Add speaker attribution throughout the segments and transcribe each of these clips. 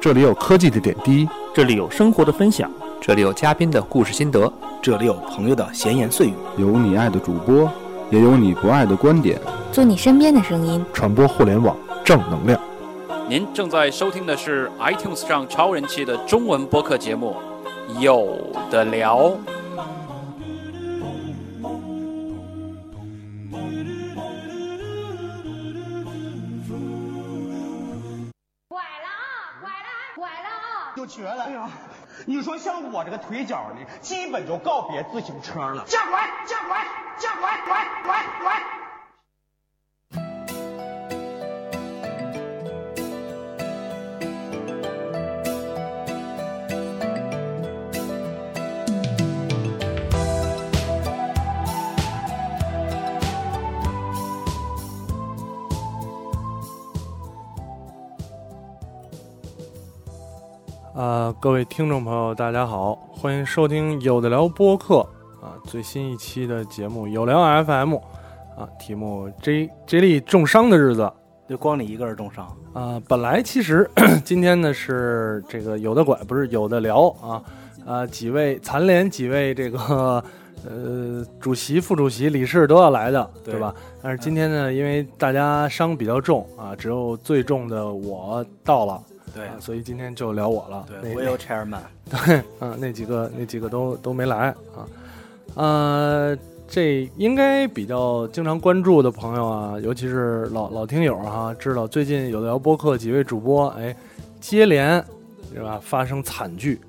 Speaker 1: 这里有科技的点滴，
Speaker 2: 这里有生活的分享，
Speaker 3: 这里有嘉宾的故事心得，
Speaker 4: 这里有朋友的闲言碎语，
Speaker 1: 有你爱的主播，也有你不爱的观点，
Speaker 5: 做你身边的声音，
Speaker 1: 传播互联网正能量。
Speaker 6: 您正在收听的是 iTunes 上超人气的中文播客节目《有的聊》。
Speaker 7: 拐了啊，拐了，拐了啊！
Speaker 8: 就瘸了。哎呀，你说像我这个腿脚呢，基本就告别自行车了。
Speaker 7: 下拐，下拐，下拐，拐拐拐！
Speaker 9: 啊、各位听众朋友，大家好，欢迎收听有的聊播客啊，最新一期的节目有聊 FM 啊，题目 J J 莉重伤的日子
Speaker 4: 就光你一个人重伤，
Speaker 9: 啊，本来其实 今天呢是这个有的拐不是有的聊啊啊，几位残联几位这个呃主席、副主席、理事都要来的，对
Speaker 4: 对
Speaker 9: 吧？但是今天呢，因为大家伤比较重啊，只有最重的我到了。
Speaker 4: 对
Speaker 9: 啊，所以今天就聊我了。那
Speaker 4: 对，我有 chairman，
Speaker 9: 啊，那几个那几个都都没来啊，呃，这应该比较经常关注的朋友啊，尤其是老老听友哈、知道最近有聊播客几位主播哎，接连对吧发生惨剧，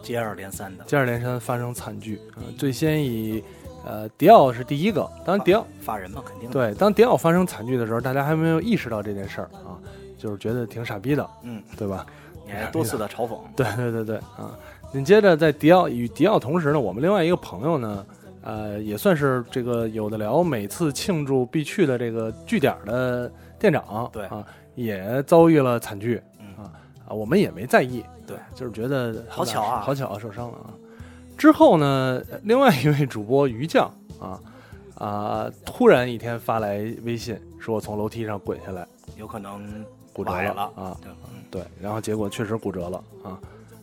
Speaker 4: 接二连三的。
Speaker 9: 接二连三发生惨剧啊、最先以呃迪奥是第一个，当然迪奥
Speaker 4: 法人嘛，肯定的。
Speaker 9: 对，当迪奥发生惨剧的时候，大家还没有意识到这件事儿啊，就是觉得挺傻逼的，
Speaker 4: 嗯，
Speaker 9: 对吧？
Speaker 4: 你还多次的嘲讽，
Speaker 9: 对对对对啊！紧接着在迪奥与迪奥同时呢，我们另外一个朋友呢，呃，也算是这个有的聊每次庆祝必去的这个据点的店长，
Speaker 4: 对
Speaker 9: 啊，也遭遇了惨剧
Speaker 4: 嗯
Speaker 9: 啊啊，我们也没在意，啊
Speaker 4: 对，
Speaker 9: 就是觉得
Speaker 4: 好巧啊
Speaker 9: 好巧受伤了啊。之后呢，呃另外一位主播于酱啊啊，突然一天发来微信说我从楼梯上滚下来。
Speaker 4: 有可能
Speaker 9: 骨折
Speaker 4: 崴
Speaker 9: 了
Speaker 4: 了
Speaker 9: 啊
Speaker 4: 对嗯
Speaker 9: 对，然后结果确实骨折了啊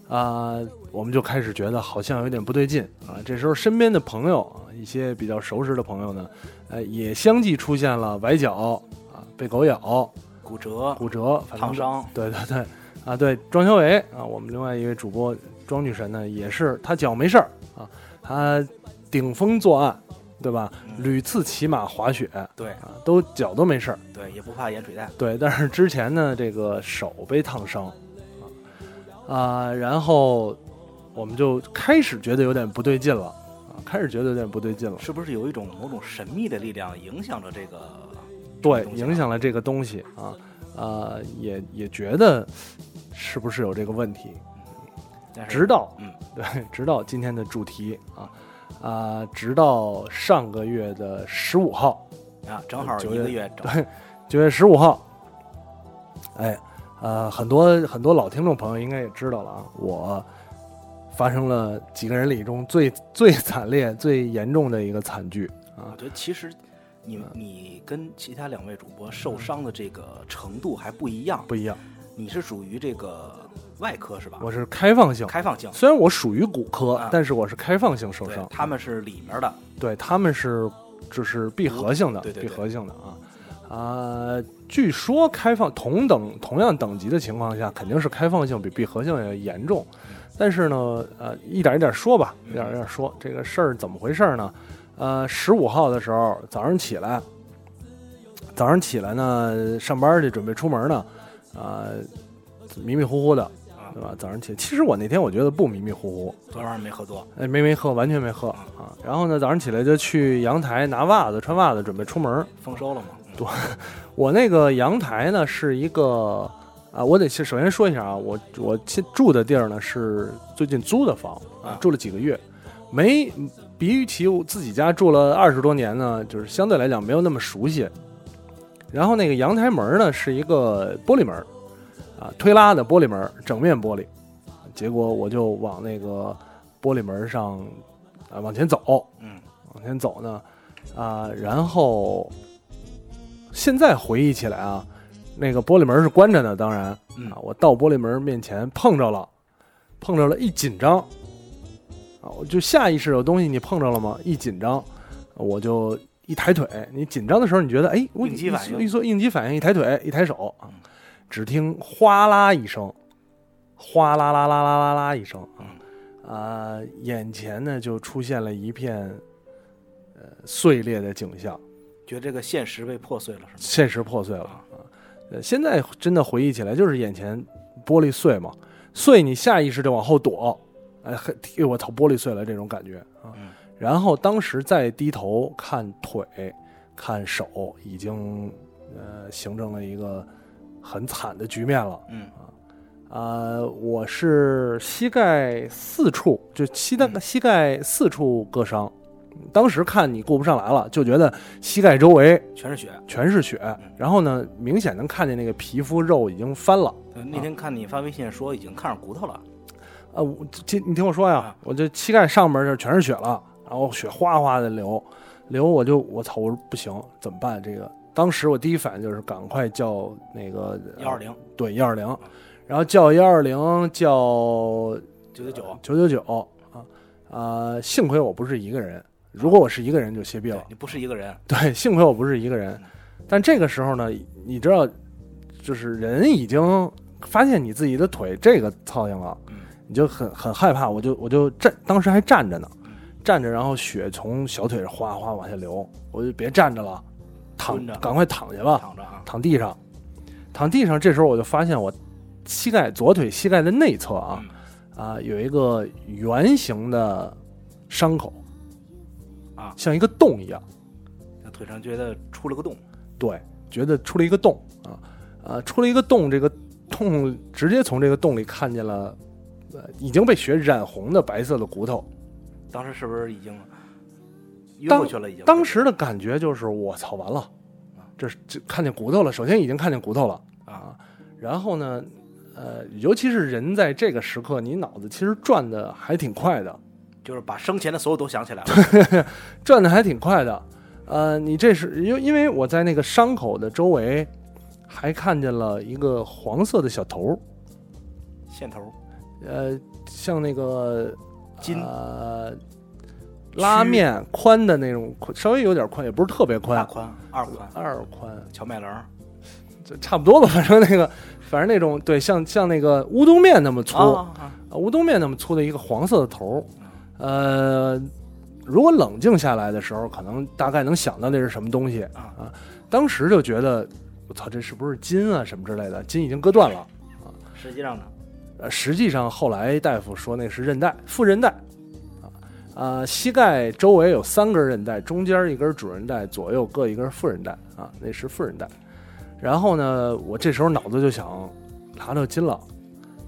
Speaker 9: 啊，我们就开始觉得好像有点不对劲啊。这时候身边的朋友啊，一些比较熟识的朋友呢，呃，也相继出现了崴脚啊、被狗咬、
Speaker 4: 骨折，
Speaker 9: 骨折、反正
Speaker 4: 烫伤
Speaker 9: 对对对，啊对，庄小伟啊，我们另外一位主播庄女神呢，也是她脚没事儿啊，她顶风作案，对吧？
Speaker 4: 嗯
Speaker 9: 屡次骑马滑雪啊，
Speaker 4: 对
Speaker 9: 都脚都没事儿。
Speaker 4: 对，也不怕盐水带，
Speaker 9: 对，但是之前呢，这个手被烫伤，啊、然后我们就开始觉得有点不对劲了，啊，开始觉得有点不对劲了，
Speaker 4: 是不是有一种某种神秘的力量影响着这个？
Speaker 9: 对，
Speaker 4: 东西啊
Speaker 9: 影响了这个东西啊，啊，也也觉得是不是有这个问题，
Speaker 4: 但是
Speaker 9: 直到
Speaker 4: 嗯，
Speaker 9: 对，直到今天的主题啊。啊、直到上个月的十五号，
Speaker 4: 啊，正好
Speaker 9: 九
Speaker 4: 一
Speaker 9: 月
Speaker 4: 个月整，
Speaker 9: 九月十五号，哎，呃，很多很多老听众朋友应该也知道了啊，我发生了几个人里中最最惨烈、最严重的一个惨剧啊
Speaker 4: 我，觉得其实你你跟其他两位主播受伤的这个程度还嗯不一样，
Speaker 9: 不一样，
Speaker 4: 你是属于这个外科是吧？
Speaker 9: 我是开放性，
Speaker 4: 开放性
Speaker 9: 虽然我属于骨科，
Speaker 4: 啊
Speaker 9: 但是我是开放性受
Speaker 4: 对，
Speaker 9: 伤，嗯
Speaker 4: 他们是里面的，
Speaker 9: 对他们是就是闭合性的，
Speaker 4: 对对对
Speaker 9: 闭合性的啊。啊、据说开放同等同样等级的情况下，肯定是开放性比闭合性要严重。
Speaker 4: 嗯
Speaker 9: 但是呢，呃，一点一点说吧，一点一点说这个事儿怎么回事儿呢？呃，十五号的时候早上起来，早上起来呢，上班去准备出门呢，啊、迷迷糊糊的，
Speaker 4: 啊
Speaker 9: 对吧？早上起，其实我那天我觉得不迷迷糊糊，
Speaker 4: 昨晚上没喝多，
Speaker 9: 哎，没没喝，完全没喝啊。然后呢，早上起来就去阳台拿袜子，穿袜子准备出门。
Speaker 4: 丰收了嘛？嗯
Speaker 9: 我那个阳台呢是一个啊，我得先首先说一下啊，我我现住的地儿呢是最近租的房
Speaker 4: 啊
Speaker 9: 住了几个月，没比起我自己家住了二十多年呢，就是相对来讲没有那么熟悉。然后那个阳台门呢是一个玻璃门儿，啊，推拉的玻璃门儿，整面玻璃。结果我就往那个玻璃门上啊往前走，
Speaker 4: 嗯，
Speaker 9: 往前走呢，啊，然后现在回忆起来啊，那个玻璃门是关着的，当然
Speaker 4: 嗯
Speaker 9: 啊，我到玻璃门面前碰着了，碰着了，一紧张啊，我就下意识有东西你碰着了吗？一紧张，我就一抬腿。你紧张的时候，你觉得哎，我
Speaker 4: 应激反应嗯
Speaker 9: 一做应激反应，一抬腿，一抬手啊，只听哗啦一声，哗啦啦啦啦啦啦一声啊，
Speaker 4: 嗯
Speaker 9: 啊、眼前呢就出现了一片呃碎裂的景象。
Speaker 4: 觉得这个现实被破碎了是吗？
Speaker 9: 现实破碎了啊。呃，现在真的回忆起来，就是眼前玻璃碎嘛，碎你下意识就往后躲，哎，嘿哎我操，玻璃碎了这种感觉啊
Speaker 4: 嗯。
Speaker 9: 然后当时再低头看腿、看手，已经呃形成了一个很惨的局面了。啊
Speaker 4: 嗯
Speaker 9: 呃，我是膝盖四处，就膝盖、
Speaker 4: 嗯
Speaker 9: 膝盖四处割伤。当时看你顾不上来了，就觉得膝盖周围
Speaker 4: 全是血。
Speaker 9: 全是血，
Speaker 4: 嗯
Speaker 9: 然后呢，明显能看见那个皮肤肉已经翻了。
Speaker 4: 呃那天看你发微信说已经看上骨头了，
Speaker 9: 啊，我这你听我说呀
Speaker 4: 啊，
Speaker 9: 我这膝盖上面这全是血了，然后血哗哗的流，流我就我操，我说不行，怎么办？这个当时我第一反应就是赶快叫那个呃
Speaker 4: 幺二，零嗯
Speaker 9: 对幺二零，然后叫幺二零叫
Speaker 4: 九九九，
Speaker 9: 九九九啊啊，幸亏我不是一个人，如果我是一个人就歇逼了
Speaker 4: 对。你不是一个人，
Speaker 9: 对，幸亏我不是一个
Speaker 4: 嗯
Speaker 9: 人。但这个时候呢，你知道，就是人已经发现你自己的腿这个操性了，
Speaker 4: 嗯
Speaker 9: 你就很很害怕。我就我就站，当时还站着呢，
Speaker 4: 嗯
Speaker 9: 站着，然后血从小腿上哗哗往下流，我就别站着了，躺
Speaker 4: 蹲着
Speaker 9: 赶快躺下吧，
Speaker 4: 躺着啊，
Speaker 9: 躺地上，躺地上。这时候我就发现我膝盖左腿膝盖的内侧啊
Speaker 4: 嗯
Speaker 9: 啊有一个圆形的伤口
Speaker 4: 啊
Speaker 9: 像一个洞一样。
Speaker 4: 那腿上觉得出了个洞，
Speaker 9: 对，觉得出了一个洞啊，呃，出了一个洞，这个洞直接从这个洞里看见了，呃，已经被血染红的白色的骨头。
Speaker 4: 当时是不是已经晕
Speaker 9: 当
Speaker 4: 过去了？已经
Speaker 9: 当时的感觉就是，我操，完了，这是这看见骨头了。首先已经看见骨头了，
Speaker 4: 啊，
Speaker 9: 然后呢，呃，尤其是人在这个时刻，你脑子其实转的还挺快的，
Speaker 4: 就是把生前的所有都想起来了，
Speaker 9: 转的还挺快的。呃，你这是因为因为我在那个伤口的周围，还看见了一个黄色的小头儿
Speaker 4: 线头
Speaker 9: 呃，像那个
Speaker 4: 筋
Speaker 9: 呃拉面宽的那种，稍微有点宽，也不是特别
Speaker 4: 大
Speaker 9: 宽，
Speaker 4: 宽、二宽、
Speaker 9: 二宽，
Speaker 4: 荞麦棱，
Speaker 9: 就差不多吧。反正那个，反正那种对，像像那个乌冬面那么粗，
Speaker 4: 啊啊啊
Speaker 9: 啊乌冬面那么粗的一个黄色的头儿，呃。如果冷静下来的时候，可能大概能想到那是什么东西
Speaker 4: 啊
Speaker 9: 啊。当时就觉得，我操，这是不是筋啊什么之类的？筋已经割断了。
Speaker 4: 哦实际上呢，
Speaker 9: 呃，实际上后来大夫说那是韧带，副韧带，啊，呃，膝盖周围有三根韧带，中间一根主韧带，左右各一根副韧带，啊，那是副韧带。然后呢，我这时候脑子就想，拿到筋了，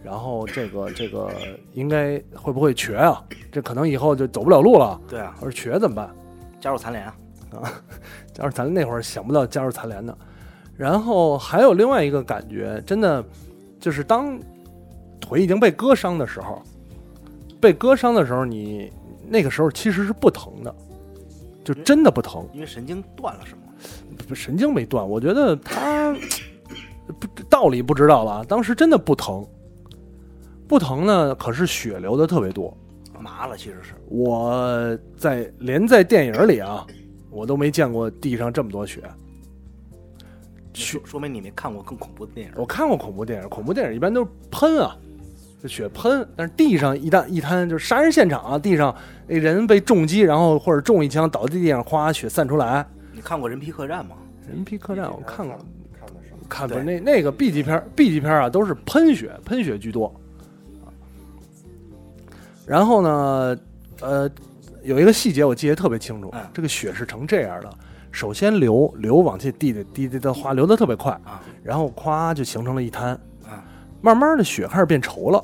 Speaker 9: 然后这个这个应该会不会瘸啊？这可能以后就走不了路了。
Speaker 4: 对啊，
Speaker 9: 我说瘸怎么办？
Speaker 4: 加入残联啊，
Speaker 9: 加入咱那会儿想不到加入残联的。然后还有另外一个感觉，真的就是当腿已经被割伤的时候，被割伤的时候，你那个时候其实是不疼的，就真的不疼，
Speaker 4: 因为神经断了是吗？
Speaker 9: 神经没断。我觉得他不道理不知道了啊，当时真的不疼，不疼呢，可是血流的特别多。
Speaker 4: 麻了其实是，
Speaker 9: 我在连在电影里啊，我都没见过地上这么多血。血
Speaker 4: 说说明你没看过更恐怖的电影，
Speaker 9: 我看过恐怖电影，恐怖电影一般都是喷啊，就血喷。但是地上一旦一滩就是杀人现场啊，地上那人被重击，然后或者中一枪倒在地上，哗，血散出来。
Speaker 4: 你看过《人皮客栈》吗？
Speaker 9: 人皮客栈我看过，
Speaker 8: 看得上。
Speaker 9: 看过
Speaker 4: 对
Speaker 9: 那那个 B 级片儿，B 级片儿啊都是喷血，喷血居多。然后呢，呃，有一个细节我记得特别清楚
Speaker 4: 嗯，
Speaker 9: 这个血是成这样的，首先流流往这地里滴滴的哗，流的特别快，
Speaker 4: 啊
Speaker 9: 然后咵就形成了一滩，
Speaker 4: 啊
Speaker 9: 慢慢的血开始变稠了，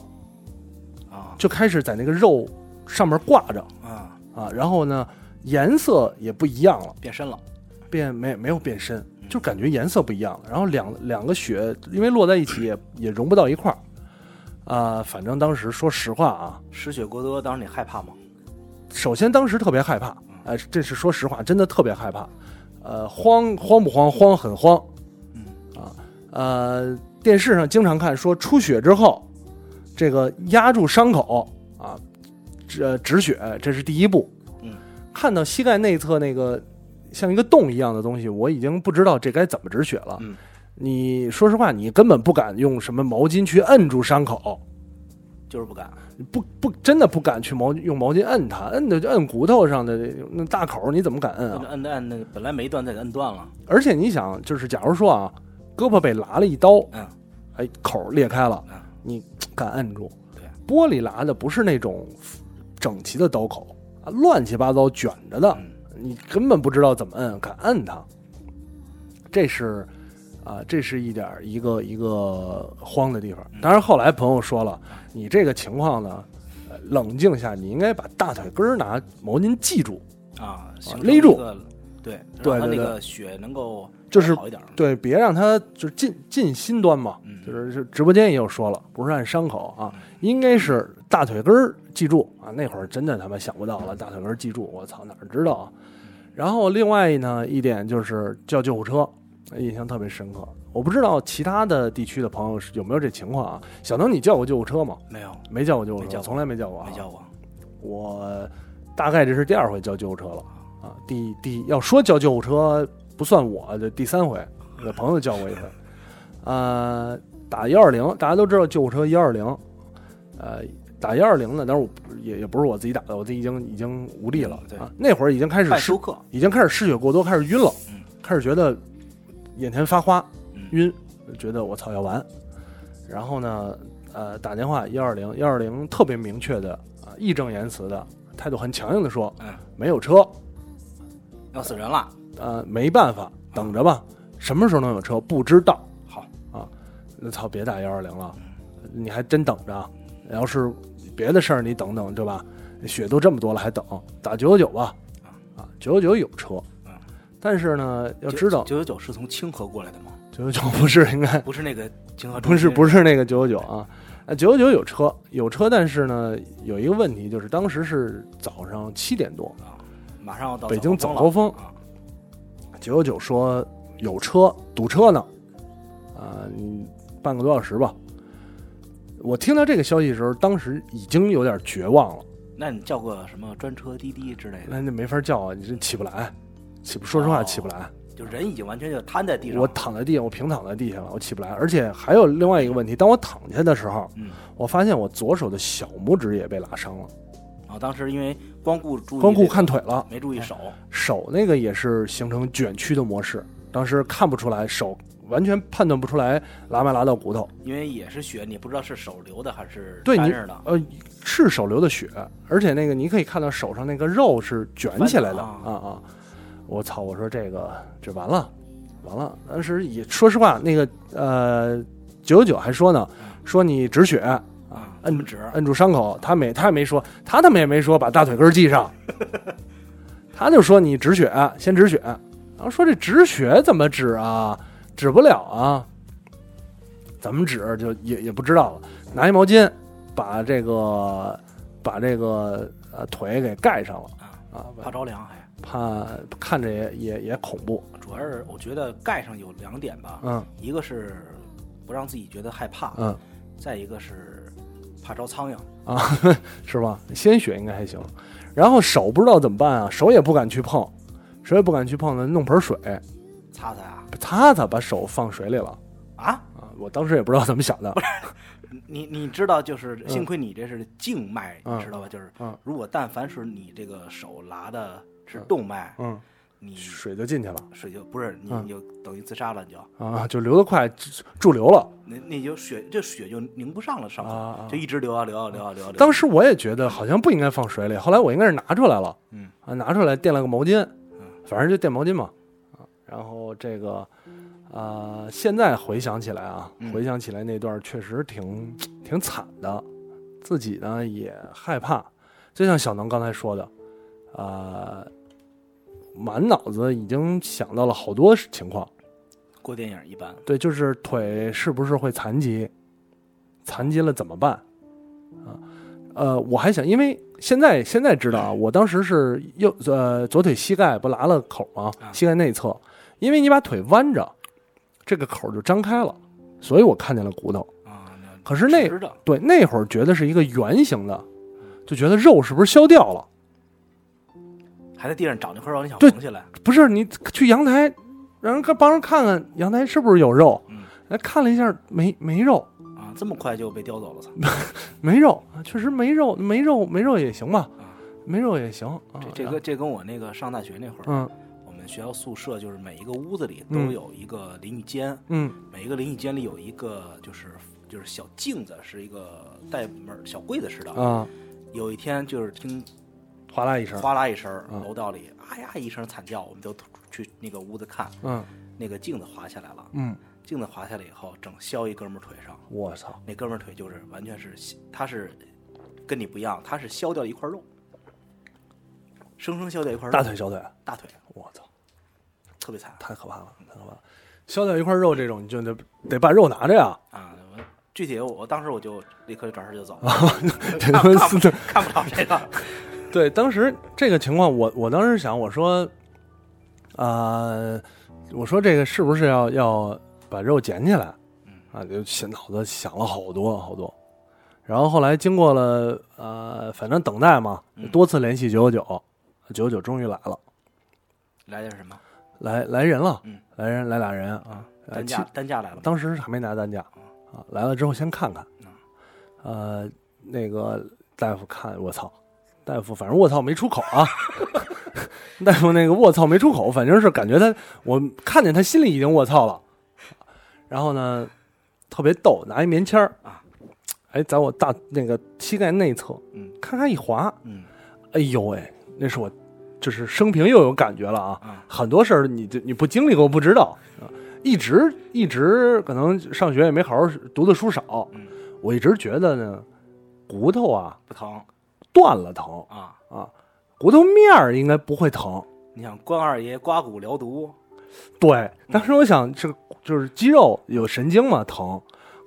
Speaker 4: 啊
Speaker 9: 就开始在那个肉上面挂着
Speaker 4: 啊，
Speaker 9: 啊，然后呢颜色也不一样了。
Speaker 4: 变身了，
Speaker 9: 变没没有变深，就感觉颜色不一样了。然后两两个血因为落在一起也也融不到一块儿，啊、反正当时说实话啊，
Speaker 4: 失血过多，当时你害怕吗？
Speaker 9: 首先当时特别害怕，呃，这是说
Speaker 4: 嗯
Speaker 9: 实话，真的特别害怕，呃，慌慌不慌？慌很慌，啊，呃，电视上经常看说出血之后，这个压住伤口啊，止呃止血，这是第一步。
Speaker 4: 嗯，
Speaker 9: 看到膝盖内侧那个像一个洞一样的东西，我已经不知道这该怎么止血了。
Speaker 4: 嗯，
Speaker 9: 你说实话，你根本不敢用什么毛巾去摁住伤口，
Speaker 4: 就是不敢。
Speaker 9: 不不，真的不敢去毛用毛巾摁它，摁的就摁骨头上的那大口，你怎么敢摁啊？
Speaker 4: 摁摁那本来没断，再给摁断了。
Speaker 9: 而且你想，就是假如说啊，胳膊被拉了一刀，
Speaker 4: 嗯，
Speaker 9: 哎，口裂开了
Speaker 4: 嗯，
Speaker 9: 你敢摁住？
Speaker 4: 对，
Speaker 9: 玻璃拉的不是那种整齐的刀口啊，乱七八糟卷着的，
Speaker 4: 嗯
Speaker 9: 你根本不知道怎么摁，敢摁它，这是啊，这是一点儿一个一个慌的地方。
Speaker 4: 嗯
Speaker 9: 当然，后来朋友说了，你这个情况呢，呃冷静下，你应该把大腿根儿拿毛巾系住，
Speaker 4: 啊，形
Speaker 9: 勒住
Speaker 4: 成一个，对，让
Speaker 9: 对
Speaker 4: 它那
Speaker 9: 对对
Speaker 4: 个血能够
Speaker 9: 就是
Speaker 4: 好一点儿。
Speaker 9: 对，别让它就是进进心端嘛。
Speaker 4: 嗯
Speaker 9: 就是就直播间也有说了，不是按伤口啊，应该是大腿根儿记住啊。那会儿真的他妈想不到了，大腿根儿记住，我操，哪儿知道啊？
Speaker 4: 嗯
Speaker 9: 然后另外呢一点就是叫救护车，印象特别深刻。我不知道其他的地区的朋友是有没有这情况啊？小能，你叫过救护车吗？
Speaker 4: 没有，
Speaker 9: 没叫过救护
Speaker 4: 没叫
Speaker 9: 车，
Speaker 4: 过
Speaker 9: 从来没叫过啊
Speaker 4: 没。叫过。
Speaker 9: 我大概这是第二回叫救护车了啊。第第要说叫救护车不算我的第三回，我朋友叫过一回。 呃，打幺二零，大家都知道救护车幺二零，呃，打幺二零呢，当然我不也也不是我自己打的，我自己已经已经无力了
Speaker 4: 对
Speaker 9: 啊。那会儿已经开始
Speaker 4: 拜
Speaker 9: 失
Speaker 4: 舒克，
Speaker 9: 已经开始失血过多，开始晕了
Speaker 4: 嗯，
Speaker 9: 开始觉得眼前发花
Speaker 4: 嗯，
Speaker 9: 晕，觉得我操要完。然后呢，呃，打电话幺二零，幺二零特别明确的啊，义正言辞的态度很强硬的说，
Speaker 4: 嗯，
Speaker 9: 没有车，
Speaker 4: 要死人了。
Speaker 9: 呃，没办法，等着吧，什么时候能有车不知道。
Speaker 4: 好
Speaker 9: 啊，那操，别打幺二零了，你还真等着。啊要是别的事儿，你等等，对吧？血都这么多了，还等？打九九九吧。啊，九九九有车
Speaker 4: 嗯，
Speaker 9: 但是呢，要
Speaker 4: 九
Speaker 9: 知道
Speaker 4: 九九九是从清河过来的吗？
Speaker 9: 九九啊九不是应该
Speaker 4: 不是那个清河中
Speaker 9: 不是
Speaker 4: 心
Speaker 9: 不是那个九九九啊。啊，九九九有车，有车，但是呢，有一个问题就是，当时是早上七点多，
Speaker 4: 啊，马上要到
Speaker 9: 北京
Speaker 4: 早
Speaker 9: 早
Speaker 4: 高
Speaker 9: 高
Speaker 4: 峰
Speaker 9: 峰
Speaker 4: 了啊，
Speaker 9: 九九九说有车堵车呢，啊、你半个多小时吧。我听到这个消息的时候，当时已经有点绝望了，
Speaker 4: 那你叫个什么专车、滴滴之类的，
Speaker 9: 那那没法叫啊，你这起不来，起不说实话
Speaker 4: 哦
Speaker 9: 起不来。
Speaker 4: 就人已经完全就瘫在地上了。
Speaker 9: 我躺在地上，我平躺在地下了，我起不来。而且还有另外一个问题，当我躺下的时候，
Speaker 4: 嗯，
Speaker 9: 我发现我左手的小拇指也被拉伤了，
Speaker 4: 然后啊当时因为光顾注意
Speaker 9: 光顾
Speaker 4: 这个
Speaker 9: 看腿哎了，
Speaker 4: 没注意手，
Speaker 9: 手那个也是形成卷曲的模式，当时看不出来，手完全判断不出来拉没拉到骨头。
Speaker 4: 因为也是血，你不知道是手流的还是
Speaker 9: 对
Speaker 4: 粘
Speaker 9: 你
Speaker 4: 着的。
Speaker 9: 呃是手流的血，而且那个你可以看到手上那个肉是卷起来的
Speaker 4: 翻
Speaker 9: 啊
Speaker 4: 的
Speaker 9: 啊！我操！我说这个这完了完了，当时也说实话，那个呃九九九还说呢，说你止血啊
Speaker 4: 啊，这么
Speaker 9: 摁
Speaker 4: 止
Speaker 9: 摁住伤口，他没他也没说，他他妈也没说把大腿根儿系上，他就说你止血先止血，然后说这止血怎么止啊？止不了啊，怎么止就也也不知道了。拿一毛巾把这个把这个呃腿给盖上了啊，
Speaker 4: 怕着凉还。
Speaker 9: 怕看着也也也恐怖，
Speaker 4: 哎主要是我觉得盖上有两点吧，
Speaker 9: 嗯
Speaker 4: 一个是不让自己觉得害怕，
Speaker 9: 嗯
Speaker 4: 再一个是怕招苍蝇。
Speaker 9: 啊，是吧？鲜血应该还行，然后手不知道怎么办啊，手也不敢去碰，手也不敢去碰呢，弄盆水
Speaker 4: 擦擦啊
Speaker 9: 擦擦，把手放水里了
Speaker 4: 啊！
Speaker 9: 啊。我当时也不知道怎么想的，
Speaker 4: 你你知道，就是幸亏你这是静脉，
Speaker 9: 嗯
Speaker 4: 你知道吧？就是
Speaker 9: 嗯
Speaker 4: 如果但凡是你这个手拿的是动脉，
Speaker 9: 嗯，
Speaker 4: 你
Speaker 9: 水就进去了
Speaker 4: 水就不是你
Speaker 9: 嗯
Speaker 4: 你就等于自杀了，你就
Speaker 9: 啊，就流得快，驻流了。
Speaker 4: 那那就血这血就凝不上了，伤
Speaker 9: 啊
Speaker 4: 口
Speaker 9: 啊
Speaker 4: 就一直流啊流啊流啊流啊流啊。
Speaker 9: 当时我也觉得好像不应该放水里，后来我应该是拿出来了，
Speaker 4: 嗯
Speaker 9: 啊，拿出来垫了个毛巾，反正就垫毛巾嘛，啊，然后这个，啊，现在回想起来啊，回想起来那段确实挺挺惨的，自己呢也害怕，就像小能刚才说的，啊，满脑子已经想到了好多情况，
Speaker 4: 过电影一般，
Speaker 9: 对，就是腿是不是会残疾？残疾了怎么办？啊，呃，我还想，因为现在现在知道啊，我当时是右呃左腿膝盖不拉了口吗？膝盖内侧，因为你把腿弯着，这个口就张开了，所以我看见了骨头。
Speaker 4: 啊，那
Speaker 9: 可是那
Speaker 4: 直的
Speaker 9: 对那会儿觉得是一个圆形的，就觉得肉是不是消掉了？
Speaker 4: 还在地上找那块肉，你想
Speaker 9: 对
Speaker 4: 缝起来，
Speaker 9: 不是，你去阳台让人看帮人看看阳台是不是有肉
Speaker 4: 嗯？
Speaker 9: 哎，看了一下没没肉，
Speaker 4: 啊，这么快就被叼走了，操！
Speaker 9: 没肉，啊确实没肉，没肉没肉也行吧
Speaker 4: 啊，
Speaker 9: 没肉也行。啊
Speaker 4: 这这
Speaker 9: 然后
Speaker 4: 跟这跟我那个上大学那会儿，
Speaker 9: 嗯
Speaker 4: 我们学校宿舍就是每一个屋子里
Speaker 9: 嗯
Speaker 4: 都有一个淋浴间，
Speaker 9: 嗯
Speaker 4: 每一个淋浴间里有一个就是就是小镜子，是一个带门儿小柜子似的。
Speaker 9: 啊，
Speaker 4: 有一天就是听
Speaker 9: 哗啦一声，
Speaker 4: 哗啦一声儿，
Speaker 9: 嗯
Speaker 4: 楼道里哎呀一声惨叫，我们都去那个屋子看，
Speaker 9: 嗯
Speaker 4: 那个镜子滑下来了，
Speaker 9: 嗯，
Speaker 4: 镜子滑下来以后，整削一哥们儿腿上，
Speaker 9: 我操，
Speaker 4: 那哥们儿腿就是完全是他是跟你不一样，他是削掉一块肉，生生削掉一块肉，
Speaker 9: 大腿小腿，
Speaker 4: 大腿
Speaker 9: 我操，
Speaker 4: 特别惨
Speaker 9: 太可怕了，太可怕了。削掉一块肉这种，你就得得把肉拿着 呀，
Speaker 4: 啊！我具体我我当时我就立刻就转身就走了，
Speaker 9: 这
Speaker 4: 看
Speaker 9: 他妈
Speaker 4: 看
Speaker 9: 四
Speaker 4: 不看不着这个，
Speaker 9: 对，当时这个情况，我我当时想，我说，呃，我说这个是不是要要把肉捡起来
Speaker 4: 嗯？
Speaker 9: 啊，就想脑子想了好多好多。然后后来经过了呃，反正等待嘛，
Speaker 4: 嗯
Speaker 9: 多次联系九九九，九九九终于来了，
Speaker 4: 来点什么？
Speaker 9: 来来人了
Speaker 4: 嗯，
Speaker 9: 来人来俩人啊，呃
Speaker 4: 担
Speaker 9: 其
Speaker 4: 架担架来了吗？
Speaker 9: 当时还没拿担架啊，来了之后先看看，
Speaker 4: 嗯
Speaker 9: 呃，那个大夫看我操，大夫反正我操没出口啊， 大夫那个我操没出口，反正是感觉他我看见他心里已经我操了，然后呢特别逗，拿一棉签儿
Speaker 4: 啊，
Speaker 9: 哎，在我大那个膝盖内侧，
Speaker 4: 嗯
Speaker 9: 咔咔一划，
Speaker 4: 嗯
Speaker 9: 哎呦喂、那是我就是生平又有感觉了啊！
Speaker 4: 啊
Speaker 9: 很多事儿你就你不经历过不知道啊，一直一直可能上学也没好好读的书少，
Speaker 4: 嗯
Speaker 9: 我一直觉得呢，骨头啊
Speaker 4: 不疼
Speaker 9: 断了疼，
Speaker 4: 啊！
Speaker 9: 骨头面儿应该不会疼。
Speaker 4: 你想关二爷刮骨疗毒，
Speaker 9: 对，当时我想这就是肌肉有神经嘛疼，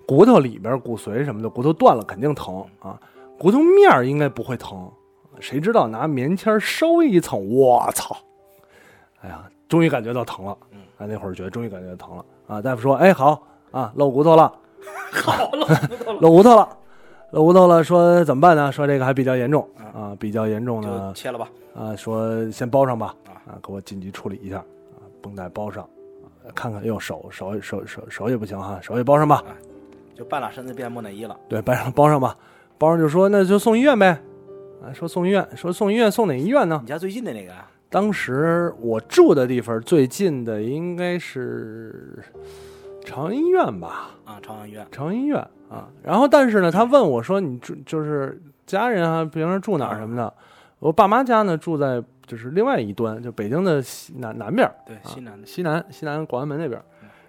Speaker 9: 骨头里边骨髓什么的，骨头断了肯定疼啊，骨头面儿应该不会疼，谁知道拿棉签儿稍微一蹭，我操！哎呀，终于感觉到疼了，啊，那会儿觉得终于感觉到疼了啊，大夫说，哎好啊，露骨头了，好 露骨头了，露骨头了，说怎么办呢？说这个还比较严重啊，比较严重呢
Speaker 4: 就，切了吧。
Speaker 9: 啊，说先包上吧，啊，给我紧急处理一下，啊，绷带包上，啊看看，哟，手手手手手也不行哈，手也包上吧，
Speaker 4: 就半拉身子变木乃伊了，
Speaker 9: 对，包上包上吧，包上就说那就送医院呗，啊，说送医院，说送医院送哪医院呢
Speaker 4: 你？家最近的那个啊
Speaker 9: 当时我住的地方最近的应该是朝阳医院吧，
Speaker 4: 啊，朝阳医院
Speaker 9: 朝阳医院啊，然后但是呢，他问我说你住就是家人啊，平时住哪儿什么的，我爸妈家呢住在就是另外一端，就北京的西南南边儿。
Speaker 4: 对西南的
Speaker 9: 啊
Speaker 4: 嗯
Speaker 9: 西南西南广安门那边儿。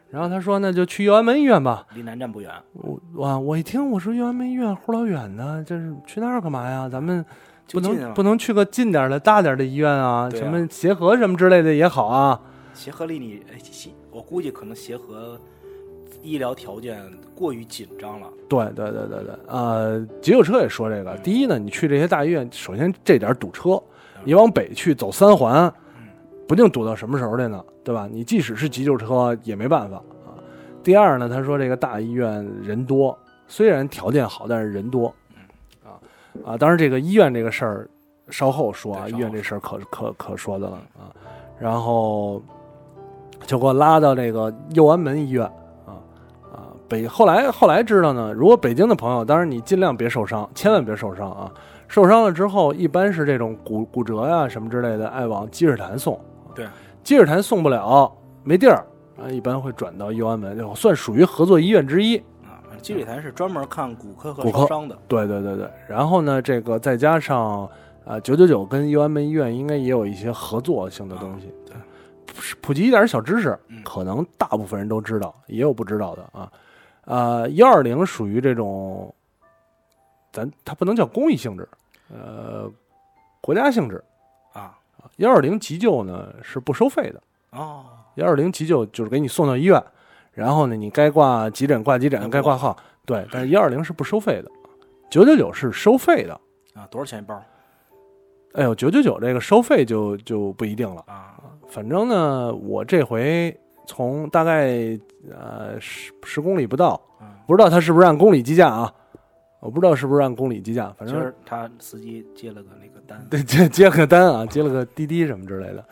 Speaker 9: 然后他说那就去右安门医院吧。
Speaker 4: 离南站不远，
Speaker 9: 我哇，我一听我说右安门医院齁老远的，这是去那儿干嘛呀？咱们不
Speaker 4: 就近
Speaker 9: 能
Speaker 4: 啊
Speaker 9: 不能去个近点儿的大点儿的医院啊？
Speaker 4: 对啊
Speaker 9: 什么协和什么之类的也好啊。
Speaker 4: 协和离你哎协，我估计可能协和医疗条件过于紧张了，
Speaker 9: 对对对对对，呃，急救车也说这个。
Speaker 4: 嗯
Speaker 9: 第一呢，你去这些大医院，首先这点儿堵车，你往北去走三环，
Speaker 4: 嗯
Speaker 9: 不定堵到什么时候去呢，对吧？你即使是急救车也没办法啊。第二呢，他说这个大医院人多，虽然条件好，但是人多，啊啊，当然这个医院这个事儿稍后说啊，
Speaker 4: 嗯对稍后
Speaker 9: 医院这事儿可可可说的了啊。然后就给我拉到这个右安门医院啊啊北后来后来知道呢，如果北京的朋友，当然你尽量别受伤，千万别受伤啊。受伤了之后，一般是这种骨骨折呀、什么之类的，爱往积水潭送。啊
Speaker 4: 对，
Speaker 9: 积水潭送不了，没地儿啊，一般会转到右安门，就算属于合作医院之一。
Speaker 4: 啊。反正积水潭是专门看骨科和
Speaker 9: 嗯骨科
Speaker 4: 烧伤的，
Speaker 9: 对对对对，然后呢，这个再加上啊，九九九跟右安门医院应该也有一些合作性的东西，
Speaker 4: 啊对
Speaker 9: 普普及一点小知识
Speaker 4: 嗯，
Speaker 9: 可能大部分人都知道，也有不知道的啊。呃，幺二零属于这种，咱它不能叫公益性质，呃，国家性质。
Speaker 4: 啊
Speaker 9: 幺二零急救呢是不收费的，
Speaker 4: 哦，
Speaker 9: 幺二零急救就是给你送到医院，然后呢，你该挂急诊挂急诊，该挂号，对，但是幺二零是不收费的，九九九是收费的。
Speaker 4: 啊，多少钱一包
Speaker 9: 哎呦，九九九这个收费就就不一定了。
Speaker 4: 啊？
Speaker 9: 反正呢，我这回从大概呃十十公里不到，不知道他是不是按公里计价啊？我不知道是不是按公里计价，反
Speaker 4: 今
Speaker 9: 正
Speaker 4: 儿他司机接了个那个单，
Speaker 9: 对接接了个单啊，接了个滴滴什么之类的。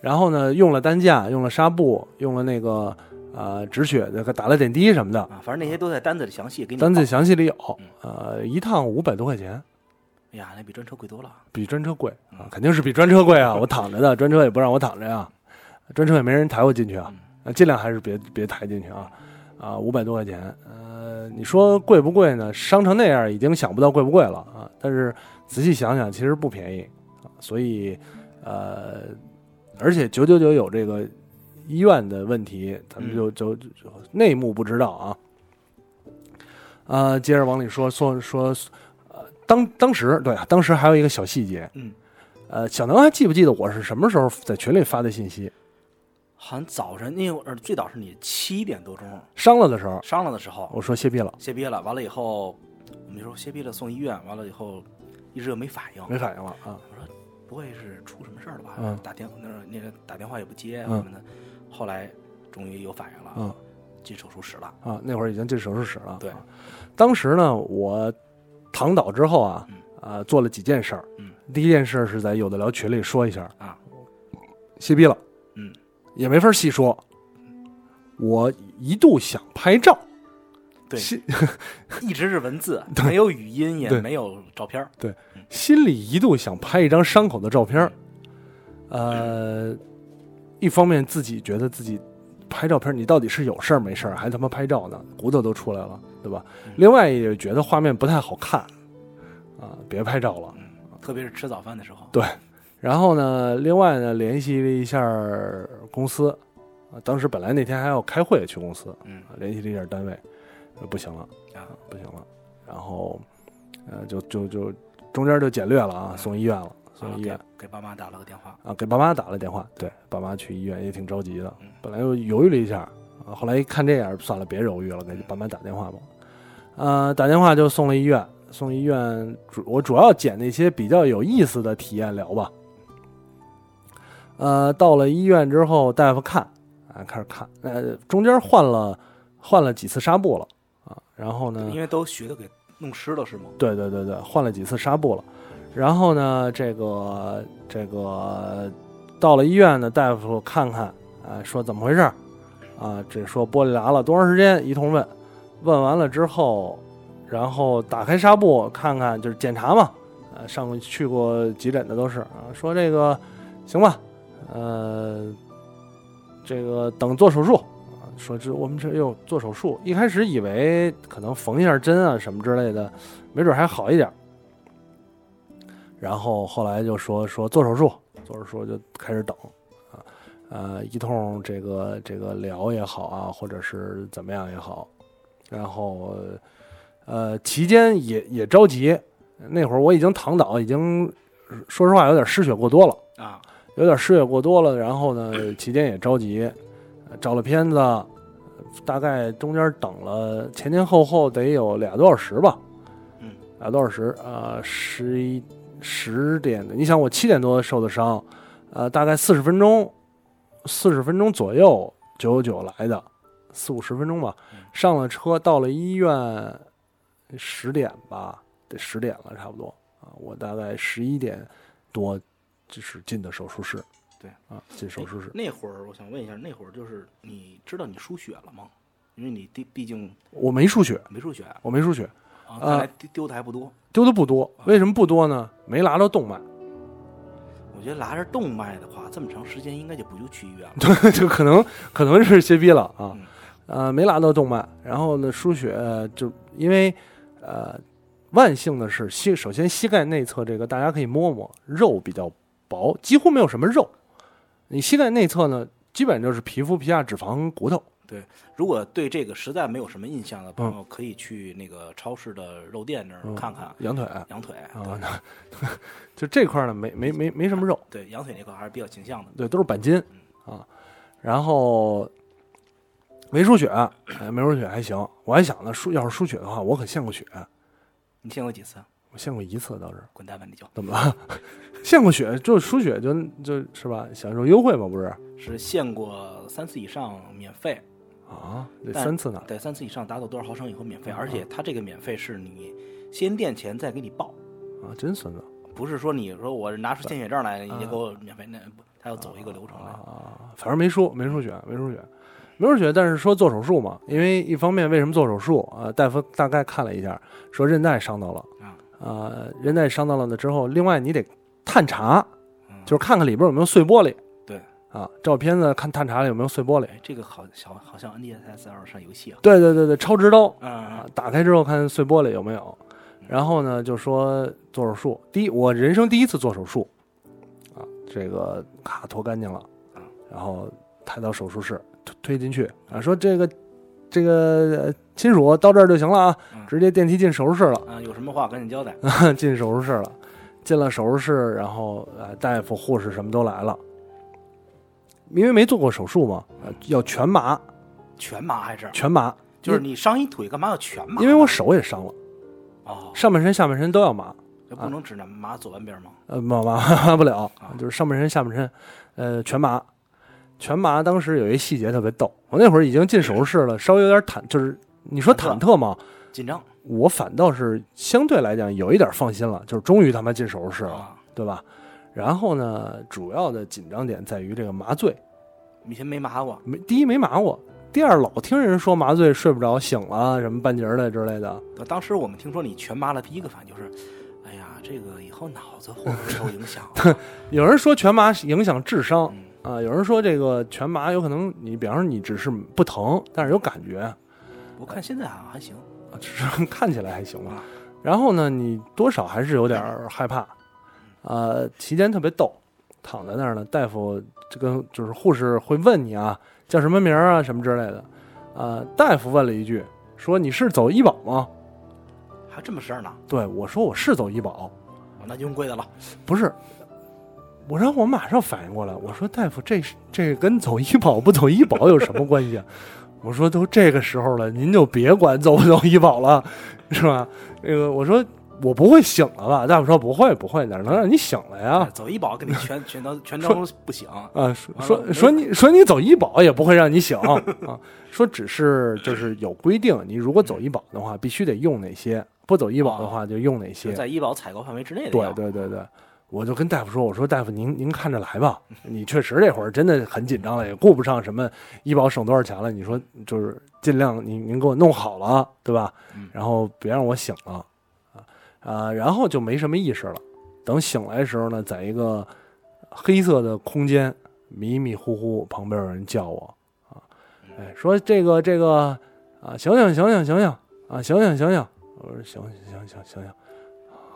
Speaker 9: 然后呢，用了担架，用了纱布，用了那个呃止血的，打了点滴什么的，
Speaker 4: 啊，反正那些都在单子里详细给你报。
Speaker 9: 单子详细里有。呃，一趟五百多块钱，
Speaker 4: 哎呀，那比专车贵多了。
Speaker 9: 比专车贵啊，肯定是比专车贵啊！我躺着的，专车也不让我躺着呀、专车也没人抬我进去啊，啊尽量还是别别抬进去啊，啊，五百多块钱，呃，你说贵不贵呢？伤成那样，已经想不到贵不贵了啊，但是仔细想想，其实不便宜啊，所以，呃，而且九九九有这个医院的问题，咱们就就就就内幕不知道啊。啊，接着往里说说说，呃，当当时对啊，当时还有一个小细节，
Speaker 4: 嗯，
Speaker 9: 呃，小能还记不记得我是什么时候在群里发的信息？
Speaker 4: 好像早晨那会儿最早是你七点多钟
Speaker 9: 伤了的时候，
Speaker 4: 伤了的时候
Speaker 9: 我说歇逼了，
Speaker 4: 歇逼了，完了以后我们就说歇逼了送医院，完了以后一直又没反应，
Speaker 9: 没反应了啊，
Speaker 4: 不会是出什么事儿了吧？
Speaker 9: 嗯
Speaker 4: 打电那儿那个打电话也不接啊
Speaker 9: 嗯
Speaker 4: 什么的，后来终于有反应了，
Speaker 9: 嗯
Speaker 4: 进手术室了。
Speaker 9: 啊，那会儿已经进手术室了。
Speaker 4: 对
Speaker 9: 啊，当时呢，我躺倒之后啊
Speaker 4: 嗯，
Speaker 9: 呃，做了几件事儿。
Speaker 4: 嗯，
Speaker 9: 第一件事是在有的聊群里说一下
Speaker 4: 啊，
Speaker 9: 歇逼了。
Speaker 4: 嗯，
Speaker 9: 也没法细说。我一度想拍照，
Speaker 4: 对，
Speaker 9: 心
Speaker 4: 一直是文字，没有语音，也
Speaker 9: 对
Speaker 4: 没有照片儿。
Speaker 9: 心里一度想拍一张伤口的照片儿。呃，一方面自己觉得自己拍照片儿，你到底是有事儿没事儿，还他妈拍照呢，骨头都出来了，对吧？另外也觉得画面不太好看，啊、别拍照了。
Speaker 4: 特别是吃早饭的时候，
Speaker 9: 对然后呢，另外呢，联系了一下儿公司，啊，当时本来那天还要开会去公司，
Speaker 4: 嗯
Speaker 9: 啊，联系了一下儿单位，呃不行了，
Speaker 4: 啊，
Speaker 9: 不行了，然后，呃，就就就中间就简略了啊，送医院了，
Speaker 4: 完
Speaker 9: 送
Speaker 4: 了
Speaker 9: 医院
Speaker 4: 给给爸妈打了个电话，
Speaker 9: 啊，给爸妈打了电话，对，爸妈去医院也挺着急的，本来又犹豫了一下，啊，后来一看这样，算了，别犹豫了，给爸妈打电话吧，呃，打电话就送了医院，送医院主我主要捡那些比较有意思的体验聊吧，呃，到了医院之后，大夫看啊，开始看，呃，中间换了换了几次纱布了啊，然后呢，
Speaker 4: 因为都血都给弄湿了，是吗？
Speaker 9: 对对对对，换了几次纱布了。然后呢，这个这个到了医院呢，大夫看看，哎，说怎么回事儿啊？这说玻璃剌了多长时间？一通问，问完了之后，然后打开纱布看看，就是检查嘛。呃，上过去过急诊的都是啊，说这个行吧，呃，这个等做手术。啊说这我们这又做手术，一开始以为可能缝一下针啊什么之类的，没准还好一点儿。然后后来就说说做手术，做手术就开始等啊，呃，一通这个这个聊也好啊，或者是怎么样也好，然后呃期间也也着急，那会儿我已经躺倒，已经说实话有点失血过多了。
Speaker 4: 啊，
Speaker 9: 有点失血过多了，然后呢，期间也着急，呃找了片子，呃大概中间等了前前后后得有俩多小时吧，
Speaker 4: 嗯，
Speaker 9: 俩多小时，呃，十一十点，你想我七点多受的伤，呃，大概四十分钟，四十分钟左右，九九九来的，四五十分钟吧，
Speaker 4: 嗯
Speaker 9: 上了车到了医院，十点吧，得十点了差不多啊，我大概十一点多就是进的手术室，
Speaker 4: 对
Speaker 9: 啊，进手术室，
Speaker 4: 那会儿我想问一下，那会儿就是你知道你输血了吗？因为你毕毕竟
Speaker 9: 我没输血，
Speaker 4: 没输血啊，
Speaker 9: 我没输血，
Speaker 4: 看
Speaker 9: 啊
Speaker 4: 来丢丢的还不多。
Speaker 9: 丢的不多，为什么不多呢？没拉着动脉，
Speaker 4: 我觉得拿着动脉的话，这么长时间应该就不用去医院了。
Speaker 9: 就可能可能是歇逼了啊
Speaker 4: 嗯，
Speaker 9: 呃，没拉到动脉，然后呢，输血呃就因为呃，万幸的是膝，首先膝盖内侧这个大家可以摸摸，肉比较薄，几乎没有什么肉，你膝盖内侧呢，基本就是皮肤、皮下、脂肪、骨头，
Speaker 4: 如果对这个实在没有什么印象的朋
Speaker 9: 嗯
Speaker 4: 友，可以去那个超市的肉店那儿看看
Speaker 9: 羊腿嗯啊，
Speaker 4: 羊腿。
Speaker 9: 那就这块儿呢，没没没没什么肉，
Speaker 4: 对，羊腿那块还是比较形象的。
Speaker 9: 对，都是钣金啊。然后没输血，哎，没输血还行。我还想呢，输要是输血的话，我可献过血，
Speaker 4: 你见过几次？啊
Speaker 9: 我献过一次倒是。
Speaker 4: 滚蛋吧你就！
Speaker 9: 怎么了？献过血就输血就就是吧，享受优惠嘛，不是？
Speaker 4: 是限过三次以上免费，
Speaker 9: 啊，得
Speaker 4: 但
Speaker 9: 三次呢，嗯
Speaker 4: 对，三次以上达到多少毫升以后免费，而且它这个免费是你先垫钱再给你报，
Speaker 9: 啊，真孙子
Speaker 4: 不是说你说我拿出献血证来，你就
Speaker 9: 啊
Speaker 4: 给我免费，那不他要走一个流程来。
Speaker 9: 啊，反正没输，没输血，没输血，没输血。但是说做手术嘛，因为一方面为什么做手术啊、大夫大概看了一下，说韧带伤到了，啊、韧带伤到了呢之后，另外你得探查，
Speaker 4: 嗯
Speaker 9: 就是看看里边有没有碎玻璃。
Speaker 4: 对，
Speaker 9: 啊，照片子看探查有没有碎玻璃。
Speaker 4: 哎，这个好小好像 NDSL 上游戏啊，
Speaker 9: 对对对对，超直刀啊
Speaker 4: 嗯，，
Speaker 9: 打开之后看碎玻璃有没有，然后呢就说做手术。第一，我人生第一次做手术，啊，这个卡脱干净了，
Speaker 4: 嗯
Speaker 9: 然后抬到手术室推推进去啊，说这个这个呃亲属到这儿就行了啊，
Speaker 4: 嗯
Speaker 9: 直接电梯进手术室了，
Speaker 4: 啊，有什么话赶紧交
Speaker 9: 嗯
Speaker 4: 代。
Speaker 9: 进手术室了，进了手术室，然后呃大夫护士什么都来了，因为没做过手术嘛，呃要全麻
Speaker 4: 全麻还是？
Speaker 9: 全麻，
Speaker 4: 就是你伤一腿干嘛要全麻呢？
Speaker 9: 因为我手也伤了，
Speaker 4: 哦，
Speaker 9: 上半身下半身都要麻。
Speaker 4: 这
Speaker 9: 啊
Speaker 4: 不能只能麻左半边吗？
Speaker 9: 呃，麻麻 麻不了
Speaker 4: 啊，
Speaker 9: 就是上半身、下半身，呃，全麻。全麻当时有一细节特别逗，我那会儿已经进手术室了，稍微有点忐，就是你说忐
Speaker 4: 忐忑
Speaker 9: 忑嘛，
Speaker 4: 紧张
Speaker 9: 我反倒是相对来讲有一点放心了，就是终于他妈进手术室了，
Speaker 4: 啊，
Speaker 9: 对吧？然后呢，主要的紧张点在于这个麻醉，
Speaker 4: 以前没麻过，
Speaker 9: 没第一没麻过，第二老听人说麻醉睡不着、醒了什么半截儿的之类的，
Speaker 4: 当时我们听说你全麻了，第一个反应就是，哎呀，这个以后脑子会不会受影响啊？
Speaker 9: 有人说全麻影响智商
Speaker 4: 嗯
Speaker 9: 啊，有人说这个全麻有可能你，比方说你只是不疼，但是有感觉，啊
Speaker 4: 我看现在好像还行，
Speaker 9: 只是 看起来还行吧
Speaker 4: 啊。
Speaker 9: 然后呢，你多少还是有点儿害怕，呃，期间特别逗，躺在那儿呢，大夫就跟就是护士会问你啊，叫什么名儿啊什么之类的，呃，大夫问了一句，说你是走医保吗？
Speaker 4: 还这么事儿呢，哦
Speaker 9: 对我说我是走医保，
Speaker 4: 那就用贵的了。
Speaker 9: 不是，我让我马上反应过来，我说大夫，这是这跟走医保不走医保有什么关系啊？ 我说都这个时候了，您就别管走不走医保了，是吧？那个我说我不会醒了吧？大夫说不会不会，哪能让你醒了呀？
Speaker 4: 走医保给你全全当全当不行，
Speaker 9: 啊，说
Speaker 4: 完了没
Speaker 9: 说说你说你走医保也不会让你醒啊，说只是就是有规定，你如果走医保的话，必须得用哪些，不走医保的话就用哪些
Speaker 4: 就。在医保采购范围之内的
Speaker 9: 对
Speaker 4: 药。
Speaker 9: 对对对，我就跟大夫说，我说大夫您您看着来吧，你确实这会儿真的很紧张了，也顾不上什么医保省多少钱了，你说就是尽量您您给我弄好了啊，对吧？然后别让我醒了啊啊，然后就没什么意识了。等醒来的时候呢，在一个黑色的空间，迷迷糊糊，旁边有人叫我啊，哎，说这个这个啊，醒醒醒醒醒醒啊，醒醒醒醒，我说醒醒醒醒醒醒。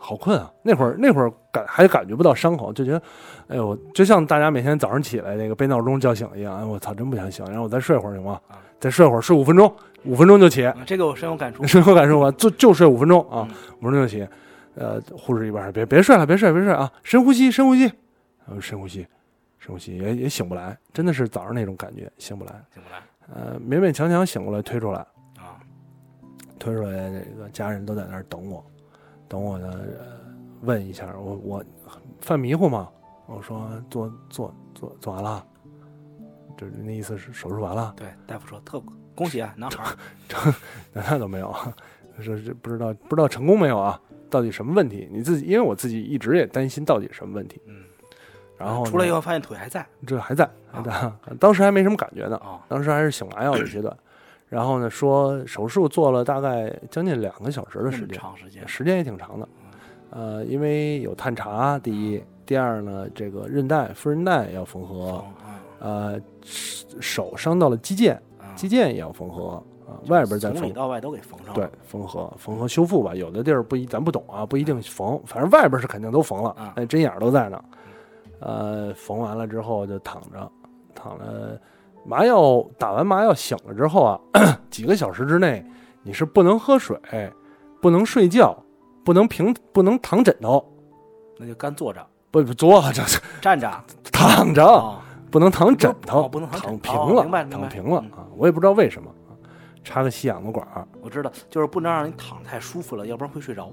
Speaker 9: 好困啊！那会儿那会儿感还感觉不到伤口，就觉得，哎呦，就像大家每天早上起来那个被闹钟叫醒一样，哎，我操，真不想醒，让我再睡会儿行吗？再睡会儿，睡五分钟，五分钟就起，。
Speaker 4: 啊，这个我深有感触
Speaker 9: 深有感受吧，就就睡五分钟啊
Speaker 4: 嗯，
Speaker 9: 五分钟就起。呃，护士一边说别别睡了，别睡，别睡啊，深呼吸，深呼吸，然后深呼吸，深呼吸，也也醒不来，真的是早上那种感觉，醒不来，
Speaker 4: 醒不来
Speaker 9: 呃，勉勉强强醒过来，推出来，
Speaker 4: 啊，
Speaker 9: 推出来，这个家人都在那儿等我，等我呢、呃问一下，我我犯迷糊嘛，我说做做做做完了，就是那意思是手术完了，
Speaker 4: 对，大夫说特恭喜啊，男孩儿，
Speaker 9: 那那都没有，啊说这不知道不知道成功没有啊？到底什么问题？你自己，因为我自己一直也担心到底什么问题，
Speaker 4: 嗯，
Speaker 9: 然后呢
Speaker 4: 出来以后发现腿还在
Speaker 9: 这还在，还在，啊当时还没什么感觉呢，
Speaker 4: 啊，
Speaker 9: 当时还是醒麻药的阶段。然后呢，说手术做了大概将近两个小时的
Speaker 4: 那
Speaker 9: 时
Speaker 4: 么
Speaker 9: 间，
Speaker 4: 长时间，嗯
Speaker 9: 时间也挺长的。呃，因为有探查，第
Speaker 4: 啊
Speaker 9: 一，第二呢，这个韧带、副韧带要缝合，
Speaker 4: 啊
Speaker 9: 呃，手手伤到了肌腱，
Speaker 4: 啊
Speaker 9: 肌腱也要缝合，啊、外边再
Speaker 4: 从里
Speaker 9: 缝，
Speaker 4: 到外都给缝上了。
Speaker 9: 对，缝合、缝合修复吧。有的地儿不一，咱不懂啊，不一定缝，反正外边是肯定都缝了
Speaker 4: 嗯啊，嗯
Speaker 9: 那针眼儿都在呢。呃，缝完了之后就躺着，躺着，麻药打完麻药醒了之后啊， 几个小时之内你是不能喝水，不能睡觉，不能平，不能躺枕头，
Speaker 4: 那就干坐着、
Speaker 9: 不不坐着，这
Speaker 4: 站着啊
Speaker 9: 躺着。
Speaker 4: 哦
Speaker 9: 不能躺枕头，
Speaker 4: 哦不能躺
Speaker 9: 躺
Speaker 4: 枕
Speaker 9: 平
Speaker 4: 哦
Speaker 9: 了，
Speaker 4: 明白明白
Speaker 9: 躺平了
Speaker 4: 嗯
Speaker 9: 啊！我也不知道为什么，啊插个吸氧的管儿，
Speaker 4: 我知道，就是不能让你躺太舒服了，要不然会睡着，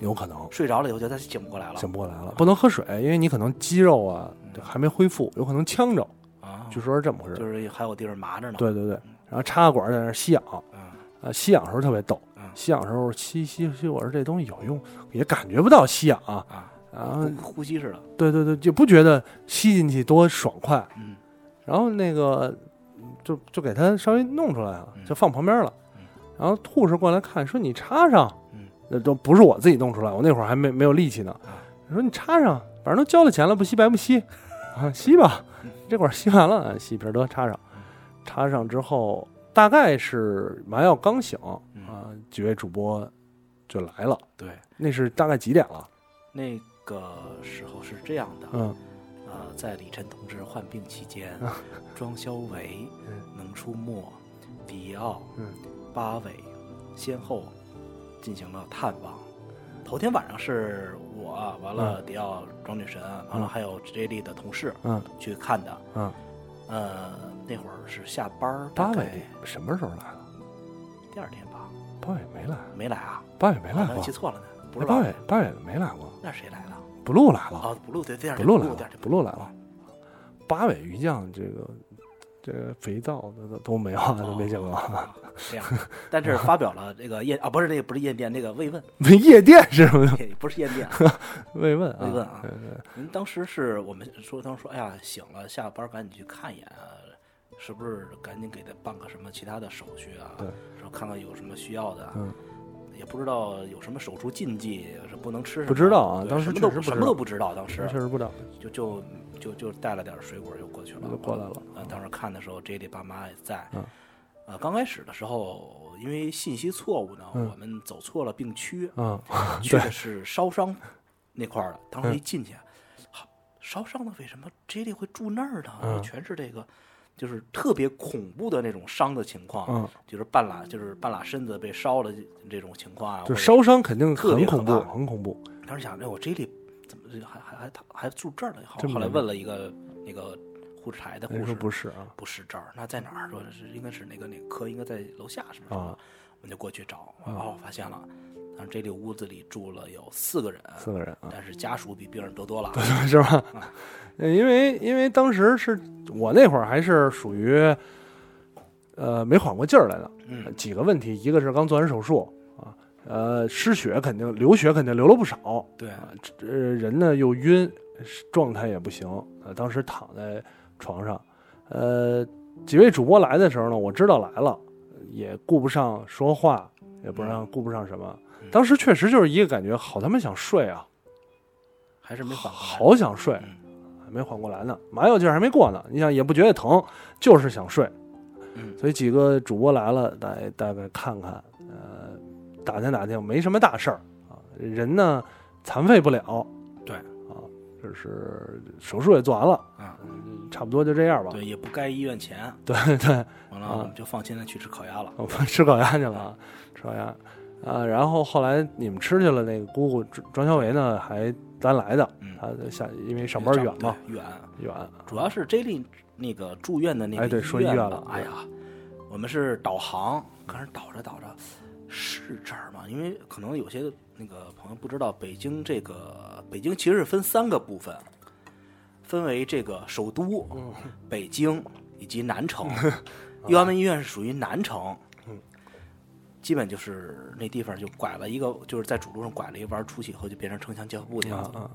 Speaker 9: 有可能
Speaker 4: 睡着了以后就再醒不过来了
Speaker 9: 醒不过来了，不能喝水，因为你可能肌肉啊
Speaker 4: 嗯
Speaker 9: 这还没恢复，有可能呛着，
Speaker 4: 啊。
Speaker 9: 据说是这么回事。
Speaker 4: 就是还有地方麻着呢。
Speaker 9: 对对对，然后插个管在那儿吸氧，
Speaker 4: 嗯，
Speaker 9: 啊，吸氧时候特别逗
Speaker 4: 嗯，
Speaker 9: 吸氧时候吸吸吸，我说这东西有用，也感觉不到吸氧啊，
Speaker 4: 啊
Speaker 9: 啊，
Speaker 4: 呼呼吸似的，
Speaker 9: 对对对，就不觉得吸进去多爽快，
Speaker 4: 嗯，
Speaker 9: 然后那个嗯就就给它稍微弄出来了，
Speaker 4: 嗯
Speaker 9: 就放旁边了
Speaker 4: 嗯。
Speaker 9: 然后护士过来看，说你插上
Speaker 4: 嗯，
Speaker 9: 那都不是我自己弄出来，我那会儿还没没有力气呢
Speaker 4: 啊。
Speaker 9: 说你插上，反正都交了钱了，不吸白不吸，啊，吸吧，
Speaker 4: 嗯
Speaker 9: 这会儿吸完了，哎吸一瓶得插上，插上之后大概是麻药刚醒
Speaker 4: 嗯
Speaker 9: 啊，几位主播就来了，
Speaker 4: 对，
Speaker 9: 那是大概几点了？
Speaker 4: 那个时候是这样的，
Speaker 9: 嗯，
Speaker 4: 呃，在李晨同志患病期间，庄肖维
Speaker 9: 嗯、
Speaker 4: 能出没、迪奥
Speaker 9: 嗯、
Speaker 4: 八尾先后进行了探望。头天晚上是我，完了迪奥、庄女神，完了还有 J D 的同事，
Speaker 9: 嗯，
Speaker 4: 去看的，
Speaker 9: 嗯，
Speaker 4: 呃，那会儿是下班儿，
Speaker 9: 八
Speaker 4: 大概
Speaker 9: 尾什么时候来了？
Speaker 4: 第二天吧，
Speaker 9: 八尾没来，
Speaker 4: 没来啊，
Speaker 9: 八尾没来
Speaker 4: 好像
Speaker 9: 过
Speaker 4: 记，错了呢，不
Speaker 9: 哎
Speaker 4: 是
Speaker 9: 八
Speaker 4: 吧
Speaker 9: 尾？八尾没来过，
Speaker 4: 那谁来了？
Speaker 9: 不录来了。
Speaker 4: 哦，不录对，第二
Speaker 9: 不
Speaker 4: 天
Speaker 9: 录来
Speaker 4: 第二
Speaker 9: 了
Speaker 4: 天，
Speaker 9: 不录来了。八尾鱼酱这个这个肥皂的都都没有啊，都没见过。
Speaker 4: 啊这样，但是发表了这个宴啊，不是那个不是宴宴，那个 慰问，
Speaker 9: 没夜店是什么的？
Speaker 4: 也不是宴宴。
Speaker 9: 慰问啊，
Speaker 4: 慰问啊
Speaker 9: 对对
Speaker 4: 您当时是我们说，当时说，哎呀，醒了，下班赶紧去看一眼啊，是不是赶紧给他办个什么其他的手续啊？
Speaker 9: 对，
Speaker 4: 说看看有什么需要的啊。
Speaker 9: 嗯
Speaker 4: 也不知道有什么手术禁忌，是不能吃什么。
Speaker 9: 不知道啊
Speaker 4: 对
Speaker 9: 当时
Speaker 4: 什么都
Speaker 9: 确实不知道
Speaker 4: 什么都不知道，当时
Speaker 9: 确实不知道。
Speaker 4: 就就就就带了点水果就过去了，
Speaker 9: 就过来了
Speaker 4: 呃，当时看的时候，J D 爸妈也在。
Speaker 9: 嗯
Speaker 4: 呃，刚开始的时候，因为信息错误呢，
Speaker 9: 嗯
Speaker 4: 我们走错了病区，
Speaker 9: 嗯，
Speaker 4: 去的是烧伤那块儿的。当时
Speaker 9: 嗯
Speaker 4: 一进去，啊好烧伤的为什么 J D 会住那儿呢？
Speaker 9: 嗯
Speaker 4: 全是这个，就是特别恐怖的那种伤的情况，
Speaker 9: 嗯
Speaker 4: 就是半拉就是半拉身子被烧了这种情况啊。
Speaker 9: 就
Speaker 4: 或者
Speaker 9: 烧伤肯定
Speaker 4: 特别
Speaker 9: 很
Speaker 4: 可
Speaker 9: 恐怖，
Speaker 4: 怕
Speaker 9: 很恐怖。
Speaker 4: 当时想，哎，我 J 里怎么这还还还他还住这儿呢？后
Speaker 9: 真没
Speaker 4: 后来问了一个那个护士台的护
Speaker 9: 人
Speaker 4: 士，
Speaker 9: 说不是啊
Speaker 4: 不是这儿，那在哪儿？说是应该是那个那个科应该在楼下什么什么，
Speaker 9: 啊，
Speaker 4: 我们就过去找，
Speaker 9: 嗯
Speaker 4: 哦，发现了，当时这里屋子里住了有四个人，
Speaker 9: 四个人啊，
Speaker 4: 但是家属比病人多多了，
Speaker 9: 是吧？呃因为因为当时是我那会儿还是属于呃没缓过劲儿来的，
Speaker 4: 嗯
Speaker 9: 几个问题，一个是刚做完手术啊，呃，失血肯定流血肯定流了不少，
Speaker 4: 对，
Speaker 9: 啊，这呃人呢又晕，是状态也不行啊。当时躺在床上，呃，几位主播来的时候呢，我知道来了，也顾不上说话，也不让顾不上什么。当时确实就是一个感觉，好他妈想睡啊，
Speaker 4: 还是没缓过来
Speaker 9: 好想睡，
Speaker 4: 嗯
Speaker 9: 没缓过来呢，麻药劲儿还没过呢。你想也不觉得疼，就是想睡。
Speaker 4: 嗯
Speaker 9: 所以几个主播来了，大大概看看，呃，打听打听，没什么大事儿啊。人呢，残废不了，
Speaker 4: 对
Speaker 9: 啊，就是手术也做完了，
Speaker 4: 啊，
Speaker 9: 差不多就这样吧。
Speaker 4: 对，也不该医院钱，
Speaker 9: 啊对对，
Speaker 4: 完
Speaker 9: 啊
Speaker 4: 了我们就放心的去吃烤鸭了，
Speaker 9: 我们吃烤鸭去了，啊，吃烤鸭。啊，然后后来你们吃去了，那个姑姑庄庄小维呢还单来的，
Speaker 4: 嗯
Speaker 9: 他下因为啊上班远嘛，
Speaker 4: 对，远，啊
Speaker 9: 远，
Speaker 4: 主要是 J 莉那个住院的那个
Speaker 9: 哎对说医
Speaker 4: 院
Speaker 9: 院
Speaker 4: 吧
Speaker 9: 了
Speaker 4: 哎呀，我们是导航，可是导着导着是这儿吗？因为可能有些那个朋友不知道，北京这个北京其实是分三个部分，分为这个首都、
Speaker 9: 嗯
Speaker 4: 北京以及南 城。右安门医院是属于南城，
Speaker 9: 嗯
Speaker 4: 基本就是那地方就拐了一个，就是在主路上拐了一弯，出去以后就变成城乡结合部的样
Speaker 9: 啊
Speaker 4: 子。
Speaker 9: 啊！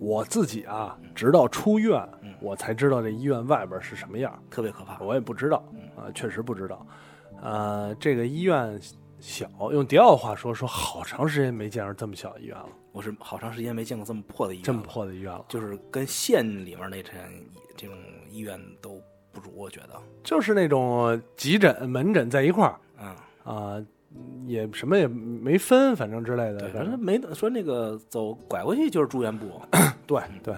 Speaker 9: 我自己啊，直到出院
Speaker 4: 嗯，
Speaker 9: 我才知道这医院外边是什么样。
Speaker 4: 特别可怕，
Speaker 9: 我也不知道
Speaker 4: 嗯
Speaker 9: 啊，确实不知道。呃，这个医院小，用迪奥话说，说好长时间没见着这么小医院了，
Speaker 4: 我是好长时间没见过这么破的医院，
Speaker 9: 这么破的医院了。
Speaker 4: 嗯就是跟县里面那这样这种医院都不如，我觉得，
Speaker 9: 就是那种急诊、门诊在一块儿
Speaker 4: 嗯，
Speaker 9: 啊、也什么也没分，反正之类的
Speaker 4: 对，，
Speaker 9: 反
Speaker 4: 反
Speaker 9: 正
Speaker 4: 正没说那个走拐过去就是住院 部，
Speaker 9: 对对。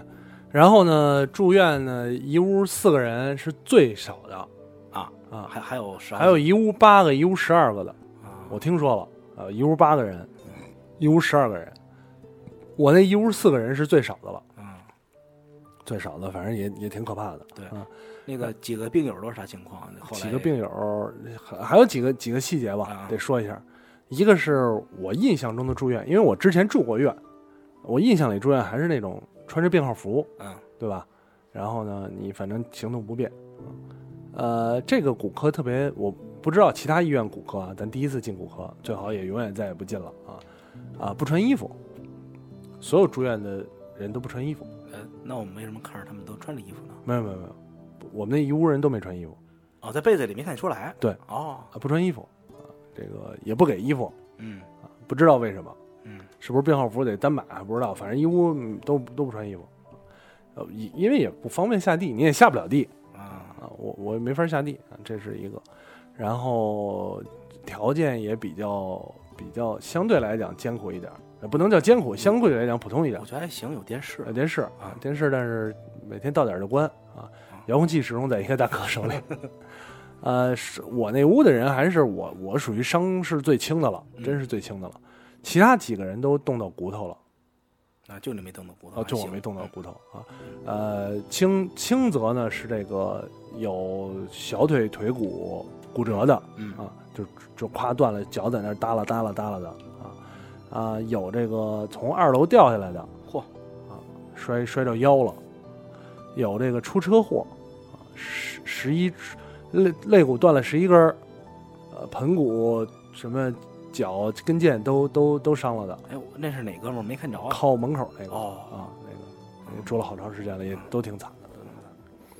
Speaker 9: 然后呢，住院呢，一屋四个人是最少的
Speaker 4: 啊
Speaker 9: 啊，
Speaker 4: 还还有啥？
Speaker 9: 还有一屋八个，一屋十二个的，
Speaker 4: 啊
Speaker 9: 我听说了，呃，一屋八个人，一屋十二个人，我那一屋四个人是最少的了。
Speaker 4: 嗯，
Speaker 9: 最少的，反正也也挺可怕的。
Speaker 4: 对
Speaker 9: 啊，
Speaker 4: 那个几个病友都是啥情况？后来
Speaker 9: 几个病友，还还有几个几个细节吧
Speaker 4: 啊，
Speaker 9: 得说一下。一个是我印象中的住院，因为我之前住过院，我印象里住院还是那种穿着病号服，
Speaker 4: 嗯
Speaker 9: 对吧？然后呢，你反正行动不便。呃，这个骨科特别，我不知道其他医院骨科啊，咱第一次进骨科，最好也永远再也不进了啊啊！不穿衣服，所有住院的人都不穿衣服，
Speaker 4: 呃，那我们为什么看着他们都穿着衣服呢？
Speaker 9: 没有没有没有，我们那一屋人都没穿衣服
Speaker 4: 哦，在被子里没看出来。
Speaker 9: 对，
Speaker 4: 哦，
Speaker 9: 啊，不穿衣服啊，这个也不给衣服，
Speaker 4: 嗯
Speaker 9: 不知道为什么，
Speaker 4: 嗯，
Speaker 9: 是不是病号服得单买啊不知道，反正一屋嗯都都不穿衣服，呃，因因为也不方便下地，你也下不了地，
Speaker 4: 啊，
Speaker 9: 啊，我我没法下地啊，这是一个。然后条件也比较比较相对来讲艰苦一点儿，呃不能叫艰苦，相对来讲普通一点
Speaker 4: 我。觉得还行，有电视
Speaker 9: 有。电视啊，电视，但是每天到点儿就关啊，遥控器始终在一个大哥手里。呃，是我那屋的人还是我，我属于伤势最轻的了，真是最轻的了。其他几个人都冻到骨头了，
Speaker 4: 啊，哎就你没动到骨头。
Speaker 9: 啊，就我没动到骨头啊。呃，轻轻则呢是这个有小腿腿骨骨折的，
Speaker 4: 嗯
Speaker 9: 啊，就就夸断了，脚在那儿耷拉耷拉耷拉的啊啊，有这个从二楼掉下来的，
Speaker 4: 嚯
Speaker 9: 啊，摔摔着腰了，有这个出车祸，啊，十十一肋肋骨断了十一根儿，呃，盆骨什么脚跟腱都都都伤了的，
Speaker 4: 哎，我那是哪哥们儿没看着啊？
Speaker 9: 靠门口那个。
Speaker 4: 哦，
Speaker 9: 啊，那个也住了好长时间了，也都挺惨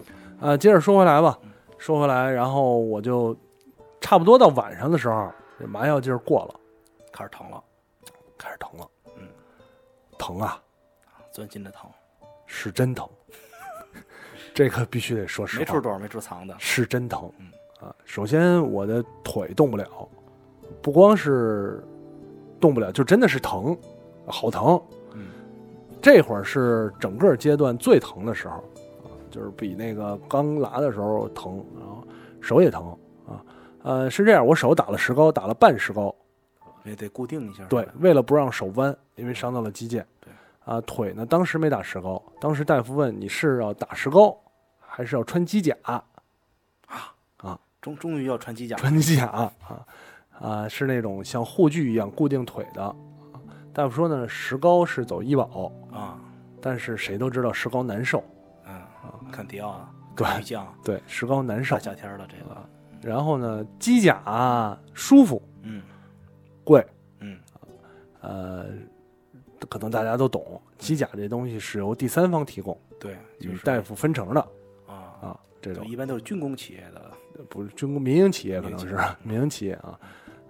Speaker 9: 的。啊，接着说回来吧，说回来，然后我就差不多到晚上的时候，这麻药劲儿过了，
Speaker 4: 开始疼了，
Speaker 9: 开始疼了。
Speaker 4: 嗯，
Speaker 9: 疼啊，
Speaker 4: 钻心的疼，
Speaker 9: 是真疼， 这个必须得说实
Speaker 4: 没
Speaker 9: 话
Speaker 4: 处，躲，没处藏的。
Speaker 9: 是真疼
Speaker 4: 嗯。
Speaker 9: 啊，首先我的腿动不了，不光是动不了，就真的是疼，好疼。
Speaker 4: 嗯，
Speaker 9: 这会儿是整个阶段最疼的时候，啊，就是比那个刚拿的时候疼，然后手也疼啊。呃，是这样，我手打了石膏，打了半石膏，
Speaker 4: 也得固定一下。
Speaker 9: 对，为了不让手弯，因为伤到了肌腱。
Speaker 4: 对，
Speaker 9: 啊，腿呢，当时没打石膏，当时大夫问你是要打石膏，还是要穿机甲？
Speaker 4: 终终于要穿机甲了，
Speaker 9: 穿甲啊啊，是那种像护具一样固定腿的。大夫说呢，石膏是走医保，
Speaker 4: 啊，
Speaker 9: 但是谁都知道石膏难受，
Speaker 4: 嗯，看迪奥啊，
Speaker 9: 对
Speaker 4: 鱼 酱，
Speaker 9: 对，石膏难受
Speaker 4: 大。夏天儿的这个，
Speaker 9: 然后呢，机甲啊舒服
Speaker 4: 嗯
Speaker 9: 贵，
Speaker 4: 嗯，
Speaker 9: 呃，可能大家都懂，机甲这东西是由第三方提供，
Speaker 4: 对，就
Speaker 9: 与
Speaker 4: 是
Speaker 9: 大夫分成的
Speaker 4: 啊，
Speaker 9: 啊，这
Speaker 4: 就
Speaker 9: 种
Speaker 4: 一般都是军工企业的，
Speaker 9: 不是军工民营企业，可能是
Speaker 4: 民营企业
Speaker 9: 民营企业啊，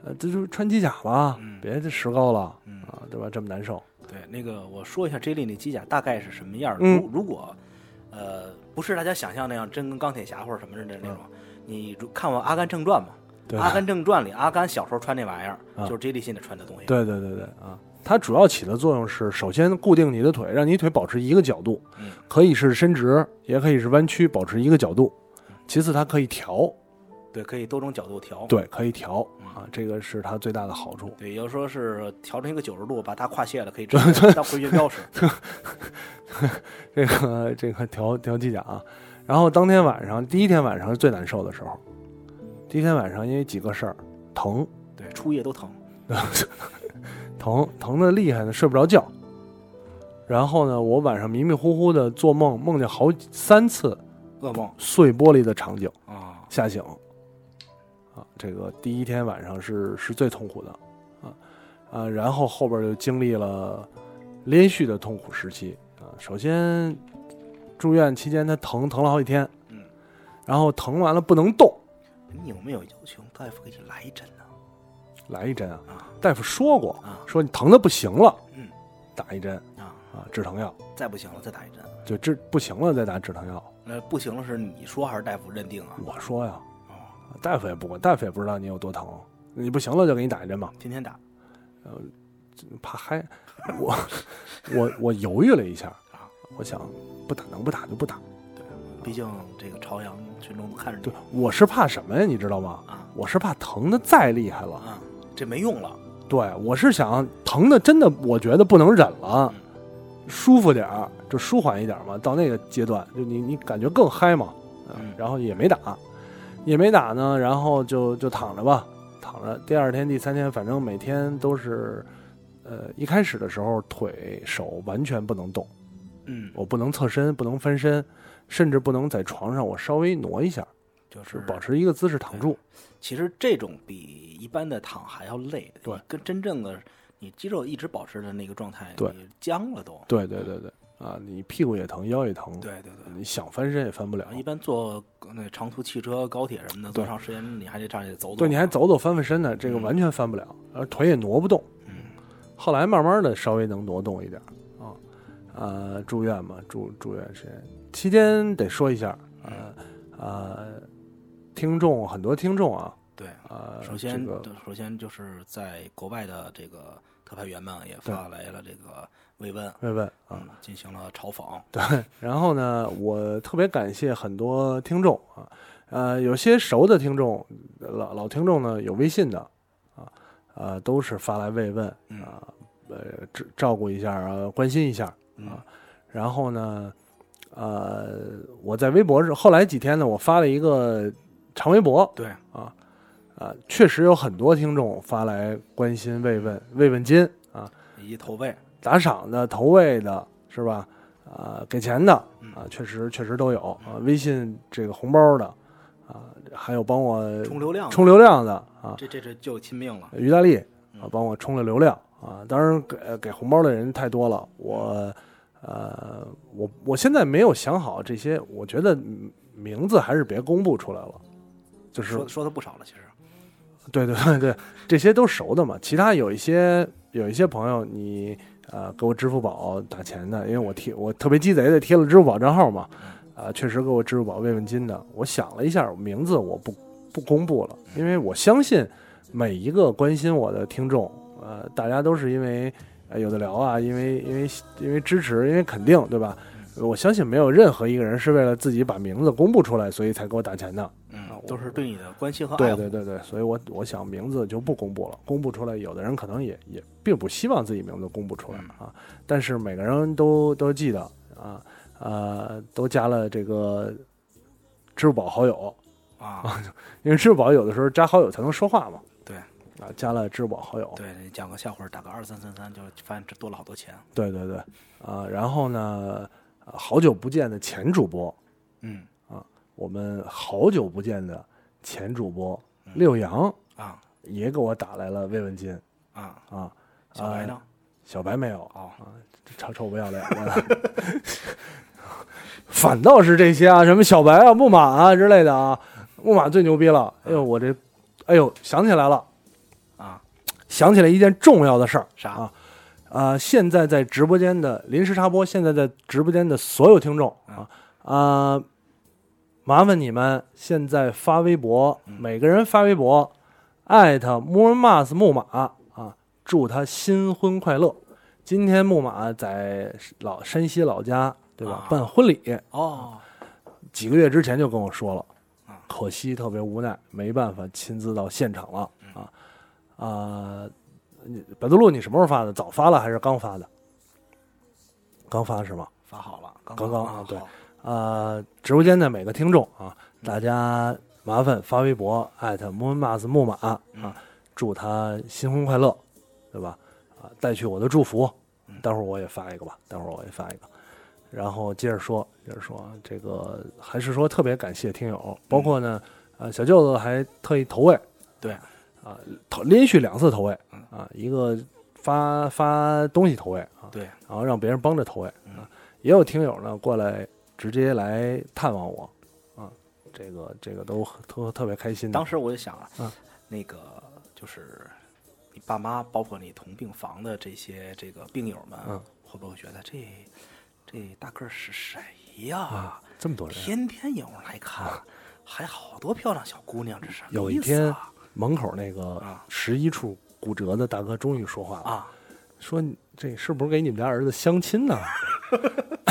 Speaker 9: 呃，这就是穿机甲吧，
Speaker 4: 嗯
Speaker 9: 别这石膏了
Speaker 4: 嗯
Speaker 9: 啊，对吧？这么难受，
Speaker 4: 对，那个我说一下 J 莉那机甲大概是什么样儿的。
Speaker 9: 嗯
Speaker 4: 如如果，呃，不是大家想象那样，真跟钢铁侠或者什么似的那种。你如看过《阿甘正传》吗？
Speaker 9: 嗯对
Speaker 4: 《
Speaker 9: 吧
Speaker 4: 阿甘正传》里，阿甘小时候穿那玩意儿，
Speaker 9: 啊
Speaker 4: 就是 J 莉现在穿的东西。，
Speaker 9: 对对对对啊，它主要起的作用是，首先固定你的腿，让你腿保持一个角度，
Speaker 4: 嗯
Speaker 9: 可以是伸直，也可以是弯曲，保持一个角度。其次，它可以调，
Speaker 4: 对，可以多种角度调。，
Speaker 9: 对，可以调啊，这个是它最大的好处。
Speaker 4: 对，要说是调成一个九十度，把大胯卸了，可以直接当回旋镖使。
Speaker 9: 这个这个调调机甲啊，然后当天晚上，第一天晚上是最难受的时候。第一天晚上因为几个事儿，疼，
Speaker 4: 对， 初夜都 疼。
Speaker 9: 疼疼的厉害呢，睡不着觉。然后呢，我晚上迷迷糊糊的做梦，梦见好几三次
Speaker 4: 噩梦
Speaker 9: 碎玻璃的场景。
Speaker 4: 啊，
Speaker 9: 吓醒，啊，这个第一天晚上是是最痛苦的，啊啊，然后后边就经历了连续的痛苦时期啊。首先住院期间，他疼疼了好几天，
Speaker 4: 嗯，
Speaker 9: 然后疼完了不能动，
Speaker 4: 你有没有要求大夫给你来一针呢？
Speaker 9: 来一针啊
Speaker 4: 啊。
Speaker 9: 大夫说过
Speaker 4: 啊
Speaker 9: 说你疼的不行了，
Speaker 4: 嗯，
Speaker 9: 打一针
Speaker 4: 啊，
Speaker 9: 啊，止疼药，
Speaker 4: 再不行了，再打一针。
Speaker 9: 就治不行了再打止疼药。
Speaker 4: 那不行了，是你说还是大夫认定啊？
Speaker 9: 我说呀，
Speaker 4: 哦，
Speaker 9: 大夫也不管，大夫也不知道你有多疼，你不行了就给你打一针嘛。
Speaker 4: 天天打
Speaker 9: 怕嗨，我我我犹豫了一下
Speaker 4: 啊，
Speaker 9: 我想不打能不打就不打。
Speaker 4: 毕竟这个朝阳群众都看着你
Speaker 9: 对，我是怕什么呀？你知道吗？
Speaker 4: 啊
Speaker 9: 我是怕疼的再厉害了。
Speaker 4: 啊，这没用了，
Speaker 9: 对，我是想疼的真的，我觉得不能忍了，
Speaker 4: 嗯
Speaker 9: 舒服点儿，就舒缓一点嘛。到那个阶段，就你你感觉更嗨嘛。啊
Speaker 4: 嗯
Speaker 9: 然后也没打，也没打呢，然后就就躺着吧，躺着。第二天、第三天，反正每天都是，呃，一开始的时候腿手完全不能动。
Speaker 4: 嗯
Speaker 9: 哦我不能侧身，不能翻身，甚至不能在床上我稍微挪一下，
Speaker 4: 就是
Speaker 9: 就保持一个姿势躺住。
Speaker 4: 其实这种比一般的躺还要累，
Speaker 9: 对，
Speaker 4: 跟真正的你肌肉一直保持的那个状态，
Speaker 9: 对，
Speaker 4: 僵了都。
Speaker 9: 对对对对，啊，你屁股也疼，腰也疼，
Speaker 4: 对对对。
Speaker 9: 你想翻身也翻不了
Speaker 4: 然啊后。一般坐那长途汽车、高铁什么的，
Speaker 9: 对
Speaker 4: 多长时间你还得站起来走走。啊
Speaker 9: 对，你还。走走翻翻身呢，这个
Speaker 4: 嗯
Speaker 9: 完全翻不了，而腿也挪不动。
Speaker 4: 嗯
Speaker 9: 后来慢慢的稍微能挪动一点儿啊，呃，住院嘛，住住院时间期间得说一下，
Speaker 4: 嗯
Speaker 9: 呃呃，听众很多听众啊，
Speaker 4: 对，
Speaker 9: 呃，
Speaker 4: 首先、
Speaker 9: 这个
Speaker 4: 首先就是在国外的这个特派员们也发来了这个慰问，
Speaker 9: 慰问啊，
Speaker 4: 嗯，进行了嘲讽。
Speaker 9: 然后呢，我特别感谢很多听众啊，呃，有些熟的听众，老老听众呢，有微信的啊，呃，都是发来慰问
Speaker 4: 嗯
Speaker 9: 啊，呃，照照顾一下啊，关心一下
Speaker 4: 嗯
Speaker 9: 啊。然后呢，呃，我在微博是后来几天呢，我发了一个长微博
Speaker 4: 对，
Speaker 9: 啊，确实有很多听众发来关心慰问慰问金啊，
Speaker 4: 以及投喂，
Speaker 9: 打赏的、投喂的，是吧？啊、给钱的
Speaker 4: 嗯
Speaker 9: 啊，确实确实都有啊。微信这个红包的啊，还有帮我
Speaker 4: 充流量，
Speaker 9: 呃充流量的啊，
Speaker 4: 这这这就亲命了。
Speaker 9: 于大力啊
Speaker 4: 嗯，
Speaker 9: 帮我充了流量啊。当然给呃给红包的人太多了，我呃我我现在没有想好这些，我觉得嗯名字还是别公布出来了。就是
Speaker 4: 说说的不少了，其实。
Speaker 9: 对对对对，这些都熟的嘛。其他有一些有一些朋友你，呃给我支付宝打钱的，因为我贴我特别鸡贼的贴了支付宝账号嘛，啊、确实给我支付宝慰问金的。我想了一下，名字我不不公布了，因为我相信每一个关心我的听众，呃，大家都是因为、呃、有的聊啊，因为因为因为支持，因为肯定，对吧？我相信没有任何一个人是为了自己把名字公布出来，所以才给我打钱的。啊
Speaker 4: 嗯，
Speaker 9: 我
Speaker 4: 都是对你的关心和爱
Speaker 9: 对
Speaker 4: 护。
Speaker 9: 对对对，所以我我想名字就不公布了，公布出来，有的人可能也也并不希望自己名字公布出来
Speaker 4: 嗯
Speaker 9: 啊，但是每个人都都记得啊，呃，都加了这个支付宝好友，
Speaker 4: 啊，
Speaker 9: 因为支付宝有的时候加好友才能说话嘛，
Speaker 4: 对
Speaker 9: 啊，加了支付宝好友，
Speaker 4: 对，讲个笑话，打个二三三三，就发现这多了好多钱。
Speaker 9: 对对对，啊，然后呢，啊好久不见的前主播，
Speaker 4: 嗯
Speaker 9: 我们好久不见的前主播六阳
Speaker 4: 嗯啊
Speaker 9: 也给我打来了慰问金
Speaker 4: 啊，
Speaker 9: 啊，
Speaker 4: 小白呢？
Speaker 9: 小白没有。
Speaker 4: 哦，
Speaker 9: 臭臭不要脸的。 反倒是这些啊，什么小白啊、木马啊之类的啊，木马最牛逼了。哎呦，我这，哎呦，想起来了，
Speaker 4: 啊，
Speaker 9: 想起来一件重要的事儿
Speaker 4: 啥
Speaker 9: 啊？啊，现在在直播间的临时插播，现在在直播间的所有听众
Speaker 4: 嗯
Speaker 9: 啊啊，麻烦你们现在发微博，
Speaker 4: 嗯
Speaker 9: 每个人发微博，艾特 Mormas 木马啊，祝他新婚快乐。今天木马在老山西老家，对吧？
Speaker 4: 啊
Speaker 9: 办婚礼，
Speaker 4: 哦，啊
Speaker 9: 几个月之前就跟我说了，可惜特别无奈，没办法亲自到现场了
Speaker 4: 嗯
Speaker 9: 啊啊！你百度路你什么时候发的？早发了还是刚发的？刚发是吗？
Speaker 4: 发好了，刚
Speaker 9: 刚刚
Speaker 4: 啊
Speaker 9: 啊，对
Speaker 4: 好
Speaker 9: 啊，直播间的每个听众啊，大家麻烦发微博艾特 moonmas 木马啊，祝他新婚快乐，对吧？啊，带去我的祝福。待会儿我也发一个吧，待会儿我也发一个。然后接着说，接着说啊，这个还是说特别感谢听友，包括呢，呃，小舅子还特意投喂，
Speaker 4: 对，
Speaker 9: 啊，投连续两次投喂啊，一个发发东西投喂啊，
Speaker 4: 对，
Speaker 9: 然后让别人帮着投喂
Speaker 4: 嗯
Speaker 9: 啊。也有听友呢过来直接来探望我啊，这个这个都都特别开心的
Speaker 4: 当。时我就想
Speaker 9: 嗯
Speaker 4: 了，那个就是你爸妈，包括你同病房的这些这个病友们
Speaker 9: 嗯，
Speaker 4: 会不会觉得这这大个儿是谁呀？
Speaker 9: 啊这么多人，
Speaker 4: 天天有人来看，还好多漂亮小姑娘，这是什么
Speaker 9: 嗯有一
Speaker 4: 意思
Speaker 9: 天
Speaker 4: 啊
Speaker 9: 门口那个
Speaker 4: 啊
Speaker 9: 十一处骨折的大哥终于说话了，
Speaker 4: 啊，
Speaker 9: 说你这是不是给你们家儿子相亲呢？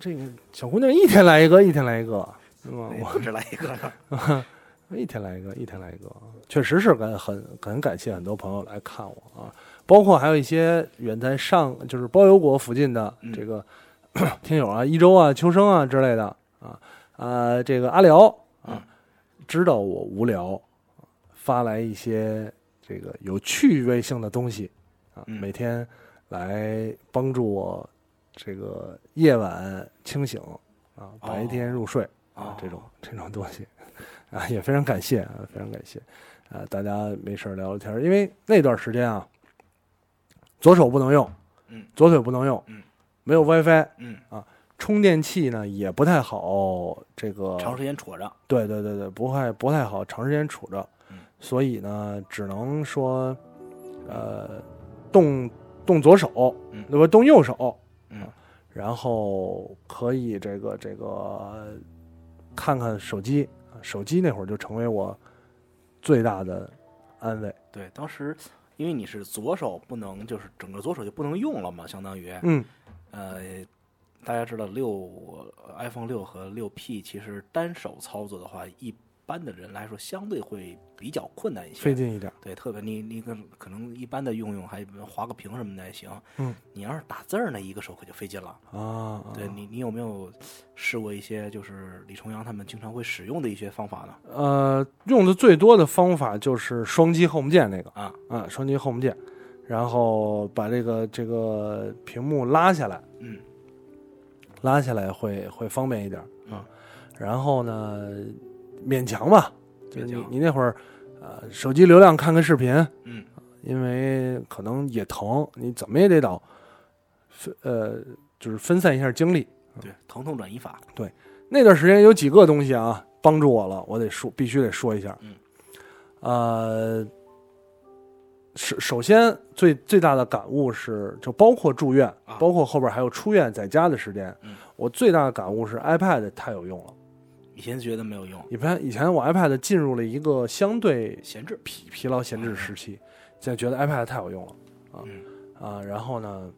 Speaker 9: 这个小姑娘一天来一个，一天来一个，是吧？
Speaker 4: 我只来一个 呢。
Speaker 9: 一天来一个，一天来一个，确实是感很很感谢很多朋友来看我啊，包括还有一些远在上就是包邮国附近的
Speaker 4: 嗯
Speaker 9: 这个、 听友啊，一周啊、秋生啊之类的啊啊，这个阿辽
Speaker 4: 嗯
Speaker 9: 啊，知道我无聊，发来一些这个有趣味性的东西啊，
Speaker 4: 嗯
Speaker 9: 每天来帮助我这个夜晚清醒
Speaker 4: 哦
Speaker 9: 啊，白天入睡
Speaker 4: 哦
Speaker 9: 啊，这种这种东西 啊，也非常感谢啊，非常感谢啊，大家没事儿聊聊天儿，因为那段时间啊，左手不能用，
Speaker 4: 嗯，
Speaker 9: 左腿不能用，
Speaker 4: 嗯，
Speaker 9: 没有 WiFi，啊
Speaker 4: 嗯，
Speaker 9: 充电器呢也不太好，这个
Speaker 4: 长时间戳着，
Speaker 9: 对对对对，不太不太好长时间杵着，
Speaker 4: 嗯
Speaker 9: 所以呢，只能说，呃，动动左手，
Speaker 4: 嗯
Speaker 9: 那不动右手，
Speaker 4: 嗯
Speaker 9: 啊然后可以这个这个看看手机，啊手机那会儿就成为我最大的安慰，
Speaker 4: 对，当时因为你是左手不能，就是整个左手就不能用了嘛，相当于，
Speaker 9: 嗯，
Speaker 4: 呃，大家知道六呃 iPhone 六和六 P 其实单手操作的话，一般的人来说相对会比较困难一些，
Speaker 9: 费劲一点，
Speaker 4: 对，特别你你跟可能一般的用用还呃划个屏什么的也行，
Speaker 9: 嗯，
Speaker 4: 你要是打字儿那一个手可就费劲了。
Speaker 9: 啊，
Speaker 4: 对你，你有没有试过一些就是李重阳他们经常会使用的一些方法呢？
Speaker 9: 呃，用的最多的方法就是双击 Home 键那个
Speaker 4: 啊
Speaker 9: 啊，双击 Home 键，然后把这个这个屏幕拉下来，
Speaker 4: 嗯，
Speaker 9: 拉下来会会方便一点
Speaker 4: 嗯
Speaker 9: 啊。然后呢，勉强吧，就
Speaker 4: 勉
Speaker 9: 你
Speaker 4: 强
Speaker 9: 你那会儿，呃，手机流量看看视频，
Speaker 4: 嗯，
Speaker 9: 因为可能也疼，你怎么也得到分呃，就是分散一下精力。
Speaker 4: 对，疼痛转移法，
Speaker 9: 那段时间有几个东西啊帮助我了，我得说必须得说一下。
Speaker 4: 嗯，
Speaker 9: 呃，首首先最最大的感悟是，就包括住院，
Speaker 4: 啊
Speaker 9: 包括后边还有出院在家的时间，
Speaker 4: 嗯
Speaker 9: 我最大的感悟是 iPad 太有用了。
Speaker 4: 以前觉得没有用，
Speaker 9: 以前以前我 iPad 进入了一个相对
Speaker 4: 闲置，
Speaker 9: 疲疲劳闲置时期，现在觉得 iPad 太有用了啊、
Speaker 4: 嗯
Speaker 9: 啊！然后呢，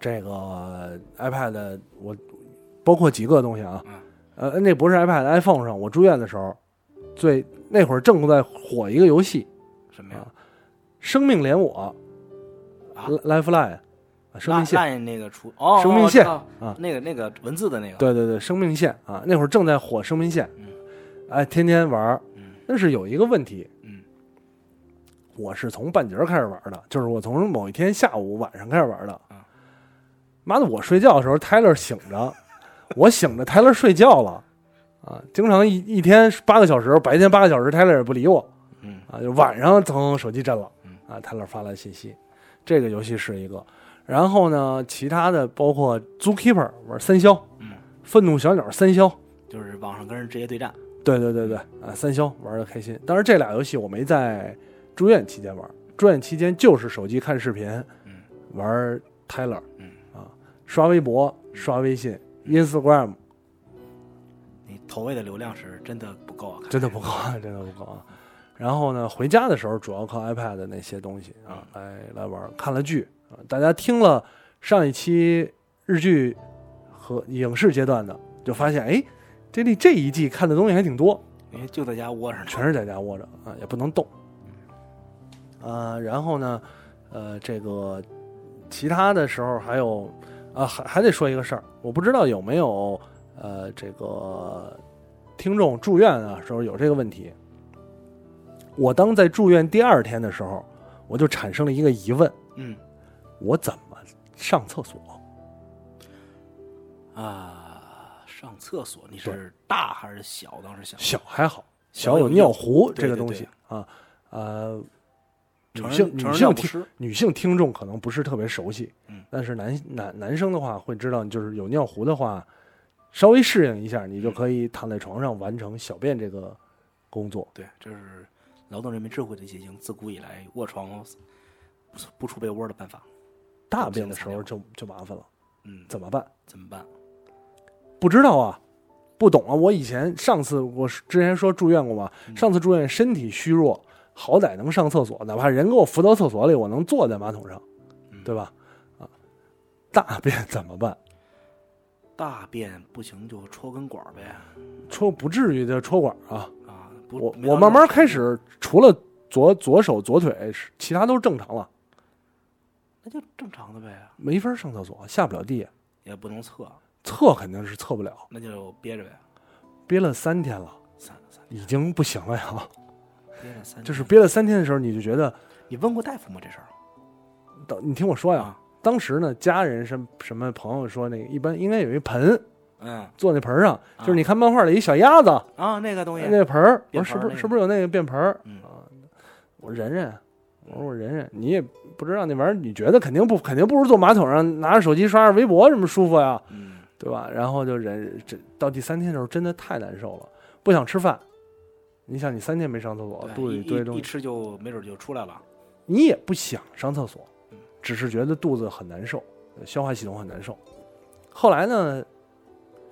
Speaker 9: 这个 iPad 我包括几个东西啊，
Speaker 4: 嗯
Speaker 9: 呃，那不是 iPad，iPhone 上我住院的时候，最那会儿正在火一个游戏
Speaker 4: 什
Speaker 9: 啊
Speaker 4: 么呀？
Speaker 9: 《生命连我》
Speaker 4: 啊
Speaker 9: Lifeline，啊生命线，
Speaker 4: 那那个出哦，
Speaker 9: 生命线
Speaker 4: 哦我知道
Speaker 9: 啊
Speaker 4: 那个那个文字的那个，，
Speaker 9: 对对对，生命线啊，那会儿正在火生命线
Speaker 4: 嗯，
Speaker 9: 哎，天天玩儿，
Speaker 4: 嗯
Speaker 9: 但是有一个问题，
Speaker 4: 嗯
Speaker 9: 我是从半截儿开始玩的，就是我从某一天下午、晚上开始玩的
Speaker 4: 嗯。
Speaker 9: 妈的，我睡觉的时候，Tyler 醒 着，我醒着，Tyler 睡觉了，啊，经常一一天八个小时，白天八个小时，Tyler 也不理我，
Speaker 4: 嗯
Speaker 9: 啊，就晚上从手机震了
Speaker 4: 嗯，
Speaker 9: 啊，Tyler 发来信息，这个游戏是一个，然后呢，其他的包括 Zookeeper 玩三消，
Speaker 4: 嗯，
Speaker 9: 愤怒小鸟三消，
Speaker 4: 就是网上跟人直接对战，
Speaker 9: 对对对对，啊，三消玩的开心。当然，这俩游戏我没在住院期间玩，住院期间就是手机看视频，
Speaker 4: 嗯
Speaker 9: 玩 Tyler，
Speaker 4: 嗯
Speaker 9: 啊，刷微博、刷微信、Instagram，
Speaker 4: 你投喂的流量是真的不够啊，看
Speaker 9: 真的不够，啊， 真的不够啊。然后呢，回家的时候主要靠 iPad 的那些东西啊来来玩，看了剧啊。大家听了上一期日剧和影视阶段的，就发现哎，这里这一季看的东西还挺多，
Speaker 4: 因为就在家窝着呢，
Speaker 9: 全是在家窝着啊，也不能动。啊，然后呢，呃，这个其他的时候还有啊，还还得说一个事儿，我不知道有没有呃这个听众住院啊时候有这个问题。我当在住院第二天的时候，我就产生了一个疑问：
Speaker 4: 嗯
Speaker 9: 我怎么上厕所？
Speaker 4: 啊，上厕所你是大还是小？当时想
Speaker 9: 小还好，
Speaker 4: 小
Speaker 9: 小有
Speaker 4: 有
Speaker 9: 尿
Speaker 4: 尿
Speaker 9: 壶
Speaker 4: 对
Speaker 9: 这个
Speaker 4: 对
Speaker 9: 东
Speaker 4: 对
Speaker 9: 西啊，呃，
Speaker 4: 成
Speaker 9: 女
Speaker 4: 人成
Speaker 9: 性
Speaker 4: 人
Speaker 9: 女性
Speaker 4: 尿不
Speaker 9: 听
Speaker 4: 湿
Speaker 9: 女性听众可能不是特别熟悉，
Speaker 4: 嗯
Speaker 9: 但是男男男生的话会知道，就是有尿壶的话，稍微适应一下，你
Speaker 4: 嗯
Speaker 9: 就可以躺在床上完成小便这个工作。
Speaker 4: 对，这是劳动人民智慧的结晶，自古以来卧床不出不出被窝的办法，
Speaker 9: 大便的时候就就麻烦了，
Speaker 4: 嗯，
Speaker 9: 怎么办？
Speaker 4: 怎么办？
Speaker 9: 不知道啊，不懂啊。我以前上次我之前说住院过嘛，
Speaker 4: 嗯
Speaker 9: 上次住院身体虚弱，好歹能上厕所，哪怕人给我扶到厕所里，我能坐在马桶上，
Speaker 4: 嗯
Speaker 9: 对吧？啊，大便怎么办？
Speaker 4: 大便不行就戳根管儿呗，
Speaker 9: 戳不至于的戳管啊！
Speaker 4: 啊，不，
Speaker 9: 我
Speaker 4: 没
Speaker 9: 我
Speaker 4: 到
Speaker 9: 慢
Speaker 4: 那
Speaker 9: 慢
Speaker 4: 程
Speaker 9: 开
Speaker 4: 度，
Speaker 9: 始，除了左左手左腿，是其他都正常了，
Speaker 4: 那就正常的呗，
Speaker 9: 没法上厕所，下不了地，
Speaker 4: 也不能测，
Speaker 9: 测肯定是测不了，
Speaker 4: 那就憋着呗，
Speaker 9: 憋了三天了，
Speaker 4: 三三
Speaker 9: 已经不行了呀。
Speaker 4: 憋了三天，
Speaker 9: 就是憋了三天的时候，你就觉得，
Speaker 4: 你问过大夫吗？这事儿
Speaker 9: 等你听我说呀
Speaker 4: 啊，
Speaker 9: 当时呢，家人什么什么朋友说，那个一般应该有一盆
Speaker 4: 嗯
Speaker 9: 坐那盆儿上，
Speaker 4: 啊
Speaker 9: 就是你看漫画里一小鸭子
Speaker 4: 啊，那个东西，
Speaker 9: 那盆儿，我
Speaker 4: 便
Speaker 9: 说是
Speaker 4: 盆儿
Speaker 9: 不
Speaker 4: 那
Speaker 9: 是
Speaker 4: 个
Speaker 9: 是不是有那个便盆儿
Speaker 4: 嗯
Speaker 9: 啊？我忍忍，我说我忍忍，你也不知道那玩意儿，你觉得肯定不肯定不如坐马桶上拿着手机刷着微博什么舒服呀，
Speaker 4: 嗯
Speaker 9: 对吧？然后就忍，这到第三天的时候真的太难受了，不想吃饭。你想，你三天没上厕所，
Speaker 4: 对
Speaker 9: 肚子里
Speaker 4: 一
Speaker 9: 堆东
Speaker 4: 一一
Speaker 9: 西，
Speaker 4: 吃就没准就出来了。
Speaker 9: 你也不想上厕所
Speaker 4: 嗯，
Speaker 9: 只是觉得肚子很难受，消化系统很难受。后来呢，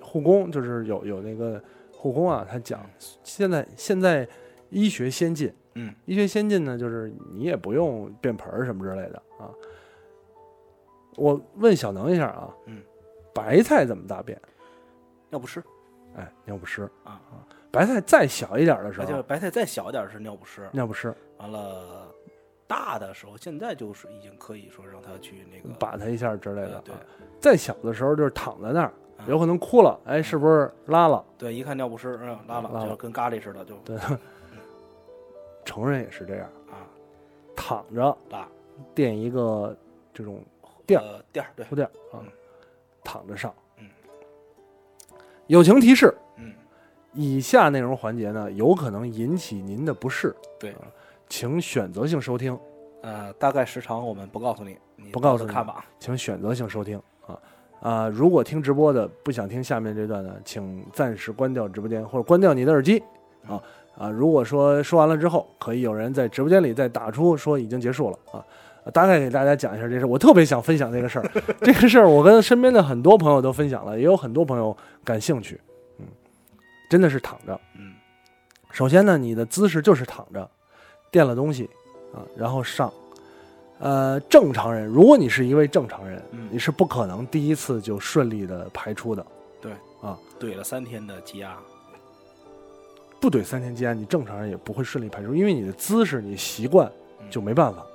Speaker 9: 护工就是有有那个护工啊，他讲现在现在医学先进，
Speaker 4: 嗯，
Speaker 9: 医学先进呢，就是你也不用便盆儿什么之类的啊。我问小能一下啊，
Speaker 4: 嗯，
Speaker 9: 白菜怎么大便？
Speaker 4: 尿不湿，
Speaker 9: 哎，尿不湿
Speaker 4: 啊
Speaker 9: 白菜再小一点的时
Speaker 4: 而且
Speaker 9: 候，
Speaker 4: 白菜再小一点是尿不湿，
Speaker 9: 尿不湿，
Speaker 4: 完了大的时候，现在就是已经可以说让他去那个
Speaker 9: 把它一下之类的
Speaker 4: 呃
Speaker 9: 啊。
Speaker 4: 对
Speaker 9: 再小的时候就是躺在那儿，
Speaker 4: 啊
Speaker 9: 有可能哭了，哎，是不是拉了？
Speaker 4: 对，一看尿不湿，嗯，拉
Speaker 9: 拉
Speaker 4: 了，
Speaker 9: 了
Speaker 4: 就跟咖喱似的，就
Speaker 9: 对，成人也是这样，
Speaker 4: 啊
Speaker 9: 躺着
Speaker 4: 拉
Speaker 9: 垫一个这种垫儿
Speaker 4: 呃垫儿，对
Speaker 9: 铺，垫儿啊
Speaker 4: 嗯，
Speaker 9: 躺着上。
Speaker 4: 嗯，
Speaker 9: 友情提示：
Speaker 4: 嗯，
Speaker 9: 以下内容环节呢，有可能引起您的不适，啊
Speaker 4: 对，
Speaker 9: 请选择性收听，
Speaker 4: 呃，大概时长我们不告诉你，你
Speaker 9: 不告诉
Speaker 4: 到时
Speaker 9: 你
Speaker 4: 看吧，
Speaker 9: 请选择性收听啊。啊、如果听直播的不想听下面这段呢，请暂时关掉直播间或者关掉你的耳机啊啊！如果说说完了之后，可以有人在直播间里再打出说已经结束了啊。大概给大家讲一下这事儿，我特别想分享这个事儿。这个事儿我跟身边的很多朋友都分享了，也有很多朋友感兴趣。嗯，真的是躺着。
Speaker 4: 嗯，
Speaker 9: 首先呢，你的姿势就是躺着，垫了东西啊，然后上。呃，正常人，如果你是一位正常人，
Speaker 4: 嗯
Speaker 9: 你是不可能第一次就顺利的排出的。
Speaker 4: 怼了三天的鸡鸭，
Speaker 9: 不怼三天鸡鸭，你正常人也不会顺利排出，因为你的姿势、你习惯
Speaker 4: 嗯
Speaker 9: 就没办法。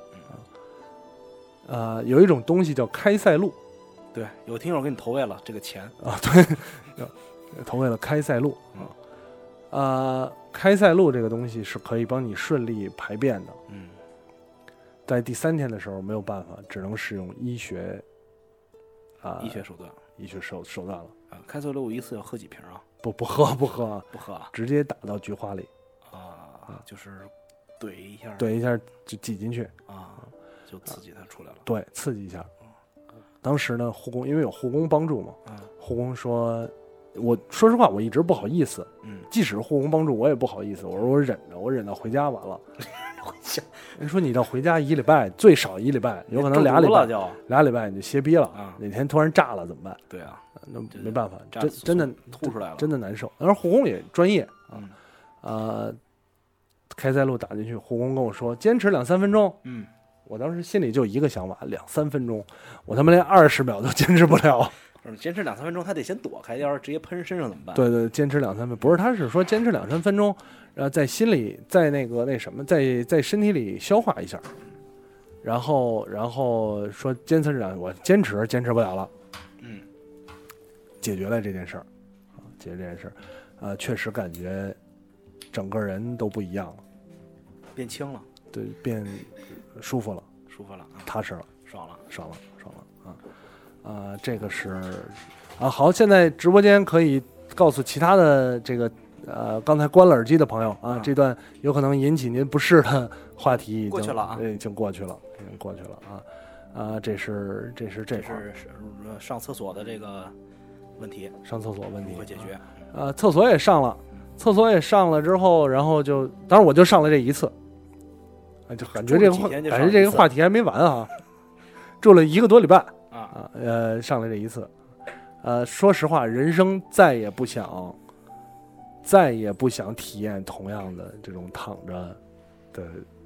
Speaker 9: 啊，呃，有一种东西叫开塞露
Speaker 4: 对，有听友给你投喂了这个钱，
Speaker 9: 啊，对，投喂了开塞露啊。
Speaker 4: 嗯
Speaker 9: 呃，开塞露这个东西是可以帮你顺利排便的，
Speaker 4: 嗯
Speaker 9: 在第三天的时候没有办法，只能使用医学啊、
Speaker 4: 医学手段
Speaker 9: 医学手手段了。
Speaker 4: 啊，开塞露一次要喝几瓶啊？
Speaker 9: 不不喝不喝啊，
Speaker 4: 不喝啊，
Speaker 9: 直接打到菊花里，
Speaker 4: 啊，就是怼一下，
Speaker 9: 怼一下就挤进去，
Speaker 4: 啊，就刺激它出来了，
Speaker 9: 对，刺激一下。当时呢，护工因为有护工帮助嘛，
Speaker 4: 嗯
Speaker 9: 护工说，我说实话，我一直不好意思，
Speaker 4: 嗯，
Speaker 9: 即使护工帮助我也不好意思，我说我忍着，我忍到回家完 了。人说你到回家一礼拜，最少一礼拜，有可能俩礼
Speaker 4: 中毒了
Speaker 9: 拜，
Speaker 4: 就
Speaker 9: 俩礼拜你就歇逼了，
Speaker 4: 啊
Speaker 9: 哪天突然炸了怎么办？
Speaker 4: 对啊，
Speaker 9: 那
Speaker 4: 这
Speaker 9: 没办法，
Speaker 4: 炸
Speaker 9: 真真的
Speaker 4: 吐出来了，
Speaker 9: 真的难受。当然护工也专业啊
Speaker 4: 嗯，
Speaker 9: 呃，开塞露打进去，护工跟我说坚持两三分钟，
Speaker 4: 嗯，
Speaker 9: 我当时心里就一个想法，两三分钟，我他妈连二十秒都坚持不了。
Speaker 4: 就是嗯坚持两三分钟，他得先躲开，要是直接喷身上怎么办？，
Speaker 9: 对对，坚持两三分，不是，他是说坚持两三分钟，然后在心里，在那个那什么，在在身体里消化一下，然后然后说坚持两，我坚持坚持不了了，
Speaker 4: 嗯，
Speaker 9: 解决了这件事儿，啊解决这件事儿，呃，确实感觉整个人都不一样了，
Speaker 4: 变轻了，
Speaker 9: 对，变舒服了，
Speaker 4: 舒服了啊，
Speaker 9: 踏实了。
Speaker 4: 爽了，
Speaker 9: 爽了，爽了啊！啊、这个是啊，好，现在直播间可以告诉其他的这个呃，刚才关了耳机的朋友啊，
Speaker 4: 啊
Speaker 9: 这段有可能引起您不适的 话题已经哎
Speaker 4: 过去了啊
Speaker 9: 对已经过去了，已经过去了啊啊，这是这是这
Speaker 4: 这
Speaker 9: 块儿
Speaker 4: 是是呃上厕所的这个问题
Speaker 9: 上厕所问题
Speaker 4: 如何解决？
Speaker 9: 啊，厕所也上了，厕所也上了之后，然后就，当然我就上了这一次，啊，就感觉这个话，
Speaker 4: 住了几天就上
Speaker 9: 感
Speaker 4: 了
Speaker 9: 觉
Speaker 4: 一次
Speaker 9: 这个话题还没完啊，住了一个多礼拜
Speaker 4: 啊
Speaker 9: 呃，上了这一次，呃，说实话，人生再也不想，再也不想体验同样的这种躺着的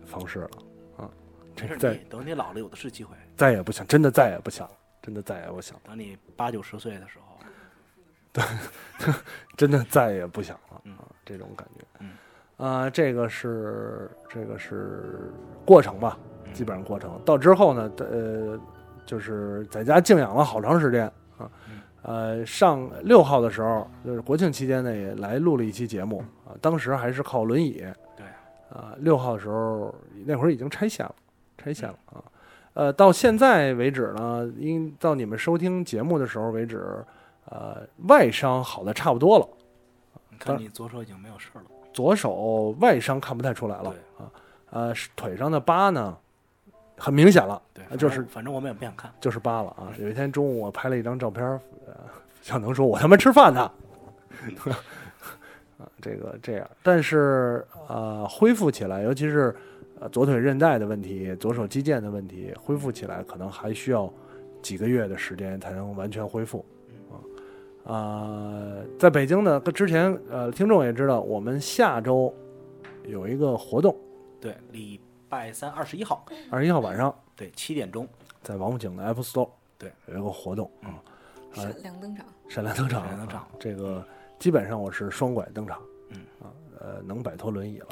Speaker 9: 方式了啊，这
Speaker 4: 没事
Speaker 9: 再
Speaker 4: 你等你老了有的是机会，
Speaker 9: 再也不想，真的再也不想，真的再也不想，
Speaker 4: 等你八九十岁的时候，
Speaker 9: 真的再也不想了
Speaker 4: 嗯
Speaker 9: 啊，这种感觉。
Speaker 4: 嗯，
Speaker 9: 啊，这个是这个是过程吧，
Speaker 4: 嗯
Speaker 9: 基本上过程。到之后呢，呃，就是在家静养了好长时间啊
Speaker 4: 嗯。
Speaker 9: 呃，上六号的时候，就是国庆期间呢，也来录了一期节目啊。当时还是靠轮椅。
Speaker 4: 对。嗯
Speaker 9: 啊，六号的时候，那会儿已经拆线了，拆线了啊。呃，到现在为止呢，因到你们收听节目的时候为止，呃，外伤好的差不多了，
Speaker 4: 你看你左手已经没有事儿了，
Speaker 9: 左手外伤看不太出来了啊，呃，是腿上的疤呢，很明显了，
Speaker 4: 对
Speaker 9: 啊，就是
Speaker 4: 反正我们也不想看，
Speaker 9: 就是疤了啊。有一天中午我拍了一张照片儿，呃，小能说我他妈吃饭呢， 啊，这个这样，但是呃，恢复起来，尤其是呃左腿韧带的问题、左手肌腱的问题，恢复起来可能还需要几个月的时间才能完全恢复啊。呃，在北京呢，之前呃，听众也知道，我们下周有一个活动，
Speaker 4: 对，礼拜三二十一号，
Speaker 9: 二十一号晚上
Speaker 4: 对，七点钟，
Speaker 9: 在王府井的 Apple Store
Speaker 4: 对
Speaker 9: 有一个活动啊。
Speaker 5: 闪亮登场，
Speaker 9: 闪亮登场，
Speaker 4: 闪亮登场
Speaker 9: 啊这个基本上我是双拐登场，
Speaker 4: 嗯
Speaker 9: 啊，呃，能摆脱轮椅了，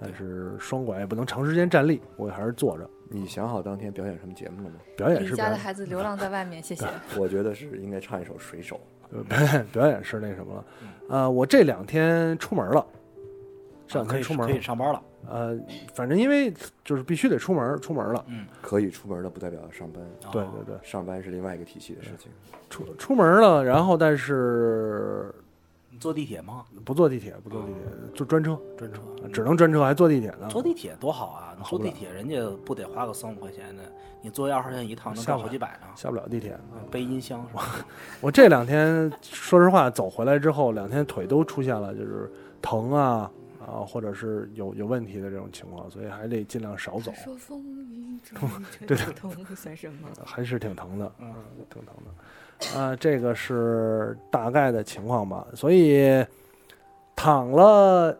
Speaker 9: 但是双拐也不能长时间站立，我还是坐着。
Speaker 10: 你想好当天表演什么节目了吗？
Speaker 9: 表演
Speaker 11: 你
Speaker 9: 是
Speaker 11: 家
Speaker 9: 表
Speaker 11: 的
Speaker 9: 演，
Speaker 11: 孩子流浪在外面，谢谢。
Speaker 10: 我觉得是应该唱一首《水手
Speaker 9: 呃表演表演是那什么了，
Speaker 4: 嗯
Speaker 9: 呃，我这两天出门了，这两
Speaker 4: 啊可
Speaker 9: 天
Speaker 4: 以
Speaker 9: 出门
Speaker 4: 可
Speaker 9: 了
Speaker 4: 以，上班了，
Speaker 9: 呃，反正因为就是必须得出门，出门了，
Speaker 4: 嗯，》，
Speaker 10: 可以出门的不代表要上班，
Speaker 4: 啊
Speaker 9: 对对对，
Speaker 10: 上班是另外一个体系的 事情。
Speaker 9: 出出门了，然后但是
Speaker 4: 你坐地铁吗？
Speaker 9: 不坐地铁，不坐地铁，坐专车，
Speaker 4: 哦专车
Speaker 9: 啊只能专车，还坐地铁呢，
Speaker 4: 坐地铁多好啊！你
Speaker 9: 好
Speaker 4: 坐
Speaker 9: 不了
Speaker 4: 地铁人家不得花个三五块钱呢，你坐一二号线一趟能
Speaker 9: 下
Speaker 4: 挣
Speaker 9: 不
Speaker 4: 好
Speaker 9: 来
Speaker 4: 几百呢。
Speaker 9: 下不了地铁。
Speaker 4: 背音箱是吧？
Speaker 9: 我这两天说实话，走回来之后，两天腿都出现了就是疼啊啊，或者是有有问题的这种情况，所以还得尽量 少走，
Speaker 11: 说风雨中这种痛苦算什么？
Speaker 9: 还是挺疼的，嗯，挺疼的。啊，这个是大概的情况吧。所以躺了，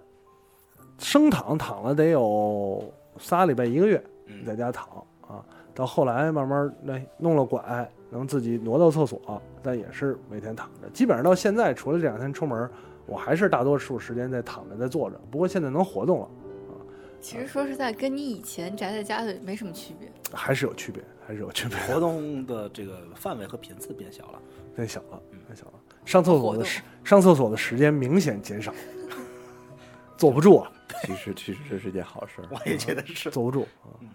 Speaker 9: 生躺躺了得有仨礼拜一个月，
Speaker 10: 嗯
Speaker 9: 在家躺啊，到后来慢慢那弄了拐，能自己挪到厕所，但也是每天躺着。基本上到现在，除了这两天出门，我还是大多数时间在躺着在坐着。不过现在能活动了，
Speaker 11: 其实说实在，跟你以前宅在家里没什么区别。
Speaker 9: 还是有区别，还是有区别。
Speaker 4: 活动的这个范围和频次变小了，
Speaker 9: 太小了，
Speaker 10: 嗯
Speaker 9: 太小了。上厕所
Speaker 11: 活
Speaker 9: 的
Speaker 11: 动
Speaker 9: 时上厕所的时间明显减少，坐不住啊，
Speaker 10: 其实其实这是一件好事儿，
Speaker 4: 我也觉得是。
Speaker 9: 坐不住啊。
Speaker 10: 嗯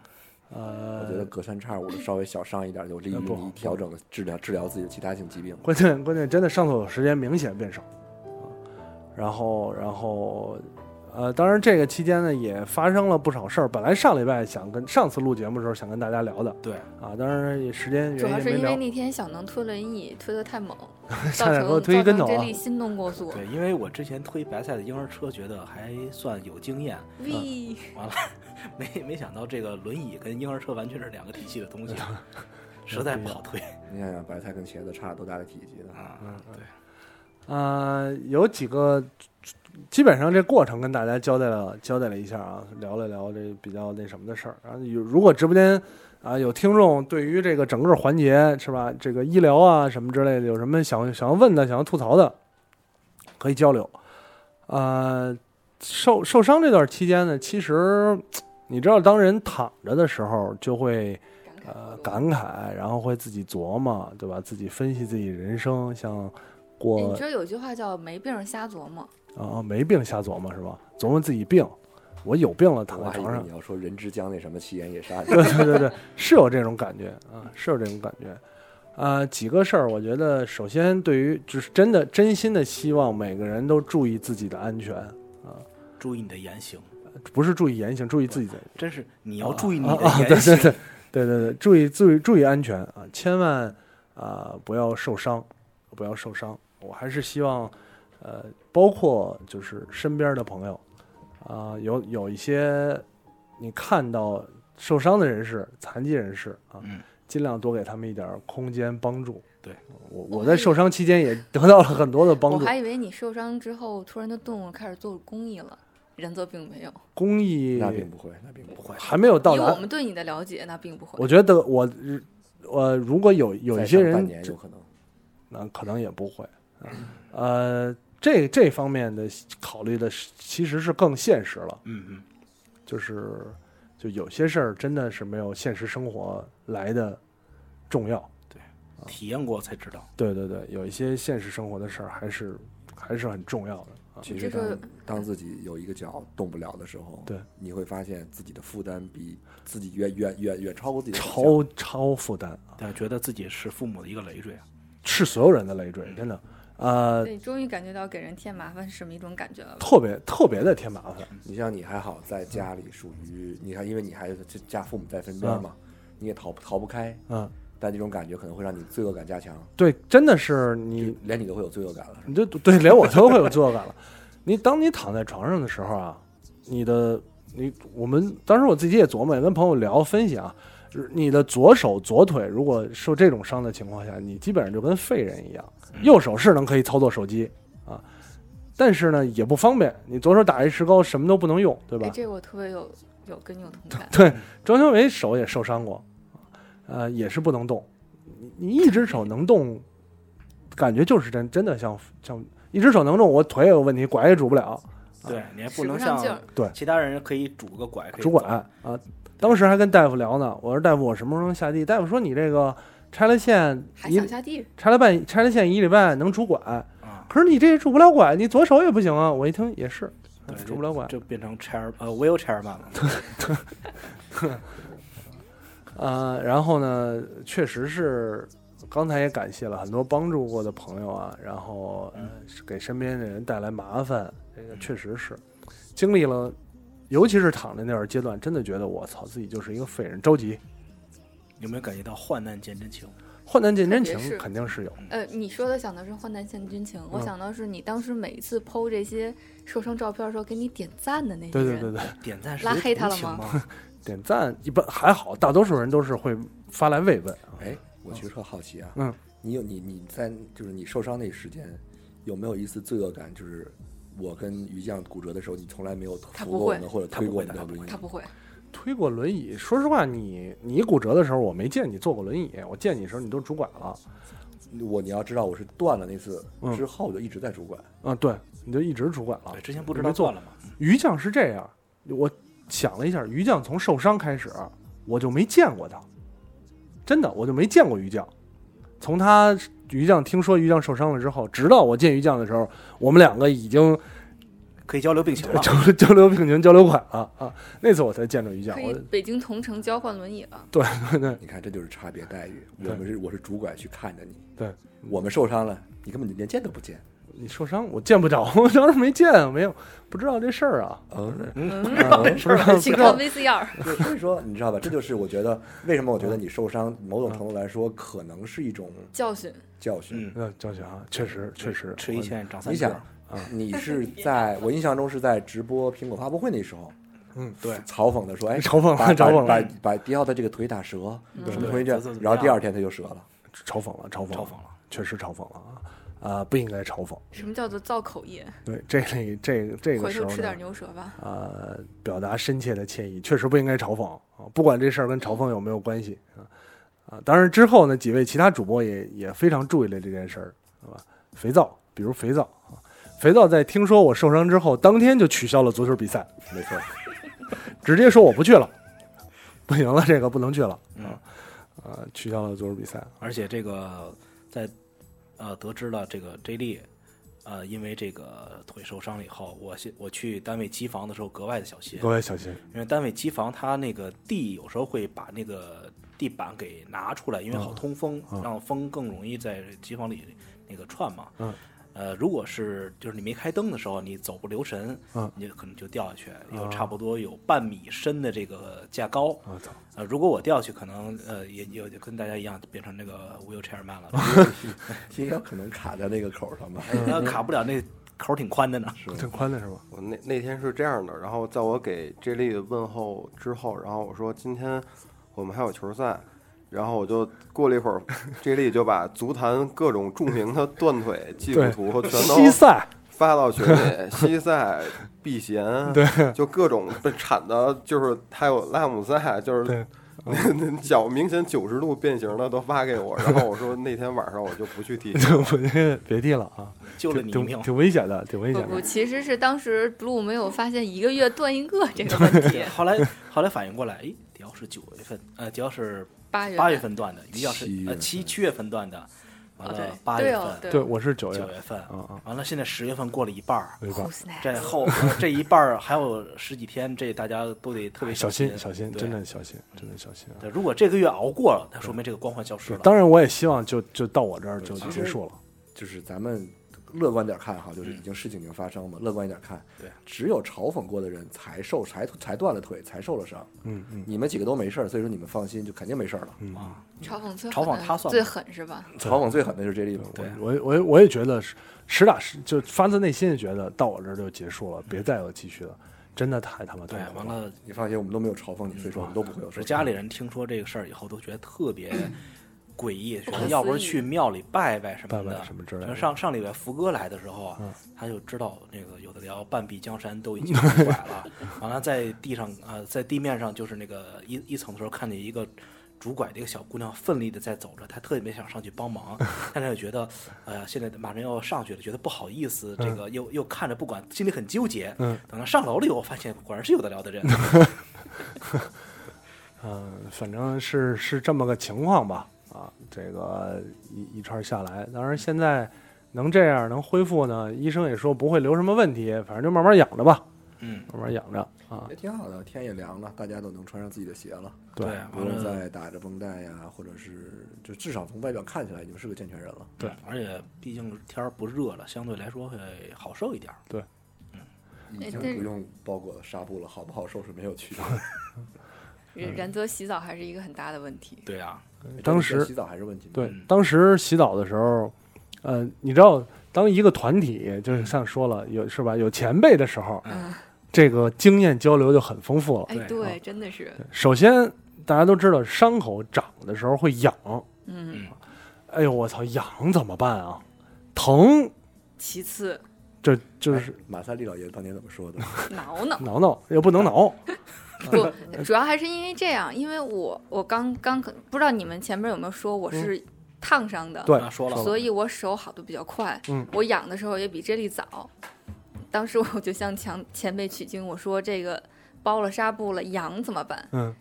Speaker 10: 我觉得
Speaker 9: 呃，
Speaker 10: 隔三差五的稍微小上一点，有利于
Speaker 9: 那不好
Speaker 10: 你调整治疗治疗自己的其他性疾病。
Speaker 9: 关键关键真的上厕所时间明显变少啊然后然后呃，当然这个期间呢也发生了不少事儿。本来上礼拜想跟上次录节目的时候想跟大家聊的
Speaker 4: 对，
Speaker 9: 啊，当然也时间
Speaker 11: 主
Speaker 9: 原
Speaker 11: 要是
Speaker 9: 因也没
Speaker 11: 因
Speaker 9: 聊
Speaker 11: 为，那天小能推轮椅推得太猛，造
Speaker 9: 差点
Speaker 11: 成
Speaker 9: 给
Speaker 11: 造
Speaker 9: 我推一跟
Speaker 11: 成
Speaker 9: 头
Speaker 11: 这
Speaker 9: 啊
Speaker 11: 力！心动过速。
Speaker 4: 对，因为我之前推白菜的婴儿车，觉得还算有经验，
Speaker 11: 喂，
Speaker 4: 完了没没想到这个轮椅跟婴儿车完全是两个体系的东西，
Speaker 9: 嗯
Speaker 4: 实在不好推。
Speaker 10: 你想想，白菜跟茄子差多大的体积呢？
Speaker 9: 啊呃，有几个，基本上这过程跟大家交代了交代了一下啊，聊了聊这比较那什么的事儿。然后有如果直播间啊有听众对于这个整个环节是吧，这个医疗啊什么之类的，有什么想想要问的、想要吐槽的，可以交流。呃，受受伤这段期间呢，其实你知道，当人躺着的时候，就会呃
Speaker 11: 哎
Speaker 9: 感慨，然后会自己琢磨，对吧？自己分析自己人生，像过
Speaker 11: 你知道有句话叫“没病瞎琢磨
Speaker 9: 啊，没病瞎琢磨是吧？琢磨自己病，我有病了，躺
Speaker 10: 我
Speaker 9: 在
Speaker 10: 还以
Speaker 9: 床
Speaker 10: 为
Speaker 9: 上
Speaker 10: 你。要说人之将那什么，其言也善。
Speaker 9: 对对对对，是有这种感觉啊，是有这种感觉。啊，几个事儿，我觉得首先对于就是真的真心的希望每个人都注意自己的安全，
Speaker 4: 注意你的言行，
Speaker 9: 不是注意言行，注意自己的
Speaker 4: 真是你要注意你的
Speaker 9: 啊啊，对
Speaker 4: 言行
Speaker 9: 对。对对对对，注意注意注意安全啊，千万啊、不要受伤，不要受伤。我还是希望，呃，包括就是身边的朋友啊、有有一些你看到受伤的人士、残疾人士啊，
Speaker 4: 嗯
Speaker 9: 尽量多给他们一点空间帮助。
Speaker 4: 对
Speaker 9: 我，
Speaker 11: 我
Speaker 9: 我
Speaker 11: 还
Speaker 9: 在
Speaker 11: 以
Speaker 9: 受伤期间也得到了很多的”，帮
Speaker 11: 我
Speaker 9: 助。
Speaker 11: 还以为你受伤之后突然就动了，开始做公益了。人则并没有，
Speaker 9: 公益
Speaker 10: 那并不会，那并不会。
Speaker 9: 还没有到
Speaker 11: 以
Speaker 9: 达，
Speaker 11: 我们对你的了解，那并不
Speaker 9: 我
Speaker 11: 会。
Speaker 9: 觉得我我如果有有一
Speaker 10: 再
Speaker 9: 些
Speaker 10: 上
Speaker 9: 人
Speaker 10: 半年有可能。
Speaker 9: 那可能也不会。啊呃，这这方面的考虑的是其实是更现实了，
Speaker 4: 嗯嗯，
Speaker 9: 就是就有些事儿真的是没有现实生活来的重要。
Speaker 4: 体验过才知道。
Speaker 9: 对对对，有一些现实生活的事儿还是还是很重要的。啊
Speaker 10: 其
Speaker 11: 这
Speaker 10: 实
Speaker 11: 个
Speaker 10: 当当自己有一个脚动不了的时候，
Speaker 9: 对，
Speaker 10: 你会发现自己的负担比自己远远远远超过自己的想象
Speaker 9: 超超负担，啊
Speaker 4: 对，觉得自己是父母的一个累赘啊。
Speaker 9: 是所有人的累赘，真的，呃，
Speaker 11: 对，终于感觉到给人添麻烦是什么一种感觉了吧？
Speaker 9: 特别特别的添麻烦。
Speaker 10: 你像你还好，在家
Speaker 9: 嗯
Speaker 10: 里属于你看，因为你还这家父母在身边嘛，你也逃不逃不开，
Speaker 9: 嗯，
Speaker 10: 但这种感觉可能会让你罪恶感加强，
Speaker 9: 对，真的是你，嗯
Speaker 10: 连你都会有罪恶感了。
Speaker 9: 你这对连我都会有罪恶感了。你当你躺在床上的时候啊，你的你我们当时我自己也琢磨，也跟朋友聊分析啊，你的左手左腿如果受这种伤的情况下，你基本上就跟废人一样。右手是能可以操作手机啊，但是呢也不方便，你左手打一石膏什么都不能用，对吧
Speaker 11: 哎，？这个我特别有有跟你有同感。
Speaker 9: 对，庄修为手也受伤过，呃，也是不能动。你你一只手能动，感觉就是真真的像像一只手能动，我腿也有问题，拐也拄不了，
Speaker 4: 对你还
Speaker 11: 使
Speaker 4: 不能
Speaker 11: 不上
Speaker 4: 像
Speaker 11: 劲儿
Speaker 9: 对
Speaker 4: 其他人可以拄个拐，可以
Speaker 9: 啊拄拐
Speaker 4: 走
Speaker 9: 啊。当时还跟大夫聊呢，我说大夫，我什么时候能下地？大夫说你这个拆了线
Speaker 11: 还
Speaker 9: 一
Speaker 11: 想下地，
Speaker 9: 拆了半拆了线一礼拜能拄拐，
Speaker 4: 啊。
Speaker 9: 可是你这也拄不了拐，你左手也不行啊。我一听也是，
Speaker 4: 对，
Speaker 9: 拄不了拐。
Speaker 4: 就变成 chair 呃 wheelchair man 了。
Speaker 9: 呃，然后呢，确实是刚才也感谢了很多帮助过的朋友啊，然后、呃、给身边的人带来麻烦，这个确实是经历了，尤其是躺在那段阶段，真的觉得我操，自己就是一个废人，着急，
Speaker 4: 有没有感觉到患难见真情？
Speaker 9: 患难见真
Speaker 11: 特别
Speaker 9: 情
Speaker 11: 是
Speaker 9: 肯定是有，
Speaker 11: 呃，你说的想的是患难见真情，我
Speaker 9: 嗯
Speaker 11: 想到是你当时每一次剖这些受伤照片的时候给你点赞的那些
Speaker 9: 对对
Speaker 11: 人，
Speaker 9: 对对，
Speaker 4: 点赞是
Speaker 11: 拉黑他
Speaker 4: 同
Speaker 11: 了
Speaker 4: 情
Speaker 11: 吗
Speaker 4: 吗？
Speaker 9: 点赞一般还好，大多数人都是会发来慰问啊，
Speaker 10: 哎，我其实特好奇啊，
Speaker 9: 嗯，
Speaker 10: 你有你你在就是你受伤那时间，有没有一丝罪恶感？就是我跟于酱骨折的时候，你从来没有
Speaker 11: 他
Speaker 10: 扶
Speaker 11: 不
Speaker 10: 过
Speaker 11: 会
Speaker 10: 我们或者推过我们的
Speaker 4: 他不会
Speaker 10: 轮椅
Speaker 11: 他，不会，
Speaker 9: 推过轮椅，说实话，你你骨折的时候，我没见你坐过轮椅，我见你的时候你都拄拐了，
Speaker 10: 我你要知道我是断了那次
Speaker 9: 嗯
Speaker 10: 之后，我就一直在主管。
Speaker 9: 啊，对，你就一直拄拐了
Speaker 4: 对，。之前不知
Speaker 9: 没
Speaker 4: 道
Speaker 9: 做
Speaker 4: 做了吗？
Speaker 9: 于酱是这样，我想了一下，于酱从受伤开始，我就没见过他，真的，我就没见过于酱。从他于酱听说于酱受伤了之后，直到我见于酱的时候，我们两个已经
Speaker 4: 可以交流病情了。
Speaker 9: 交交流病情、交流款了啊！那次我才见着于酱
Speaker 11: 可，以
Speaker 9: 我
Speaker 11: 北京同城交换轮椅了。
Speaker 10: 你看，这就是差别待遇。
Speaker 9: 对
Speaker 10: 我们是我是主管去看着你，
Speaker 9: 对
Speaker 10: 我们受伤了，你根本就连见都不见。
Speaker 9: 你受伤，我见不着，我当时没见，没有不知道这事儿啊。
Speaker 10: 嗯，
Speaker 11: 嗯，
Speaker 10: 嗯
Speaker 9: 不知道，不
Speaker 11: 请
Speaker 9: 知
Speaker 11: 看
Speaker 9: 道，
Speaker 11: VCR。
Speaker 10: 对所以说你知道吧？这就是我觉得为什么我觉得你受伤，某种程度来说可能是一种
Speaker 11: 教训，
Speaker 10: 教训。
Speaker 4: 嗯，
Speaker 9: 嗯，张雪啊，确实确实，
Speaker 4: 吃一堑长三
Speaker 10: 你
Speaker 4: 智。
Speaker 10: 想，
Speaker 9: 嗯
Speaker 10: 你是在我印象中是在直播苹果发布会那时候，
Speaker 9: 嗯，
Speaker 4: 对
Speaker 10: 嘲讽的说，哎，
Speaker 9: 嘲讽了
Speaker 10: 把
Speaker 9: 嘲讽了
Speaker 10: 把把把迪奥的这个腿打折，什么东西这
Speaker 4: 嗯怎么怎么，样
Speaker 10: 然后第二天他就折了。
Speaker 9: 嘲讽了，嘲讽，
Speaker 4: 嘲讽了，
Speaker 9: 确实嘲讽了啊啊，不应该嘲讽。
Speaker 11: 什么叫做造口业？
Speaker 9: 对，这里这个这个
Speaker 11: 回
Speaker 9: 时
Speaker 11: 头
Speaker 9: 候
Speaker 11: 吃点
Speaker 9: 呢，
Speaker 11: 牛舌吧。
Speaker 9: 呃，表达深切的歉意，确实不应该嘲讽啊，不管这事儿跟嘲讽有没有关系啊啊。当然之后呢，几位其他主播也也非常注意了这件事儿，好吧？肥皂，比如肥皂啊，肥皂在听说我受伤之后，当天就取消了足球比赛，
Speaker 10: 没错，
Speaker 9: 直接说我不去了， 不行了，这个不能去了
Speaker 11: 嗯
Speaker 9: 啊啊，取消了足球比赛。
Speaker 4: 而且这个在呃得知了这个 J 莉呃因为这个腿受伤了以后，我现我去单位机房的时候格外的小心
Speaker 9: 各，位小心，
Speaker 4: 因为单位机房它那个地有时候会把那个地板给拿出来，因为
Speaker 9: 嗯
Speaker 4: 好通风，让风更容易在机房里那个串嘛。
Speaker 9: 嗯。
Speaker 4: 呃，如果是就是你没开灯的时候，你走不留神，
Speaker 9: 嗯啊
Speaker 4: 你就可能就掉下去，有差不多有半米深的这个架高。
Speaker 9: 我操，
Speaker 4: 呃，如果我掉下去，可能呃也也也跟大家一样变成那个 wheelchair man 了，哎
Speaker 10: 也有可能卡在那个口上吧。
Speaker 4: 那卡不了，那口儿挺宽的呢。
Speaker 9: 挺宽的是吧？
Speaker 12: 我那那天是这样 的，然后在我给 J 莉问候之后，然后我说今天我们还有球赛，然后我就过了一会儿，J 莉就把足坛各种著名的断 腿技术图全都
Speaker 9: 西塞，
Speaker 12: 发到群里，西塞、避 嫌，对，就各种被铲的，就是还有拉姆塞，就是
Speaker 9: 对
Speaker 12: 那那脚明显九十度变形的都发给我，然后我说那天晚上我就不去踢球。
Speaker 9: 我这别提了啊，
Speaker 4: 救了你一
Speaker 9: 挺
Speaker 4: 命。
Speaker 9: 挺。挺危险的，挺危
Speaker 11: 不
Speaker 9: 险的
Speaker 11: 不，。其实是当时 Blue 没有发现一个月断一个这个问题
Speaker 4: 后来后来反应过来，哎，迪奥是九月份，呃，迪奥是
Speaker 11: 八月
Speaker 4: 八月份段的，于酱是
Speaker 10: 七月
Speaker 4: 呃
Speaker 10: 份
Speaker 4: 七七月份段的，完
Speaker 11: 哦对
Speaker 4: 了八月
Speaker 11: 对哦
Speaker 4: 份，
Speaker 11: 对哦
Speaker 9: 对我是九月
Speaker 4: 九
Speaker 9: 份
Speaker 4: 月份
Speaker 9: 嗯嗯，
Speaker 4: 完了现在十月份过了一半儿，
Speaker 9: 一半儿
Speaker 11: Who's next？
Speaker 4: 这后呃这一半儿还有十几天，这大家都得特别
Speaker 9: 哎小
Speaker 4: 心
Speaker 9: 心小心，
Speaker 4: 对
Speaker 9: 真的小心，真的小心啊。
Speaker 4: 对，如果这个月熬过了，那说明这个光环消失
Speaker 9: 对，
Speaker 4: 了。
Speaker 9: 当然我也希望就就到我这儿就
Speaker 10: 其实
Speaker 9: 结束了。
Speaker 10: 就是咱们乐观点看哈，就是已经事情已经发生嘛，乐观一点看。
Speaker 4: 嗯对，
Speaker 10: 只有嘲讽过的人才受才才断了腿，才受了伤。
Speaker 9: 嗯嗯，
Speaker 10: 你们几个都没事儿，所以说你们放心，就肯定没事儿了。
Speaker 9: 嗯，
Speaker 11: 嘲讽最
Speaker 4: 嘲讽
Speaker 11: 狠的
Speaker 4: 他算
Speaker 11: 最
Speaker 4: 吗
Speaker 11: 狠是吧？
Speaker 10: 嘲讽最狠的就是 J 莉嘛。
Speaker 9: 我我我也我也觉得是实打实，就发自内心的觉得到我这儿就结束了，别再有继续了，真的太他妈痛
Speaker 4: 对，
Speaker 9: 苦
Speaker 4: 完
Speaker 9: 了。
Speaker 4: 了，
Speaker 10: 你放心，我们都没有嘲讽你，所以说我们都不会有
Speaker 4: 是
Speaker 10: 事。
Speaker 4: 家里人听说这个事儿以后都觉得特别诡异，觉
Speaker 11: 嗯可
Speaker 4: 得要不是
Speaker 11: 思议
Speaker 4: 去庙里拜拜什么
Speaker 9: 拜
Speaker 4: 的
Speaker 9: 拜什么之类的嗯
Speaker 4: 就上上礼拜福哥来的时候啊，他就知道那个有的聊半壁江山都已经被拐 了，完了在地上呃在地面上就是那个一一层的时候看见一个。拄拐的一个小姑娘奋力的在走着，她特别想上去帮忙，但是又觉得，呃，现在马上要上去了，觉得不好意思，这个又又看着不管，心里很纠结。
Speaker 9: 嗯，
Speaker 4: 等她上楼了以后，发现果然是有的聊的 人。
Speaker 9: 嗯，反正是是这么个情况吧。啊，这个一一串下来，当然现在能这样能恢复呢，医生也说不会留什么问题，反正就慢慢养着吧，
Speaker 4: 嗯，
Speaker 9: 慢慢养着啊。
Speaker 10: 也哎挺好的，天也凉了，大家都能穿上自己的鞋了，
Speaker 9: 对
Speaker 4: 对
Speaker 10: 不用再打着绷带呀，或者是就至少从外表看起来你们是个健全人了。
Speaker 9: 对，
Speaker 4: 而且毕竟天儿不热了，相对来说会好受一点儿。
Speaker 10: 已经
Speaker 11: 对
Speaker 10: 不用包裹纱布了，好不好受是没有 区别。
Speaker 9: 嗯
Speaker 11: 然然则洗澡还是一个很大的问题。
Speaker 4: 对啊，
Speaker 9: 当时
Speaker 10: 洗澡还是问题吗。
Speaker 9: 对
Speaker 4: 嗯，
Speaker 9: 当时洗澡的时候，呃，你知道，当一个团体
Speaker 4: 嗯
Speaker 9: 就是像说了有是吧，有前辈的时候，
Speaker 11: 嗯
Speaker 9: 这个经验交流就很丰富了。
Speaker 11: 哎，
Speaker 4: 对
Speaker 11: 对，真的是，
Speaker 9: 首先，大家都知道伤口长的时候会痒，
Speaker 11: 嗯。
Speaker 9: 哎呦我操，痒怎么办啊？疼，
Speaker 11: 其次，
Speaker 9: 这就是
Speaker 10: 哎马三立老爷子当年怎么说的？
Speaker 11: 挠 挠
Speaker 9: 挠挠，也不能挠。
Speaker 11: 不，主要还是因为这样，因为我我刚刚可不知道你们前面有没有说我是烫伤的，
Speaker 9: 嗯对
Speaker 4: 那，说了
Speaker 11: 所以我手好的比较快，
Speaker 9: 嗯
Speaker 11: 我养的时候也比 J 莉早。当时我就向前前辈取经，我说这个包了纱布了，痒怎么办？
Speaker 9: 嗯，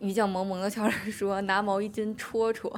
Speaker 11: 鱼酱萌萌的悄着说，拿毛衣针戳戳。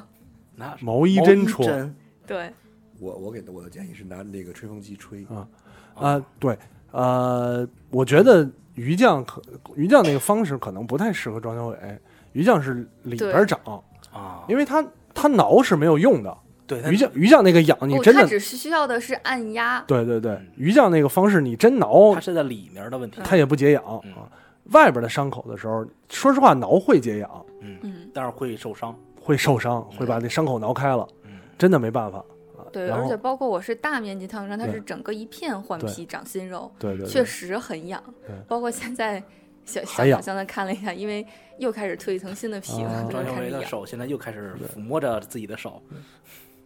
Speaker 4: 拿
Speaker 9: 毛衣
Speaker 4: 毛
Speaker 9: 针
Speaker 4: 衣
Speaker 9: 戳
Speaker 4: 针
Speaker 11: 对，
Speaker 10: 我我给的我的建议是拿那个吹风机吹，
Speaker 9: 啊啊、对，呃，我觉得鱼酱可鱼酱那个方式可能不太适合庄小伟，鱼酱是里边
Speaker 11: 对
Speaker 9: 儿长，
Speaker 4: 啊，
Speaker 9: 因为它它挠是没有用的。
Speaker 4: 对
Speaker 9: 鱼酱鱼酱那个痒，你
Speaker 11: 哦，
Speaker 9: 真
Speaker 11: 他
Speaker 9: 的
Speaker 11: 只是需要的是按压，
Speaker 9: 对对对，鱼酱那个方式，你真挠
Speaker 4: 嗯它是嗯在里面的问
Speaker 11: 嗯
Speaker 4: 题，
Speaker 9: 它也不解痒啊。外边的伤口的时候，说实话，挠会解痒，
Speaker 4: 嗯，
Speaker 11: 嗯，
Speaker 4: 但是会受伤。
Speaker 9: 会受伤，会把那伤口挠开了
Speaker 4: 嗯，
Speaker 9: 真的没办法。
Speaker 11: 对，
Speaker 9: 然
Speaker 11: 而
Speaker 9: 后
Speaker 11: 且包括我是大面积烫伤，它
Speaker 9: 对
Speaker 11: 是整个一片换
Speaker 9: 对
Speaker 11: 皮长新肉，
Speaker 9: 对对
Speaker 11: 确
Speaker 9: 对，
Speaker 11: 实很痒
Speaker 9: 对，
Speaker 11: 包括现在小小
Speaker 9: 还痒
Speaker 11: 小香的看了一下，因为又开始蜕一层新的皮
Speaker 9: 啊
Speaker 11: 了，
Speaker 4: 张
Speaker 11: 真的
Speaker 4: 小
Speaker 11: 看
Speaker 4: 维
Speaker 11: 着
Speaker 4: 的
Speaker 11: 痒。
Speaker 4: 手现在又开始抚摸着自己的手，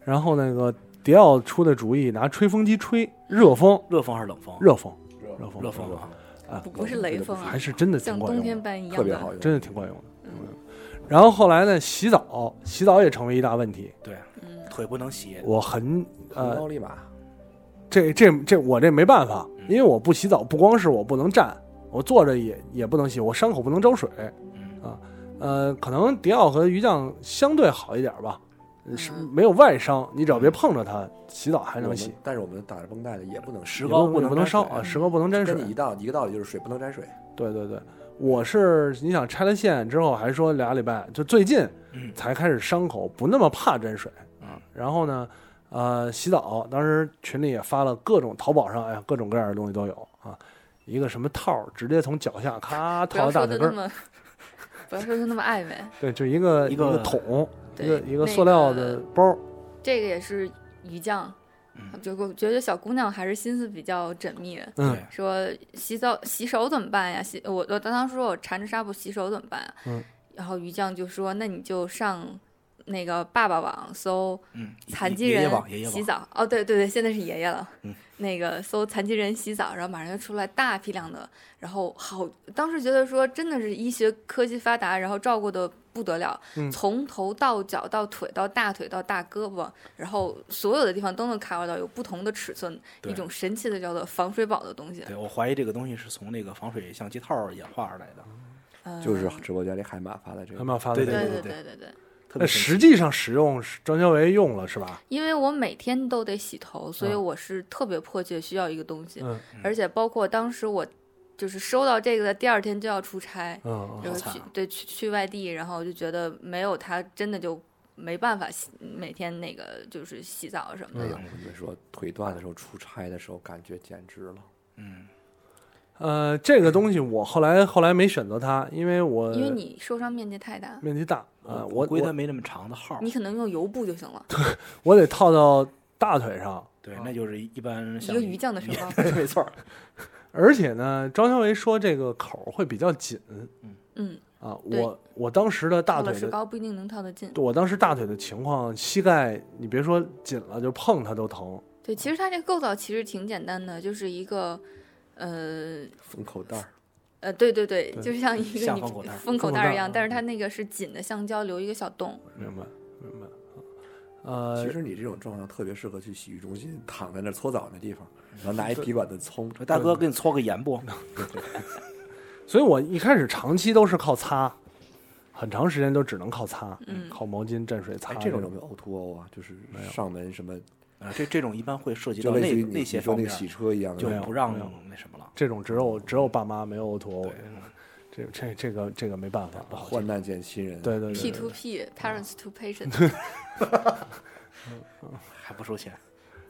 Speaker 9: 然后那个迪奥出的主意，拿吹风机吹热风，
Speaker 4: 热风还是冷风？
Speaker 9: 热风，热
Speaker 10: 热
Speaker 9: 风，
Speaker 4: 热风啊，
Speaker 11: 不不是雷锋啊，
Speaker 9: 还是真的挺
Speaker 11: 像
Speaker 9: 管
Speaker 11: 冬
Speaker 9: 用的
Speaker 11: 天。般一
Speaker 10: 特
Speaker 11: 样
Speaker 10: 别
Speaker 11: 的
Speaker 10: 好。用。
Speaker 9: 真的挺管用的。然后后来呢，洗澡，洗澡也成为一大问题。
Speaker 4: 对，
Speaker 11: 嗯
Speaker 4: 腿不能洗，
Speaker 9: 我很
Speaker 10: 红
Speaker 9: 呃，
Speaker 10: 高丽马，
Speaker 9: 这这这我这没办法，因为我不洗澡，不光是我不能站，我坐着也也不能洗，我伤口不能招水
Speaker 4: 嗯
Speaker 9: 啊。呃，可能迪奥和鱼酱相对好一点吧，呃是
Speaker 11: 嗯
Speaker 9: 没有外伤，你只要别碰着它，洗澡还
Speaker 10: 我
Speaker 9: 能
Speaker 10: 们
Speaker 9: 洗。
Speaker 10: 但是我们打着绷带的也不能
Speaker 4: 石
Speaker 9: 也
Speaker 4: 膏
Speaker 9: 不也
Speaker 4: 能
Speaker 9: 不
Speaker 4: 不
Speaker 9: 能烧啊，石膏不能沾水
Speaker 10: 跟。你一道一个道理，就是水不能沾水。
Speaker 9: 对对对，我是你想拆了线之后，还说俩礼拜，就最近
Speaker 4: 嗯
Speaker 9: 才开始伤口不那么怕沾水啊。然后呢，呃，洗澡，当时群里也发了各种淘宝上，哎呀，各种各样的东西都有啊。一个什么套儿，直接从脚下咔
Speaker 11: 不
Speaker 9: 套
Speaker 11: 要
Speaker 9: 到
Speaker 11: 说
Speaker 9: 大腿
Speaker 11: 的
Speaker 9: 根
Speaker 11: 那
Speaker 9: 儿，
Speaker 11: 么，不要说的那么暧昧。
Speaker 9: 对，就一个
Speaker 4: 一
Speaker 9: 个
Speaker 4: 个
Speaker 9: 桶，一
Speaker 11: 对
Speaker 9: 个一
Speaker 11: 那
Speaker 9: 塑料的
Speaker 11: 个
Speaker 9: 包儿，
Speaker 11: 这个也是鱼酱，就我觉得小姑娘还是心思比较缜密。
Speaker 9: 嗯
Speaker 4: 对，
Speaker 11: 说洗澡洗手怎么办呀？洗我我当时说我缠着纱布洗手怎么办呀？
Speaker 9: 嗯
Speaker 11: 然后于酱就说那你就上那个爸爸网搜
Speaker 4: 嗯，
Speaker 11: 残疾
Speaker 4: 爷爷
Speaker 11: 人
Speaker 4: 网，爷爷
Speaker 11: 洗
Speaker 4: 网，
Speaker 11: 澡。哦，对对对，现在是爷爷了。
Speaker 4: 嗯
Speaker 11: 那个搜残疾人洗澡，然后马上就出来大批量的，然后好，当时觉得说真的是医学科技发达，然后照顾的不得了，
Speaker 9: 嗯
Speaker 11: 从头到脚到腿到大腿到大胳膊，然后所有的地方都能 cover 到，有不同的尺寸，
Speaker 4: 对
Speaker 11: 一种神奇的叫做防水宝的东西。
Speaker 4: 对我怀疑这个东西是从那个防水相机套演化而来的，
Speaker 11: 嗯
Speaker 10: 就是直播间里海马发的这
Speaker 9: 还
Speaker 10: 个，
Speaker 9: 蛮发的
Speaker 4: 对
Speaker 9: 那
Speaker 11: 对对
Speaker 9: 个
Speaker 11: 对
Speaker 4: 对
Speaker 11: 对，
Speaker 4: 特别
Speaker 9: 那
Speaker 4: 神奇
Speaker 9: 呃实际上使用是张小维用了是吧？
Speaker 11: 因为我每天都得洗头，所以
Speaker 9: 嗯
Speaker 11: 我是特别迫切需要一个东西，
Speaker 9: 嗯
Speaker 11: 而且包括当时我就是收到这个的第二天就要出差，
Speaker 9: 嗯
Speaker 11: 就是
Speaker 9: 好惨
Speaker 11: 去对去去外地，然后就觉得没有它真的就没办法洗每天那个就是洗澡什么的
Speaker 10: 哎呀
Speaker 11: 了。，
Speaker 10: 我跟你说，腿断的时候出差的时候，感觉简直了。
Speaker 4: 嗯，
Speaker 9: 呃，这个东西我后来后来没选择它，因为我
Speaker 11: 因为你受伤面积太大，
Speaker 9: 面积大啊、呃我
Speaker 4: 龟它
Speaker 9: 我
Speaker 4: 没那么长的号儿，
Speaker 11: 你可能用油布就行了，
Speaker 9: 我得套到大腿上。
Speaker 4: 对，那就是一般
Speaker 11: 一
Speaker 4: 像
Speaker 11: 个鱼酱的 身高。
Speaker 4: 没错儿，
Speaker 9: 而且呢，张小维说这个口儿会比较紧
Speaker 11: 嗯，
Speaker 9: 啊，
Speaker 11: 对
Speaker 9: 我我当时的大
Speaker 11: 套了
Speaker 9: 腿
Speaker 11: 石
Speaker 9: 的，
Speaker 11: 膏不一定能套得进。
Speaker 9: 我当时大腿的情况，膝盖你别说紧了，就碰它都疼。
Speaker 11: 对，其实它这个构造其实挺简单的，就是一个，呃
Speaker 10: 封口袋儿，
Speaker 11: 呃，对对对，
Speaker 9: 对
Speaker 11: 就像一个
Speaker 4: 像
Speaker 11: 你
Speaker 4: 封口袋儿
Speaker 11: 封口
Speaker 9: 封口
Speaker 11: 袋
Speaker 9: 袋
Speaker 11: 儿
Speaker 9: 儿
Speaker 11: 一样，但是
Speaker 9: 嗯
Speaker 11: 它那个是紧的橡胶，留一个小洞。
Speaker 9: 明白，明白。呃
Speaker 10: 其，实你这种状况特别适合去洗浴中心躺在那儿搓澡那地方，然后拿一皮管子冲
Speaker 9: 呃
Speaker 10: 着。
Speaker 4: 大哥给你搓个盐不？
Speaker 9: 所以我一开始长期都是靠擦，很长时间都只能靠擦，
Speaker 11: 嗯
Speaker 9: 靠毛巾蘸水
Speaker 10: 哎，
Speaker 9: 擦着。
Speaker 10: 这种有没有 O to O 啊？就是上门什么，
Speaker 4: 啊，这这种一般会涉及
Speaker 10: 就
Speaker 4: 到
Speaker 10: 类
Speaker 4: 那
Speaker 10: 似于你
Speaker 4: 那
Speaker 10: 你
Speaker 4: 些
Speaker 10: 说
Speaker 4: 方
Speaker 10: 那
Speaker 4: 面
Speaker 10: 个洗车一样
Speaker 4: 就
Speaker 10: 的，
Speaker 9: 没有
Speaker 4: 不让
Speaker 9: 没有
Speaker 4: 那什么了。
Speaker 9: 这种只有只有爸妈没有 O to O，这这这个这个没办法啊。
Speaker 10: 患难见亲人。
Speaker 9: 对对
Speaker 11: P
Speaker 9: 对
Speaker 11: to
Speaker 9: 对，
Speaker 11: P parents to patient，
Speaker 4: 还不收钱，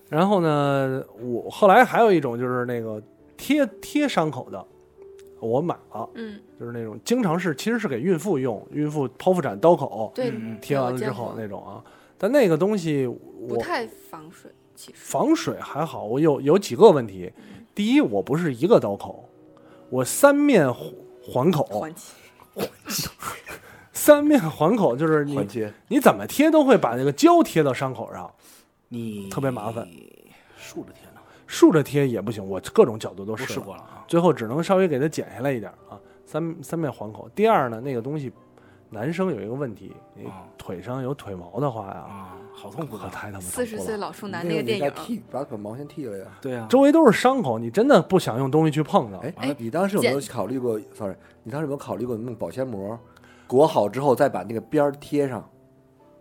Speaker 9: 然后呢，我后来还有一种就是那个贴贴伤口的，我买了，
Speaker 11: 嗯，
Speaker 9: 就是那种经常是其实是给孕妇用，孕妇剖腹产刀口
Speaker 11: 对，
Speaker 4: 嗯嗯
Speaker 9: 贴完了之
Speaker 11: 我
Speaker 9: 后
Speaker 11: 见过
Speaker 9: 那种啊，但那个东西
Speaker 11: 不
Speaker 9: 我
Speaker 11: 太防水，其实
Speaker 9: 防水还好，我有有几个问题。第一，我不是一个刀口，我三面环环口，
Speaker 11: 环起
Speaker 9: 三面环口就是
Speaker 10: 环
Speaker 9: 你
Speaker 10: 节
Speaker 9: 你怎么贴都会把那个胶贴到伤口上，
Speaker 4: 你
Speaker 9: 特别麻烦，
Speaker 4: 竖着贴呢，
Speaker 9: 竖着贴也不行，我各种角度都
Speaker 4: 我
Speaker 9: 试
Speaker 4: 试
Speaker 9: 了
Speaker 4: 过了啊，
Speaker 9: 最后只能稍微给它剪下来一点啊。三三面环口。第二呢，那个东西，男生有一个问题，你
Speaker 4: 啊
Speaker 9: 腿上有腿毛的话呀，
Speaker 4: 啊，好痛苦
Speaker 9: 可
Speaker 4: 的，
Speaker 9: 太他妈
Speaker 11: 四十
Speaker 9: 疼
Speaker 11: 岁
Speaker 9: 了。
Speaker 11: 老树男
Speaker 10: 那
Speaker 11: 那个电
Speaker 10: 你该剃
Speaker 11: 影，
Speaker 10: 把把毛先剃了呀。
Speaker 4: 对啊，
Speaker 9: 周围都是伤口，你真的不想用东西去碰着。
Speaker 10: 哎
Speaker 11: 哎，
Speaker 10: 你当时有没有
Speaker 11: 剪
Speaker 10: 考虑过？sorry，你当时有没有考虑过弄保鲜膜，裹好之后再把那个边儿贴上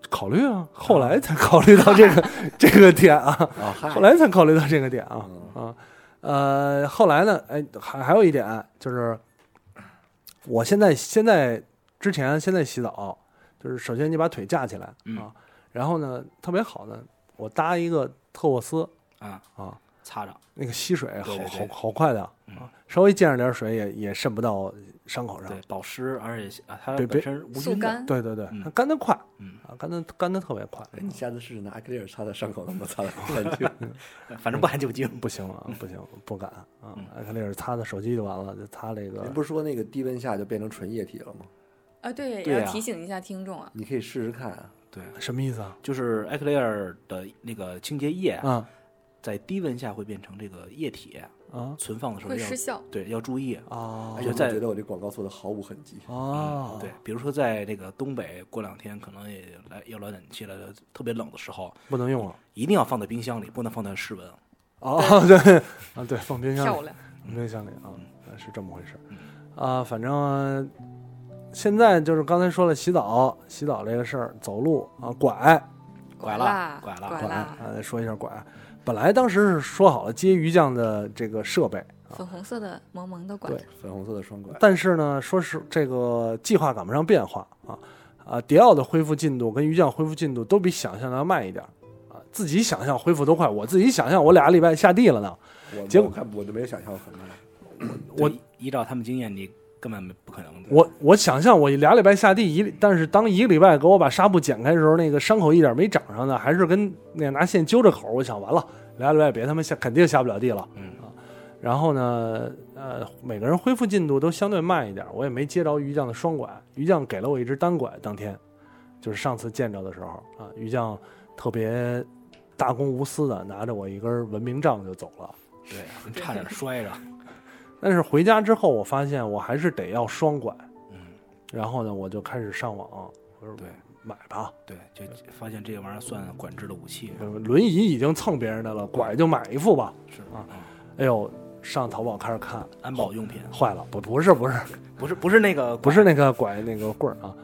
Speaker 9: 考虑啊，后来才考虑到这个 这个点啊，
Speaker 10: 啊？嗨
Speaker 9: 后来才考虑到这个点啊
Speaker 4: 嗯
Speaker 9: 啊，呃，后来呢，哎，还还有一点就是，我现在现在之前现在洗澡，就是首先你把腿架起来
Speaker 4: 嗯
Speaker 9: 啊，然后呢，特别好呢，我搭一个特沃斯
Speaker 4: 啊
Speaker 9: 啊，
Speaker 4: 擦着，
Speaker 9: 那个吸水好
Speaker 4: 对对对嗯
Speaker 9: 好好快的啊，稍微溅上点水也也渗不到伤口上
Speaker 4: 对，，保湿，而且啊它本
Speaker 9: 别别
Speaker 4: 身无
Speaker 11: 速
Speaker 4: 菌的，
Speaker 11: 干，
Speaker 9: 对对对
Speaker 4: 嗯，
Speaker 9: 它干得快
Speaker 4: 嗯
Speaker 9: 啊，干得干得特别快，
Speaker 10: 哎，你下次试试拿艾克利尔擦擦伤口，能不能擦得干净？
Speaker 4: 反正不含酒精，
Speaker 9: 不行了，不行，不敢啊！
Speaker 4: 嗯
Speaker 9: 艾克利尔擦擦手机就完了，就擦这个
Speaker 10: 您。不是说那个低温下就变成纯液体了吗？
Speaker 11: 啊，对，
Speaker 4: 对
Speaker 11: 要
Speaker 4: 啊
Speaker 11: 提醒一下听众啊，
Speaker 10: 你可以试试看啊。
Speaker 4: 对，
Speaker 9: 什么意思啊？
Speaker 4: 就是艾克雷尔的那个清洁液，
Speaker 9: 啊
Speaker 4: 在低温下会变成这个液体，
Speaker 9: 啊
Speaker 4: 存放的时候
Speaker 11: 会失
Speaker 4: 要
Speaker 11: 效。
Speaker 4: 对要注意，
Speaker 9: 啊
Speaker 10: 哎
Speaker 4: 就
Speaker 10: 呀，我
Speaker 4: 在
Speaker 10: 觉得我这广告做的毫无痕迹。
Speaker 9: 啊！
Speaker 4: 对，，比如说在这个东北，过两天可能也来要来暖气了，特别冷的时候，
Speaker 9: 不能用了。
Speaker 4: 一定要放在冰箱里，不能放在室温。啊
Speaker 9: 哦， 对啊，对，放冰箱
Speaker 11: 漂
Speaker 9: 里，
Speaker 11: 亮，嗯
Speaker 9: 放冰箱里啊，是这么回事啊。反正现在就是刚才说了，洗澡，洗澡这个事儿，走路啊，拐
Speaker 4: 拐
Speaker 11: 啦，
Speaker 4: 拐啦
Speaker 11: 拐
Speaker 9: 拐
Speaker 11: 啦，
Speaker 9: 啊，说一下拐。本来当时是说好了接鱼酱的这个设备，
Speaker 11: 粉红色的萌萌的拐，
Speaker 9: 对
Speaker 10: 粉红色的双拐，
Speaker 9: 但是呢，说是这个计划赶不上变化啊啊，迪奥的恢复进度跟鱼酱恢复进度都比想象的要慢一点儿啊，自己想象恢复都快，我自己想象我俩礼拜下地了呢，
Speaker 10: 我
Speaker 9: 结果
Speaker 10: 我看我就没有想象过很慢。
Speaker 9: 我
Speaker 4: 对依照他们经验，你根本不可能的。
Speaker 9: 我我想象我俩礼拜下地一，但是当一个礼拜给我把纱布剪开的时候，那个伤口一点没长上呢，还是跟那个拿线揪着口儿，我想完了，俩礼拜别他妈下肯定下不了地了，
Speaker 4: 嗯
Speaker 9: 啊。然后呢，呃，每个人恢复进度都相对慢一点，我也没接着于酱的双拐，于酱给了我一只单拐，当天就是上次见着的时候啊，于酱特别大公无私的拿着我一根文明杖就走了。
Speaker 4: 对，你差点摔着。
Speaker 9: 但是回家之后，我发现我还是得要双拐。
Speaker 4: 嗯，
Speaker 9: 然后呢，我就开始上网，我说
Speaker 4: 对
Speaker 9: 买吧，
Speaker 4: 对，就发现这个玩意儿算管制的武器。
Speaker 9: 轮椅已经蹭别人的了，拐就买一副吧。
Speaker 4: 是
Speaker 9: 啊
Speaker 4: 嗯
Speaker 9: 哎呦，上淘宝开始看，
Speaker 4: 安保用品，
Speaker 9: 坏了，不不是不是
Speaker 4: 不是不是那个，嗯
Speaker 9: 不是那个拐那个棍儿啊，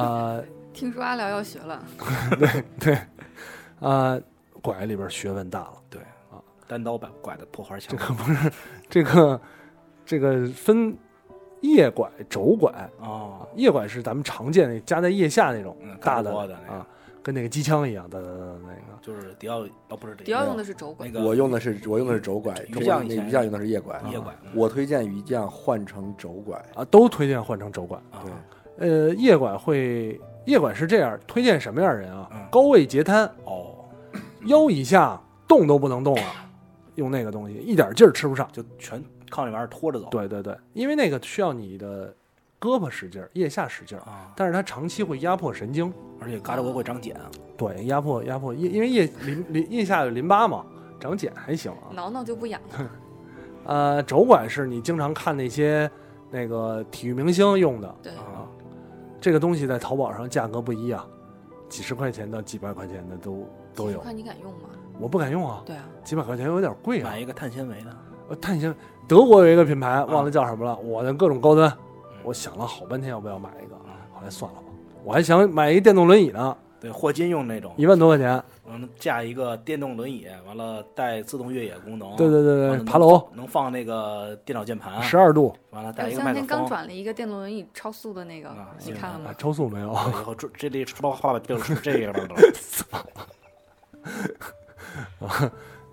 Speaker 9: 啊、
Speaker 11: 听说阿廖要学了，
Speaker 9: 对对， 啊、拐里边学问大了。
Speaker 4: 对啊，单刀把拐的破花
Speaker 9: 这
Speaker 4: 枪，
Speaker 9: 个不是这个这个分叶拐、肘拐。
Speaker 4: 哦，
Speaker 9: 叶拐是咱们常见的夹在腋下那种
Speaker 4: 嗯
Speaker 9: 大的
Speaker 4: 胳膊的那个
Speaker 9: 啊，跟那个机枪一样的那个。
Speaker 4: 就是迪奥哦，不是
Speaker 11: 迪奥用的是肘拐
Speaker 4: 那，个
Speaker 10: 我用的是我用的是肘拐，
Speaker 4: 鱼
Speaker 10: 中
Speaker 4: 酱
Speaker 10: 国
Speaker 4: 以
Speaker 10: 那
Speaker 4: 前
Speaker 10: 鱼酱用的是叶拐，啊
Speaker 4: 叶拐嗯
Speaker 10: 我推荐鱼酱换成肘拐，
Speaker 9: 啊，都推荐换成肘拐。
Speaker 4: 啊
Speaker 10: 对
Speaker 9: 呃，夜拐会夜拐是这样，推荐什么样的人啊？
Speaker 4: 嗯
Speaker 9: 高位截瘫，
Speaker 4: 哦，
Speaker 9: 腰以下动都不能动了，啊 用那个东西一点劲儿吃不上。
Speaker 4: 就全靠那玩意儿拖着走。
Speaker 9: 对对对，因为那个需要你的胳膊使劲儿，腋下使劲儿，
Speaker 4: 啊，
Speaker 9: 但是它长期会压迫神经，
Speaker 4: 而且嘎吱窝会长茧啊，
Speaker 9: 对，压迫压迫，因因为腋淋淋腋下有淋巴嘛，长茧还行啊。
Speaker 11: 挠挠就不痒了。
Speaker 9: 呃，肘拐是你经常看那些那个体育明星用的，
Speaker 11: 对，
Speaker 9: 啊，这个东西在淘宝上价格不一啊，几十块钱到几百块钱的都都
Speaker 11: 几十
Speaker 9: 有。
Speaker 11: 块你敢用吗？
Speaker 9: 我不敢用啊，
Speaker 11: 对啊，
Speaker 9: 几百块钱有点贵啊
Speaker 4: 买。一个碳纤维的，
Speaker 9: 呃碳纤德国有一个品
Speaker 11: 啊
Speaker 9: 牌，忘了叫什么了，我的各种高端，
Speaker 11: 嗯
Speaker 9: 我想了好半天要不要买一个，后来算了吧，我还想买一电动轮椅呢，
Speaker 4: 对，霍金用那种，
Speaker 9: 一万多块钱。
Speaker 4: 完了架一个电动轮椅，完了带自动越野功能，
Speaker 9: 对对对对
Speaker 4: 完了能
Speaker 9: 爬楼
Speaker 4: 能放那个电脑键盘，
Speaker 11: 啊
Speaker 9: 十二度
Speaker 4: 完了带
Speaker 11: 我
Speaker 4: 一
Speaker 11: 前
Speaker 4: 个麦
Speaker 11: 两天
Speaker 4: 克
Speaker 11: 刚
Speaker 4: 风。
Speaker 11: 转了一个电动轮椅超速的那个
Speaker 4: 啊，
Speaker 11: 你看了
Speaker 9: 啊
Speaker 11: 吗，？
Speaker 9: 超速没有？
Speaker 4: 对以后这这里说话就是这样的了，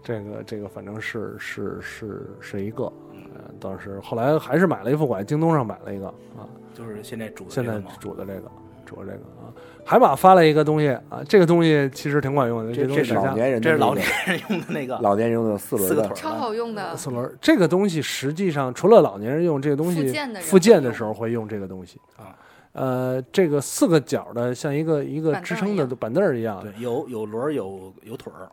Speaker 9: 这个这个反正是是是是一个，
Speaker 11: 嗯
Speaker 9: 呃，当时后来还是买了一副拐，京东上买了一个啊，
Speaker 4: 就是现在主的
Speaker 9: 现
Speaker 4: 这
Speaker 9: 在
Speaker 4: 个嘛
Speaker 9: 煮的这个，煮的这个啊，海马发了一个东西啊，这个东西其实挺管用的，
Speaker 4: 这
Speaker 9: 嗯东
Speaker 4: 这
Speaker 9: 西
Speaker 4: 是
Speaker 9: 大
Speaker 10: 老
Speaker 9: 家
Speaker 10: 年人
Speaker 4: 这
Speaker 10: 的
Speaker 4: 是
Speaker 10: 那
Speaker 4: 老
Speaker 10: 个
Speaker 4: 年人用的那
Speaker 9: 啊
Speaker 4: 个
Speaker 10: 老年人用的四轮
Speaker 4: 四个
Speaker 10: 的
Speaker 4: 腿，
Speaker 11: 超好用的，
Speaker 9: 四轮儿这个东西实际上除了老年人用这个东西，
Speaker 11: 复健的人
Speaker 9: 复健的时候会用这个东西
Speaker 4: 啊。
Speaker 9: 呃，这个四个角儿的，像一个一个
Speaker 11: 板凳
Speaker 9: 支撑的
Speaker 11: 一样
Speaker 9: 板凳儿一样。
Speaker 4: 对，有有轮儿，有有腿儿，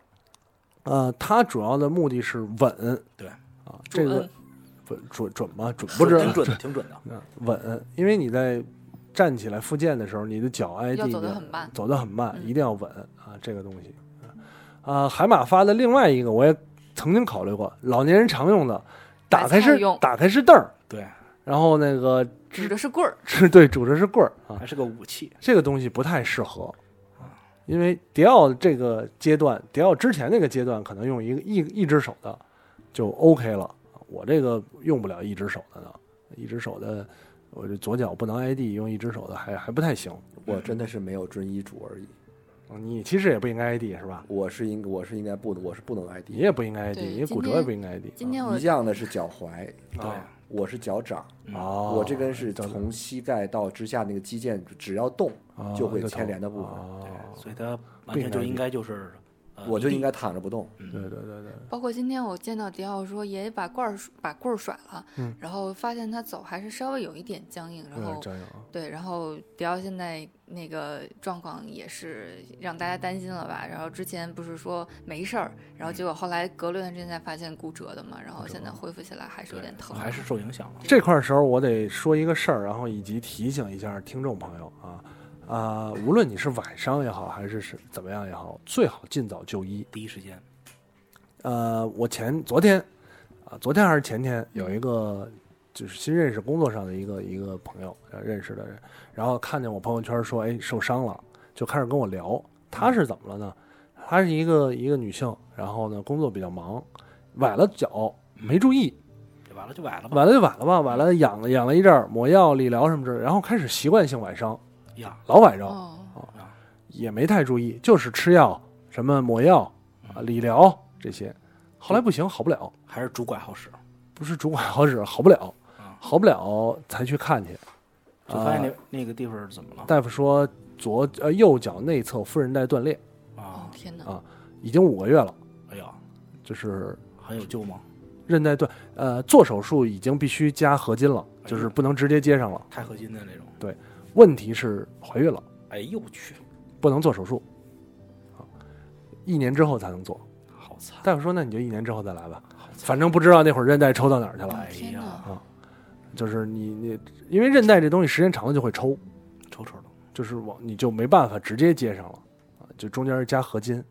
Speaker 9: 呃，它主要的目的是稳。
Speaker 4: 对
Speaker 9: 啊，这个
Speaker 11: 嗯
Speaker 9: 稳准准吗？准不准？啊
Speaker 4: 挺准的，挺准的。
Speaker 9: 嗯稳，因为你在站起来复健的时候，你的脚挨地
Speaker 11: 要走得
Speaker 9: 面
Speaker 11: 很慢
Speaker 9: 走得很慢，
Speaker 11: 嗯
Speaker 9: 一定要稳啊，这个东西。啊、海马发的另外一个，我也曾经考虑过，老年人常用的，打
Speaker 11: 买
Speaker 9: 开
Speaker 11: 菜
Speaker 9: 是
Speaker 11: 用
Speaker 9: 打开是凳儿，
Speaker 4: 对，
Speaker 9: 然后那个
Speaker 11: 指的是棍儿，
Speaker 9: 是对拄着是棍儿啊
Speaker 4: 还，是个武器。
Speaker 9: 这个东西不太适合，因为迪奥这个阶段，迪奥之前那个阶段可能用一个一一只手的就 OK 了，我这个用不了一只手的呢，一只手的我这左脚不能挨地，用一只手的还还不太行。
Speaker 10: 我真的是没有遵医嘱而已，
Speaker 9: 你其实也不应该挨地是吧？
Speaker 10: 我是应我是应该不我是不能挨
Speaker 9: 你
Speaker 10: 地，
Speaker 9: 也不应该挨地，
Speaker 11: 对
Speaker 9: 你骨
Speaker 11: 今
Speaker 9: 折也
Speaker 11: 天
Speaker 9: 不应该挨地。
Speaker 11: 今天我
Speaker 10: 鱼酱的是脚踝，
Speaker 4: 对，
Speaker 10: 我是脚掌，
Speaker 9: 嗯啊哦，
Speaker 10: 我这根是
Speaker 9: 叫
Speaker 10: 从膝盖到指下那个肌腱，只要动
Speaker 9: 哦
Speaker 10: 就会
Speaker 9: 那
Speaker 10: 牵
Speaker 9: 疼
Speaker 10: 连的部分，
Speaker 9: 哦
Speaker 4: 所以它完全就应该就是，呃
Speaker 10: 我就应该躺着不动。
Speaker 9: 对对对对，
Speaker 11: 包括今天我见到迪奥说爷爷把棍儿把棍儿甩了，然后发现他走还是稍微有一点僵硬，然
Speaker 9: 有点
Speaker 11: 后
Speaker 9: 张扬啊。
Speaker 11: 对，然后迪奥现在那个状况也是让大家担心了吧？然后之前不是说没事儿，然后结果后来隔了一段时间才发现骨折的嘛，然后现在恢复起来还是有
Speaker 4: 对
Speaker 11: 点疼，
Speaker 4: 还是受影响了。
Speaker 9: 这块儿时候，我得说一个事儿，然后以及提醒一下听众朋友啊啊、无论你是崴伤也好，还是是怎么样也好，最好尽早就医。
Speaker 4: 第一时间，
Speaker 9: 呃，我前昨天啊、昨天还是前天，有一个就是新认识工作上的一个一个朋友呃认识的人，然后看见我朋友圈说，哎，受伤了，就开始跟我聊，她是怎么了呢？她是一个一个女性，然后呢工作比较忙，崴了脚没注意，
Speaker 4: 完了就崴了吧
Speaker 9: 崴了就崴了吧，崴了养了养了一阵儿，抹药、理疗什么之类的，然后开始习惯性崴伤，
Speaker 4: 呀，
Speaker 9: 老崴伤，
Speaker 11: 哦，
Speaker 9: 也没太注意，就是吃药、什么抹药、啊理疗这些。后来不行，好不了，
Speaker 4: 还是拄拐好使。
Speaker 9: 不是主管好使，好不了
Speaker 4: 啊，
Speaker 9: 好不了才去看去。
Speaker 4: 就发现
Speaker 9: 啊
Speaker 4: 那那个地方是怎么了
Speaker 9: 大夫说左呃右脚内侧副韧带断裂，
Speaker 11: 哦
Speaker 4: 啊？
Speaker 11: 天哪，
Speaker 9: 啊已经五个月了，
Speaker 4: 哎呀，
Speaker 9: 就是
Speaker 4: 还有救吗？
Speaker 9: 韧带断，呃做手术已经必须加合金了，就是不能直接接上了。
Speaker 4: 钛合金的那种。
Speaker 9: 问题是怀孕了。
Speaker 4: 哎呦我去，
Speaker 9: 不能做手术，啊一年之后才能做。
Speaker 4: 好惨！
Speaker 9: 大夫说，那你就一年之后再来吧，反正不知道那会儿韧带抽到哪儿去了。
Speaker 4: 哎
Speaker 11: 天
Speaker 4: 呀，
Speaker 11: 哪，
Speaker 9: 就是你你，因为韧带这东西时间长了就会抽，
Speaker 4: 抽抽的，
Speaker 9: 就是往你就没办法直接接上了，啊就中间加合金。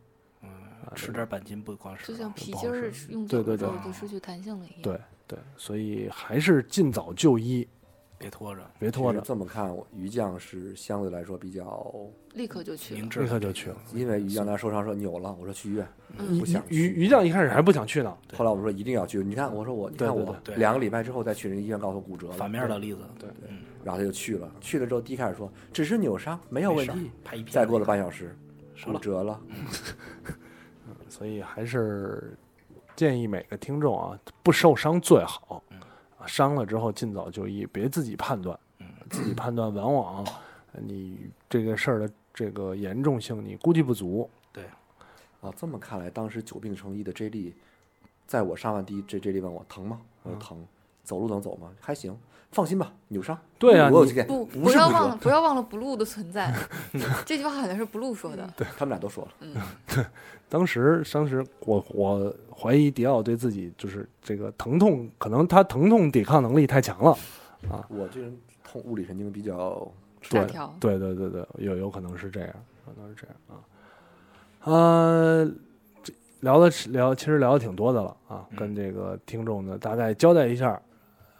Speaker 4: 吃点板筋不光
Speaker 11: 就是像皮筋儿用
Speaker 9: 对
Speaker 11: 久
Speaker 9: 对
Speaker 11: 了之后
Speaker 9: 对
Speaker 11: 就失去弹性了一样。
Speaker 9: 对对，所以还是尽早就医
Speaker 4: 别拖着，
Speaker 9: 别拖着
Speaker 10: 这么看，于酱是相对来说比较
Speaker 9: 嗯
Speaker 11: 立刻就去了，
Speaker 9: 立刻就去了。
Speaker 10: 因为于酱他受伤说扭了，我说去医院，
Speaker 9: 嗯
Speaker 10: 不想去。
Speaker 9: 于于酱一开始还不想去呢，
Speaker 10: 后来我说一定要去。你看，我说我，你
Speaker 9: 对
Speaker 10: 看
Speaker 9: 对
Speaker 10: 我
Speaker 9: 对
Speaker 10: 两个礼拜之后再去人家医院，告诉我骨折了。
Speaker 4: 反面的例子，
Speaker 9: 对
Speaker 10: 对。然后他就去了，去了之后第一开始说只是扭伤，没有
Speaker 4: 没
Speaker 10: 问
Speaker 4: 事儿
Speaker 10: 题
Speaker 4: 拍一。片
Speaker 10: 再过了半小时，
Speaker 4: 折
Speaker 10: 骨
Speaker 4: 了
Speaker 10: 折了。
Speaker 9: 所以还是建议每个听众啊，不受伤最好，啊伤了之后尽早就医，别自己判断，自己判断往往呃你这个事儿的这个严重性你估计不足，
Speaker 4: 对，
Speaker 10: 啊，这么看来，当时久病成医的 J 莉，在我上完第一，J J 莉问我疼吗？我说疼，走路能走吗？还行，放心吧，扭伤。
Speaker 9: 对啊
Speaker 10: 我有
Speaker 9: 你
Speaker 10: 经验，
Speaker 11: 不，
Speaker 10: 不
Speaker 11: 不
Speaker 10: 是
Speaker 11: 要
Speaker 10: 骨折
Speaker 11: 忘了，不要忘了 blue 的存 在。这句话好像是 blue 说
Speaker 9: 嗯
Speaker 11: 的。
Speaker 10: 他们俩都说了，
Speaker 9: 当时，当时我我怀疑迪奥对自己就是这个疼痛，可能他疼痛抵抗能力太强了啊。
Speaker 10: 我这人痛物理神经比较
Speaker 9: 对
Speaker 11: 大条
Speaker 9: 对对对对，有有可能是这样，可能是这样啊。呃，这聊的聊，其实聊的挺多的了啊，跟
Speaker 11: 嗯
Speaker 9: 这个听众呢大概交代一下，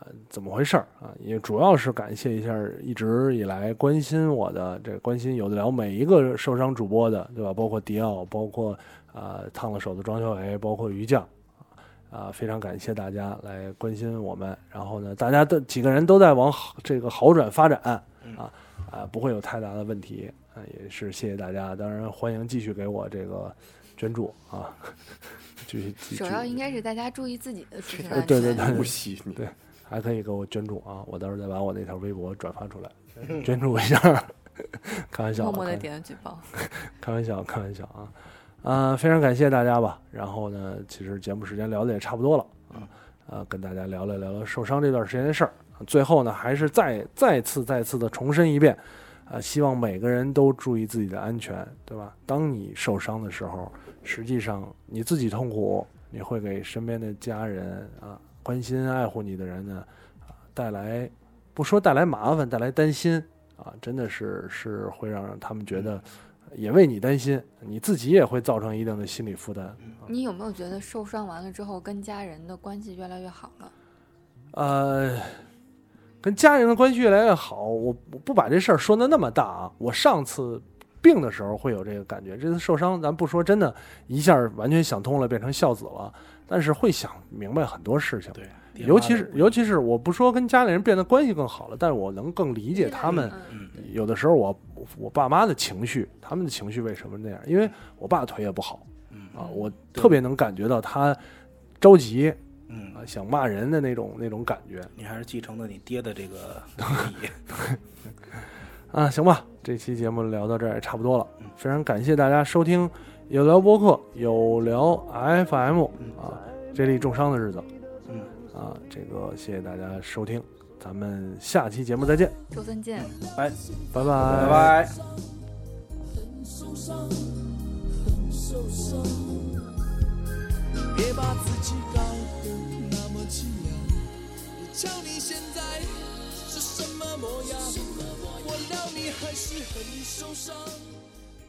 Speaker 9: 呃，怎么回事儿啊？也主要是感谢一下一直以来关心我的，这关心有的聊每一个受伤主播的，对吧？包括迪奥，包括呃烫了手的庄小维，包括于酱。啊，非常感谢大家来关心我们。然后呢，大家都几个人都在往好这个好转发展啊啊，不会有太大的问题啊。也是谢谢大家，当然欢迎继续给我这个捐助啊，继续继续
Speaker 11: 首。要应该是大家注意自己的啊出行
Speaker 9: 呃
Speaker 11: 安
Speaker 9: 对对
Speaker 11: 全。
Speaker 9: 对，
Speaker 10: 不惜你
Speaker 9: 对，还可以给我捐助啊，我到时候再把我那条微博转发出来，捐助我一下。 开玩笑啊，
Speaker 11: 默默
Speaker 9: 开
Speaker 11: 的
Speaker 9: 玩
Speaker 11: 点了举报。
Speaker 9: 开玩笑，开玩笑啊，呃，非常感谢大家吧。然后呢，其实节目时间聊的也差不多了啊，呃，跟大家聊了聊聊受伤这段时间的事儿。最后呢，还是再再次再次的重申一遍，啊，希望每个人都注意自己的安全，对吧？当你受伤的时候，实际上你自己痛苦，你会给身边的家人啊、关心爱护你的人呢，啊，带来不说带来麻烦，带来担心啊，真的是是会让他们觉得也为你担心，你自己也会造成一定的心理负担。
Speaker 11: 你有没有觉得受伤完了之后，跟家人的关系越来越好了？
Speaker 9: 呃，跟家人的关系越来越好，我我不把这事儿说的那么大啊。我上次病的时候会有这个感觉，这次受伤，咱不说真的，一下完全想通了，变成孝子了，但是会想明白很多事情。
Speaker 4: 对，电
Speaker 9: 尤
Speaker 4: 话
Speaker 9: 其
Speaker 4: 的
Speaker 9: 是尤其是我不说跟家里人变得关系更好了，但是我能更理解他们。
Speaker 11: 嗯
Speaker 9: 有的时候我我爸妈的情绪，他们的情绪为什么那样？因为我爸腿也不好，
Speaker 4: 嗯
Speaker 9: 啊，我特别能感觉到他着急，
Speaker 4: 嗯
Speaker 9: 啊，想骂人的那种那种感觉
Speaker 4: 你还是继承了你爹的这 个遗
Speaker 9: 啊。行吧，这期节目聊到这儿也差不多了，
Speaker 4: 嗯
Speaker 9: 非常感谢大家收听有聊播客有聊 FM 啊，这里重伤的日子
Speaker 4: 嗯，
Speaker 9: 啊，这个谢谢大家收听，咱们下期节目再见，
Speaker 11: 周三见。
Speaker 4: 拜
Speaker 9: 拜
Speaker 4: 拜拜。
Speaker 13: 别把自己搞得那么凄凉。你瞧你现在是什么模样？我料你还是很受伤。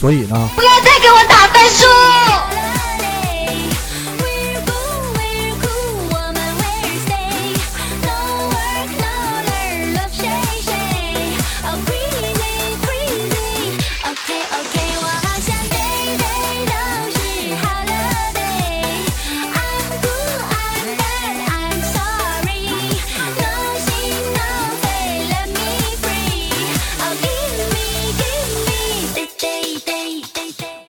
Speaker 9: 所以呢，
Speaker 7: 不要再给我打分数！